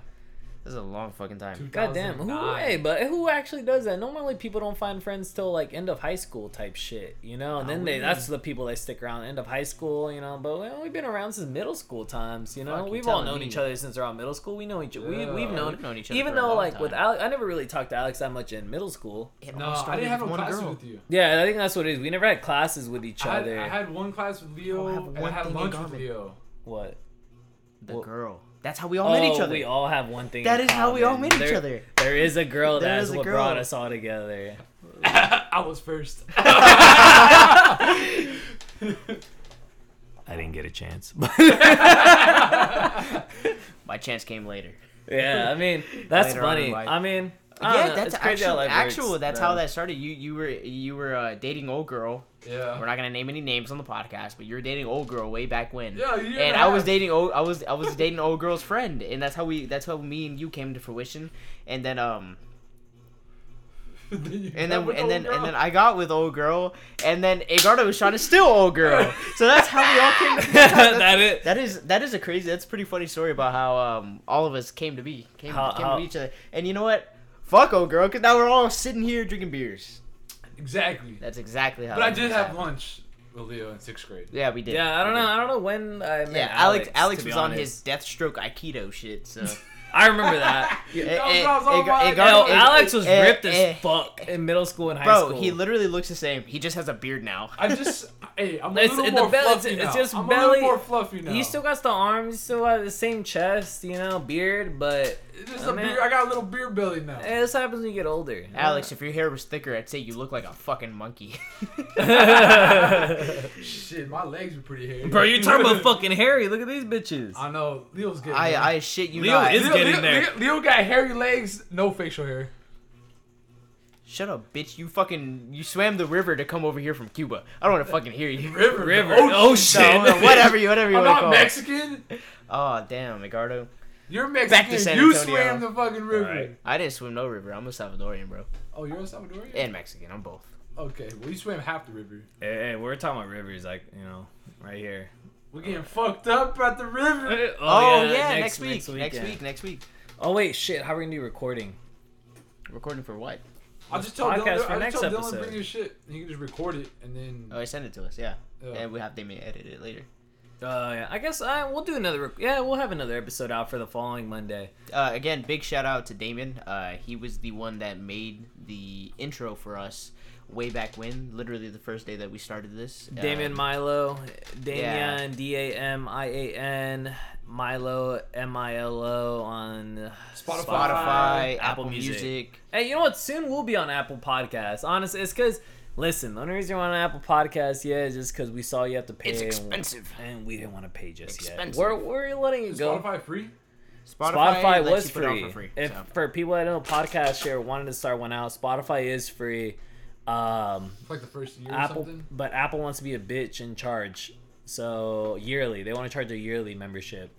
[SPEAKER 3] That's a long fucking time.
[SPEAKER 2] God damn, who,
[SPEAKER 4] 2009.
[SPEAKER 2] hey, but who actually does that? Normally, people don't find friends till like end of high school type shit, you know. And then
[SPEAKER 3] we-
[SPEAKER 2] they—that's the people they stick around end of high school, you know. But well, we've been around since middle school times, you know.
[SPEAKER 3] Fuck, you
[SPEAKER 2] we've all
[SPEAKER 3] telling
[SPEAKER 2] known
[SPEAKER 3] me.
[SPEAKER 2] each other since around middle school. We know each we,
[SPEAKER 4] Yeah.
[SPEAKER 2] we've known,
[SPEAKER 3] We've known each other
[SPEAKER 2] even
[SPEAKER 3] for a
[SPEAKER 2] though
[SPEAKER 3] long
[SPEAKER 2] like with
[SPEAKER 3] time.
[SPEAKER 2] Alex, I never really talked to Alex that much in middle school.
[SPEAKER 3] It all
[SPEAKER 4] No, I
[SPEAKER 3] started
[SPEAKER 4] didn't have a
[SPEAKER 3] with one
[SPEAKER 4] class
[SPEAKER 3] girl.
[SPEAKER 4] with you.
[SPEAKER 2] Yeah, I think that's what it is. We never had classes with each
[SPEAKER 4] I had,
[SPEAKER 2] other.
[SPEAKER 4] I had one class with Leo,
[SPEAKER 3] I have
[SPEAKER 4] and I
[SPEAKER 3] one
[SPEAKER 4] had
[SPEAKER 3] thing in
[SPEAKER 4] lunch with
[SPEAKER 3] common.
[SPEAKER 4] Leo.
[SPEAKER 2] what?
[SPEAKER 3] The
[SPEAKER 2] Well-
[SPEAKER 3] girl. That's how we all met each
[SPEAKER 2] Oh,
[SPEAKER 3] other.
[SPEAKER 2] We all have one thing.
[SPEAKER 3] That
[SPEAKER 2] in
[SPEAKER 3] is how we all
[SPEAKER 2] common.
[SPEAKER 3] met each
[SPEAKER 2] There-
[SPEAKER 3] other.
[SPEAKER 2] There is a girl
[SPEAKER 3] There
[SPEAKER 2] that
[SPEAKER 3] is
[SPEAKER 2] is
[SPEAKER 3] a
[SPEAKER 2] what
[SPEAKER 3] girl.
[SPEAKER 2] brought us all together.
[SPEAKER 4] I was first.
[SPEAKER 2] I didn't get a chance.
[SPEAKER 3] My chance came later.
[SPEAKER 2] Yeah, I mean that's
[SPEAKER 3] Later on in
[SPEAKER 2] funny.
[SPEAKER 3] life.
[SPEAKER 2] I mean, I don't
[SPEAKER 3] Yeah,
[SPEAKER 2] know,
[SPEAKER 3] that's
[SPEAKER 2] it's crazy
[SPEAKER 3] actual.
[SPEAKER 2] how life works,
[SPEAKER 3] actual. That's
[SPEAKER 2] bro.
[SPEAKER 3] how that started. You you were you were uh, dating old girl.
[SPEAKER 4] yeah.
[SPEAKER 3] We're not gonna name any names on the podcast, but you were dating old girl way back when.
[SPEAKER 4] Yeah, you
[SPEAKER 3] And
[SPEAKER 4] never
[SPEAKER 3] I was
[SPEAKER 4] have.
[SPEAKER 3] dating old. I was I was dating old girl's friend, and that's how we. That's how me and you came to fruition. And then um.
[SPEAKER 4] Then you
[SPEAKER 3] And
[SPEAKER 4] met
[SPEAKER 3] then
[SPEAKER 4] with
[SPEAKER 3] and
[SPEAKER 4] old
[SPEAKER 3] then
[SPEAKER 4] girl.
[SPEAKER 3] and then I got with old girl, and then Eduardo was trying to steal old girl. So that's how we all came. To, that's-
[SPEAKER 2] that it.
[SPEAKER 3] That is that is a crazy. That's a pretty funny story about how um all of us came to be came,
[SPEAKER 2] How-
[SPEAKER 3] came
[SPEAKER 2] how-
[SPEAKER 3] to be each other. And you know what? Fuck old girl, because now we're all sitting here drinking beers.
[SPEAKER 4] Exactly.
[SPEAKER 3] That's exactly how.
[SPEAKER 4] But I
[SPEAKER 3] that
[SPEAKER 4] did
[SPEAKER 3] just
[SPEAKER 4] have
[SPEAKER 3] happened.
[SPEAKER 4] lunch with Leo in sixth grade.
[SPEAKER 3] Yeah, we did.
[SPEAKER 2] Yeah, I don't
[SPEAKER 3] We
[SPEAKER 2] know.
[SPEAKER 3] did.
[SPEAKER 2] I don't know when I met
[SPEAKER 3] Yeah,
[SPEAKER 2] Alex.
[SPEAKER 3] Alex Alex
[SPEAKER 2] to be
[SPEAKER 3] was on
[SPEAKER 2] honest.
[SPEAKER 3] his Deathstroke Aikido shit. So
[SPEAKER 2] I remember that.
[SPEAKER 3] It-
[SPEAKER 4] That was
[SPEAKER 3] it-
[SPEAKER 4] what I was on
[SPEAKER 3] it got-
[SPEAKER 4] about.
[SPEAKER 3] it
[SPEAKER 2] Yo,
[SPEAKER 3] got- it-
[SPEAKER 2] Alex was
[SPEAKER 3] it-
[SPEAKER 2] ripped
[SPEAKER 3] it-
[SPEAKER 2] as fuck in middle school and high
[SPEAKER 3] Bro,
[SPEAKER 2] school.
[SPEAKER 3] he literally looks the same. He just has a beard now.
[SPEAKER 4] I just, hey, I'm a
[SPEAKER 2] It's-
[SPEAKER 4] little
[SPEAKER 2] it- the
[SPEAKER 4] more
[SPEAKER 2] belly- it's-
[SPEAKER 4] fluffy
[SPEAKER 2] it's
[SPEAKER 4] now.
[SPEAKER 2] just
[SPEAKER 4] I'm a
[SPEAKER 2] belly-
[SPEAKER 4] little more fluffy now.
[SPEAKER 2] He still got the arms. He still got the same chest, you know, beard. But
[SPEAKER 4] It's just
[SPEAKER 2] I
[SPEAKER 4] a
[SPEAKER 2] mean-
[SPEAKER 4] beer. I got a little beer belly now.
[SPEAKER 2] eh, this happens when you get older. you know?
[SPEAKER 3] Alex, if your hair was thicker, I'd say you look like a fucking monkey.
[SPEAKER 4] Shit, my legs are pretty hairy.
[SPEAKER 2] bro, you're talking about fucking hairy. Look at these bitches.
[SPEAKER 4] I know Leo's getting.
[SPEAKER 3] I
[SPEAKER 4] there.
[SPEAKER 3] I shit you
[SPEAKER 2] Leo
[SPEAKER 3] not.
[SPEAKER 2] is-
[SPEAKER 4] Leo,
[SPEAKER 2] getting
[SPEAKER 4] Leo,
[SPEAKER 2] there.
[SPEAKER 4] Leo, Leo got hairy legs, no facial hair.
[SPEAKER 3] Shut up, bitch. You fucking you swam the river to come over here from Cuba. I don't want to fucking hear you.
[SPEAKER 4] River,
[SPEAKER 2] River.
[SPEAKER 4] Oh,
[SPEAKER 2] Oh,
[SPEAKER 4] shit.
[SPEAKER 2] shit.
[SPEAKER 3] No, no, whatever you whatever you
[SPEAKER 4] I'm
[SPEAKER 3] want to
[SPEAKER 4] not
[SPEAKER 3] call. it.
[SPEAKER 4] Mexican.
[SPEAKER 3] Oh damn, Ricardo.
[SPEAKER 4] You're
[SPEAKER 3] Back
[SPEAKER 4] Mexican.
[SPEAKER 3] to San
[SPEAKER 4] you
[SPEAKER 3] Antonio.
[SPEAKER 4] swam the fucking river.
[SPEAKER 2] Alright.
[SPEAKER 3] I didn't swim no river. I'm a Salvadorian, bro,
[SPEAKER 4] Oh, you're a Salvadorian.
[SPEAKER 3] and Mexican. I'm both.
[SPEAKER 4] Okay, well you swam half the river.
[SPEAKER 2] Hey, hey, Eh, we're talking about rivers, like you know, right here.
[SPEAKER 4] We're getting fucked up at the river.
[SPEAKER 2] Oh,
[SPEAKER 3] Oh, yeah, next, week, next week, next
[SPEAKER 2] yeah.
[SPEAKER 3] week,
[SPEAKER 2] Oh wait, shit. How are we gonna do recording?
[SPEAKER 3] Recording for what?
[SPEAKER 4] I'll just tell
[SPEAKER 2] Podcast
[SPEAKER 4] Dylan.
[SPEAKER 2] for
[SPEAKER 4] I'll
[SPEAKER 2] next
[SPEAKER 4] just tell
[SPEAKER 2] episode.
[SPEAKER 4] Dylan bring your shit. And you can just record it and then.
[SPEAKER 3] Oh, he sent it to us. Yeah,
[SPEAKER 4] Yeah.
[SPEAKER 3] and we have them edit it later.
[SPEAKER 2] Uh, yeah. I guess uh, we'll do another. Rec- yeah, we'll have another episode out for the following Monday.
[SPEAKER 3] uh, again, big shout out to Damon. Uh, he was the one that made the intro for us way back when, literally the first day that we started this. Uh,
[SPEAKER 2] Damon Milo, Damian
[SPEAKER 3] yeah.
[SPEAKER 2] D A M I A N, Milo M I L O on
[SPEAKER 4] Spotify.
[SPEAKER 3] Spotify, Apple,
[SPEAKER 2] Apple
[SPEAKER 3] Music.
[SPEAKER 2] Music. Hey, you know what? Soon we'll be on Apple Podcasts. Honestly, it's because listen, the only reason we're on Apple Podcasts, yeah, is just because we saw you have to pay.
[SPEAKER 3] It's
[SPEAKER 2] and-
[SPEAKER 3] expensive.
[SPEAKER 2] and we didn't want to pay just yet.
[SPEAKER 3] Expensive.
[SPEAKER 2] We're we're letting it
[SPEAKER 4] Is
[SPEAKER 2] go.
[SPEAKER 4] Spotify free?
[SPEAKER 2] Spotify,
[SPEAKER 3] lets
[SPEAKER 2] was
[SPEAKER 3] you put it on
[SPEAKER 2] free.
[SPEAKER 3] for free.
[SPEAKER 2] if
[SPEAKER 3] so.
[SPEAKER 2] for people that don't know, podcast share wanted to start one out. Spotify is free. Um,
[SPEAKER 4] For like the first year or
[SPEAKER 2] Apple,
[SPEAKER 4] something.
[SPEAKER 2] but Apple wants to be a bitch and charge. So yearly, they want to charge a yearly membership.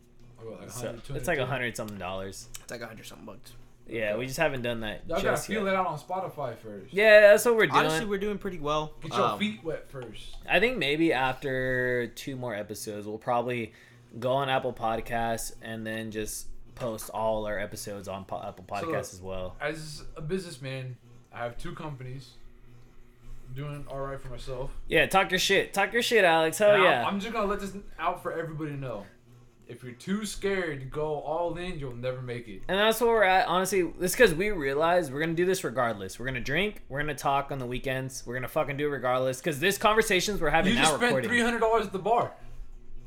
[SPEAKER 4] Oh, like
[SPEAKER 2] So
[SPEAKER 4] 100,
[SPEAKER 2] it's like a
[SPEAKER 4] 200.
[SPEAKER 2] hundred something dollars.
[SPEAKER 3] It's like a hundred something bucks.
[SPEAKER 2] Yeah, we just haven't done that
[SPEAKER 4] Y'all gotta
[SPEAKER 2] just
[SPEAKER 4] feel
[SPEAKER 2] yet.
[SPEAKER 4] it out on Spotify first.
[SPEAKER 2] Yeah, that's what we're doing.
[SPEAKER 3] Honestly, we're doing pretty well.
[SPEAKER 4] Get your
[SPEAKER 3] Um,
[SPEAKER 4] feet wet first.
[SPEAKER 2] I think maybe after two more episodes, we'll probably go on Apple Podcasts and then just post all our episodes on po- Apple Podcasts as well.
[SPEAKER 4] As a businessman, I have two companies. Doing all right for myself.
[SPEAKER 2] Yeah, talk your shit. Talk your shit, Alex. Hell
[SPEAKER 4] And I'm-
[SPEAKER 2] Oh, yeah.
[SPEAKER 4] I'm just gonna let this out for everybody to know. If you're too scared to go all in, you'll never make it.
[SPEAKER 2] And that's where we're at. Honestly, it's because we realize we're gonna do this regardless. We're gonna drink. We're gonna talk on the weekends. We're gonna fucking do it regardless. Because this conversations we're having
[SPEAKER 4] You
[SPEAKER 2] now
[SPEAKER 4] just spent
[SPEAKER 2] recording.
[SPEAKER 4] three hundred dollars at the bar. You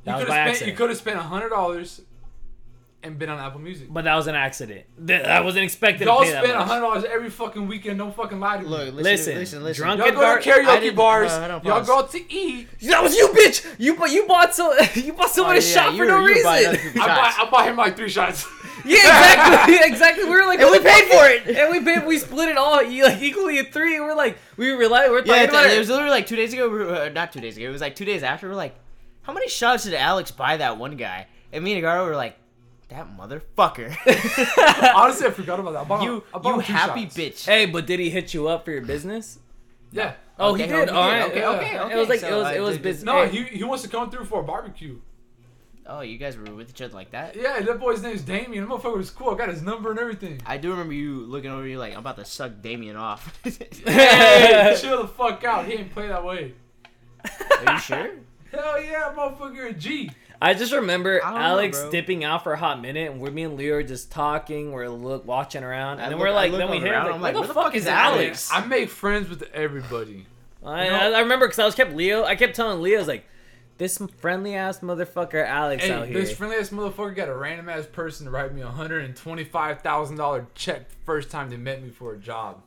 [SPEAKER 2] That was
[SPEAKER 4] could
[SPEAKER 2] by
[SPEAKER 4] have spent.
[SPEAKER 2] accident.
[SPEAKER 4] You could have spent hundred dollars and been on Apple Music.
[SPEAKER 2] But that was an accident. Th- I wasn't expecting
[SPEAKER 4] Y'all
[SPEAKER 2] to pay that
[SPEAKER 4] spend
[SPEAKER 2] much.
[SPEAKER 4] hundred dollars every fucking weekend. Don't fucking lie to me.
[SPEAKER 3] Look, listen,
[SPEAKER 2] Listen,
[SPEAKER 3] listen, listen.
[SPEAKER 2] drunk-
[SPEAKER 4] Y'all go to
[SPEAKER 2] Fucking
[SPEAKER 3] bar- I
[SPEAKER 4] karaoke
[SPEAKER 3] didn't-
[SPEAKER 4] bars.
[SPEAKER 3] no, I don't
[SPEAKER 4] Y'all
[SPEAKER 3] pause.
[SPEAKER 4] go out to eat.
[SPEAKER 2] That was you, bitch. You bought you bought so you bought someone
[SPEAKER 3] Oh,
[SPEAKER 2] a
[SPEAKER 3] yeah,
[SPEAKER 2] shot
[SPEAKER 3] you
[SPEAKER 2] for
[SPEAKER 3] were-
[SPEAKER 2] no
[SPEAKER 3] you were buying
[SPEAKER 2] reason.
[SPEAKER 3] other people's
[SPEAKER 4] I
[SPEAKER 3] shots.
[SPEAKER 4] buy, I buy him like three shots.
[SPEAKER 2] Yeah, exactly, exactly. We were like,
[SPEAKER 3] And
[SPEAKER 2] what
[SPEAKER 3] we
[SPEAKER 2] the
[SPEAKER 3] paid
[SPEAKER 2] fuck?
[SPEAKER 3] for it.
[SPEAKER 2] and we paid. We split it all e- like equally at three. And we're like, we were like, we're talking
[SPEAKER 3] Yeah,
[SPEAKER 2] about
[SPEAKER 3] it,
[SPEAKER 2] it.
[SPEAKER 3] it was literally like two days ago. we were- uh, Not two days ago. It was like two days after. We're like, how many shots did Alex buy that one guy? And me and Agaro were like, that motherfucker.
[SPEAKER 4] Honestly, I forgot about that. I bought him-
[SPEAKER 3] you,
[SPEAKER 4] I bought
[SPEAKER 3] you
[SPEAKER 4] him two
[SPEAKER 3] happy
[SPEAKER 4] shots.
[SPEAKER 3] bitch.
[SPEAKER 2] hey, but did he hit you up for your business?
[SPEAKER 4] Yeah.
[SPEAKER 2] Oh, he
[SPEAKER 3] Okay,
[SPEAKER 2] did.
[SPEAKER 3] oh, he
[SPEAKER 2] All
[SPEAKER 3] did.
[SPEAKER 2] right.
[SPEAKER 3] Okay,
[SPEAKER 2] yeah.
[SPEAKER 3] okay, okay.
[SPEAKER 2] It was like it
[SPEAKER 3] So,
[SPEAKER 2] was
[SPEAKER 3] uh,
[SPEAKER 2] it was
[SPEAKER 3] did- did-
[SPEAKER 2] business.
[SPEAKER 4] No, he he wants to come through for a barbecue.
[SPEAKER 3] Oh, you guys were with each other like that.
[SPEAKER 4] Yeah, that boy's name's Damien. That motherfucker was cool. I got his number and everything.
[SPEAKER 3] I do remember you looking over you like, I'm about to suck Damien off.
[SPEAKER 4] Hey, chill the fuck out. He ain't play that way.
[SPEAKER 3] Are you sure?
[SPEAKER 4] Hell yeah, motherfucker, a G.
[SPEAKER 2] I just remember
[SPEAKER 3] I don't know,
[SPEAKER 2] Alex
[SPEAKER 3] bro.
[SPEAKER 2] dipping out for a hot minute, and we, me and Leo are just talking, we're look watching around, and
[SPEAKER 3] I
[SPEAKER 2] then
[SPEAKER 3] look-
[SPEAKER 2] we're
[SPEAKER 3] I
[SPEAKER 2] like,
[SPEAKER 3] look
[SPEAKER 2] then we
[SPEAKER 3] all
[SPEAKER 2] hit
[SPEAKER 3] around,
[SPEAKER 2] like, where
[SPEAKER 3] I'm like,
[SPEAKER 2] the, fuck, is
[SPEAKER 3] Alex?
[SPEAKER 2] Alex?
[SPEAKER 4] I make friends with everybody.
[SPEAKER 2] I,
[SPEAKER 4] You
[SPEAKER 2] I,
[SPEAKER 4] know-
[SPEAKER 2] I remember because I was kept Leo, I kept telling Leo, I was like, this friendly ass motherfucker Alex out
[SPEAKER 4] Hey,
[SPEAKER 2] here.
[SPEAKER 4] this friendly ass motherfucker got a random ass person to write me a hundred and twenty five thousand dollar check first time they met me for a job.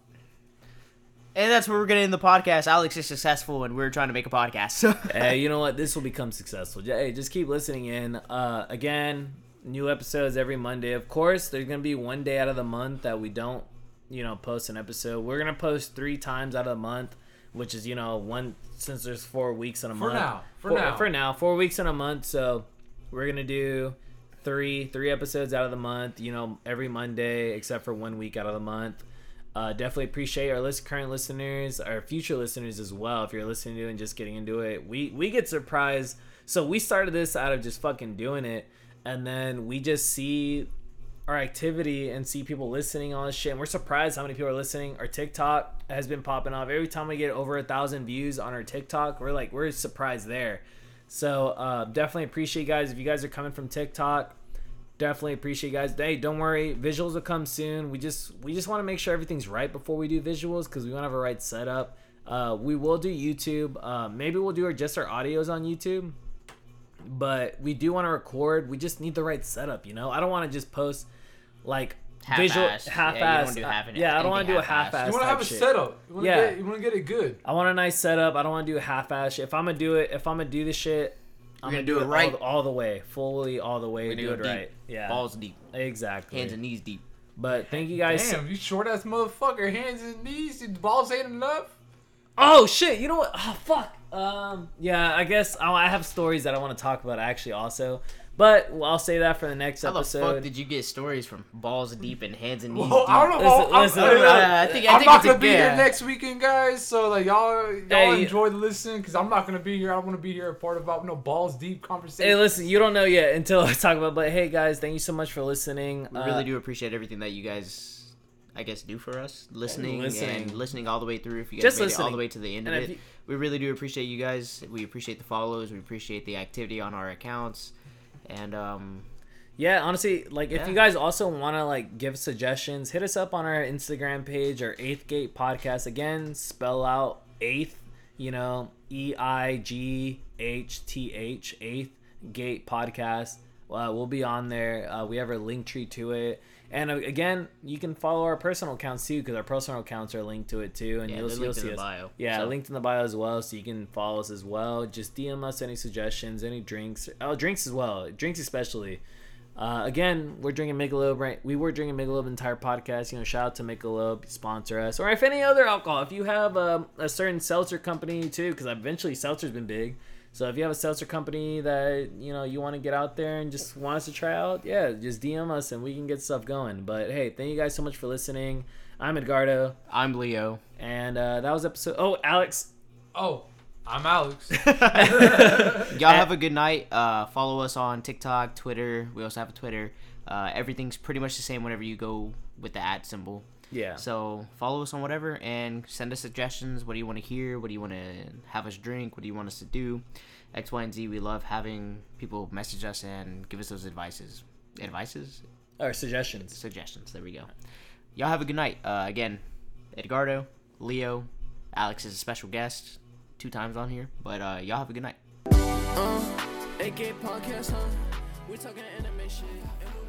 [SPEAKER 3] And that's where we're gonna end the podcast. Alex is successful, and we're trying to make a podcast. So
[SPEAKER 2] hey, you know what? This will become successful. J- Hey, just keep listening in. Uh, again, new episodes every Monday. Of course, there's gonna be one day out of the month that we don't, you know, post an episode. We're gonna post three times out of the month, which is you know one since there's four weeks in a
[SPEAKER 4] For
[SPEAKER 2] month.
[SPEAKER 4] now, for
[SPEAKER 2] Four-
[SPEAKER 4] now.
[SPEAKER 2] for now, four weeks in a month. So we're gonna do three three episodes out of the month. You know, every Monday except for one week out of the month. Uh, definitely appreciate our list, current listeners, our future listeners as well. If you're listening to and just getting into it, we we get surprised. So we started this out of just fucking doing it, and then we just see our activity and see people listening all this shit. And we're surprised how many people are listening. Our TikTok has been popping off. Every time we get over a thousand views on our TikTok, we're like we're surprised there. So uh, definitely appreciate you guys if you guys are coming from TikTok definitely appreciate you guys hey don't worry visuals will come soon we just we just want to make sure everything's right before we do visuals because we want to have a right setup uh, we will do youtube uh, maybe we'll do our just our audios on youtube but we do want to record we just need the right setup you know i don't want to just post like visual
[SPEAKER 3] Half-assed. Yeah,
[SPEAKER 2] half
[SPEAKER 3] you don't
[SPEAKER 2] ass
[SPEAKER 3] do half-
[SPEAKER 2] yeah i don't want to do a
[SPEAKER 3] anything half-assed.
[SPEAKER 2] half ass
[SPEAKER 4] You want to have a setup. You want to
[SPEAKER 2] Yeah.
[SPEAKER 4] get you want to get it good.
[SPEAKER 2] I want a nice setup. I don't want to do half ass. If I'm gonna do it, if I'm gonna do this shit, I'm
[SPEAKER 3] You're
[SPEAKER 2] gonna,
[SPEAKER 3] gonna do
[SPEAKER 2] do
[SPEAKER 3] it
[SPEAKER 2] it
[SPEAKER 3] right.
[SPEAKER 2] all, all the way, fully, all the way.
[SPEAKER 3] We're gonna
[SPEAKER 2] Do
[SPEAKER 3] go
[SPEAKER 2] it
[SPEAKER 3] deep.
[SPEAKER 2] right. Yeah,
[SPEAKER 3] balls deep,
[SPEAKER 2] exactly.
[SPEAKER 3] hands and knees deep.
[SPEAKER 2] But thank you guys.
[SPEAKER 4] Damn, you short ass motherfucker, hands and knees, your balls ain't enough.
[SPEAKER 2] Oh shit! You know what? Oh fuck. Um. Yeah. I guess I, I have stories that I want to talk about actually also, but I'll say that for the next
[SPEAKER 3] How the
[SPEAKER 2] episode.
[SPEAKER 3] fuck did you get stories from balls deep and hands and knees
[SPEAKER 4] Well,
[SPEAKER 3] deep?
[SPEAKER 4] Oh, I don't know.
[SPEAKER 2] Mm, Listen-
[SPEAKER 4] I'm,
[SPEAKER 2] listen,
[SPEAKER 4] I,
[SPEAKER 2] I'm not-
[SPEAKER 3] Uh, I think I
[SPEAKER 4] am
[SPEAKER 3] think
[SPEAKER 4] not
[SPEAKER 3] it's a
[SPEAKER 4] gonna be here
[SPEAKER 3] yeah.
[SPEAKER 4] next weekend, guys. So like y'all, y'all
[SPEAKER 2] Hey.
[SPEAKER 4] enjoy the listen because I'm not gonna be here. I don't want to be here a part about no balls deep conversation.
[SPEAKER 2] Hey, listen. You don't know yet until I talk about. But hey, guys, thank you so much for listening. Uh,
[SPEAKER 3] We really do appreciate everything that you guys, I guess, do for us, listening,
[SPEAKER 2] listening.
[SPEAKER 3] and listening all the way through. If you guys
[SPEAKER 2] Just
[SPEAKER 3] made it all
[SPEAKER 2] listening.
[SPEAKER 3] the way to the end
[SPEAKER 2] And
[SPEAKER 3] of
[SPEAKER 2] if
[SPEAKER 3] it,
[SPEAKER 2] you-
[SPEAKER 3] we really do appreciate you guys. We appreciate the follows. We appreciate the activity on our accounts, and um,
[SPEAKER 2] Yeah, honestly, like if
[SPEAKER 3] Yeah.
[SPEAKER 2] you guys also want to like give suggestions, hit us up on our Instagram page or Eighth Gate Podcast. Again, spell out eighth, you know, E I G H T H Eighth Gate Podcast. Uh, we'll be on there. Uh, we have our link tree to it, and uh, again, you can follow our personal accounts too because our personal accounts are linked to it too, and
[SPEAKER 3] Yeah,
[SPEAKER 2] you'll,
[SPEAKER 3] they're
[SPEAKER 2] you'll
[SPEAKER 3] linked in
[SPEAKER 2] see
[SPEAKER 3] the
[SPEAKER 2] us.
[SPEAKER 3] bio,
[SPEAKER 2] Yeah,
[SPEAKER 3] so.
[SPEAKER 2] linked in the bio as well, so you can follow us as well. Just DM us any suggestions, any drinks. Oh, drinks as well, drinks especially. Uh, again, we're drinking Michelob. Right? We were drinking Michelob the entire podcast. You know, shout out to Michelob, sponsor us, or if any other alcohol. If you have um, a certain seltzer company too, because eventually seltzer's been big. So if you have a seltzer company that you know you want to get out there and just want us to try out, yeah, just DM us and we can get stuff going. But hey, thank you guys so much for listening. I'm Edgardo,
[SPEAKER 3] I'm Leo.
[SPEAKER 2] and uh, that was episode. Oh, Alex,
[SPEAKER 4] oh, I'm Alex.
[SPEAKER 3] Y'all have a good night. Uh, follow us on TikTok, Twitter. We also have a Twitter. Uh, everything's pretty much the same whenever you go with the at symbol.
[SPEAKER 2] yeah.
[SPEAKER 3] So follow us on whatever and send us suggestions. What do you want to hear? What do you want to have us drink? What do you want us to do? X, Y, and Z. We love having people message us and give us those advices. Advices?
[SPEAKER 2] or suggestions.
[SPEAKER 3] Suggestions. There we go. Y'all have a good night. Uh, again, Edgardo, Leo, Alex is a special guest two times on here. But uh, y'all have a good night.
[SPEAKER 1] Uh, AK podcast, huh? We talking animation. and we-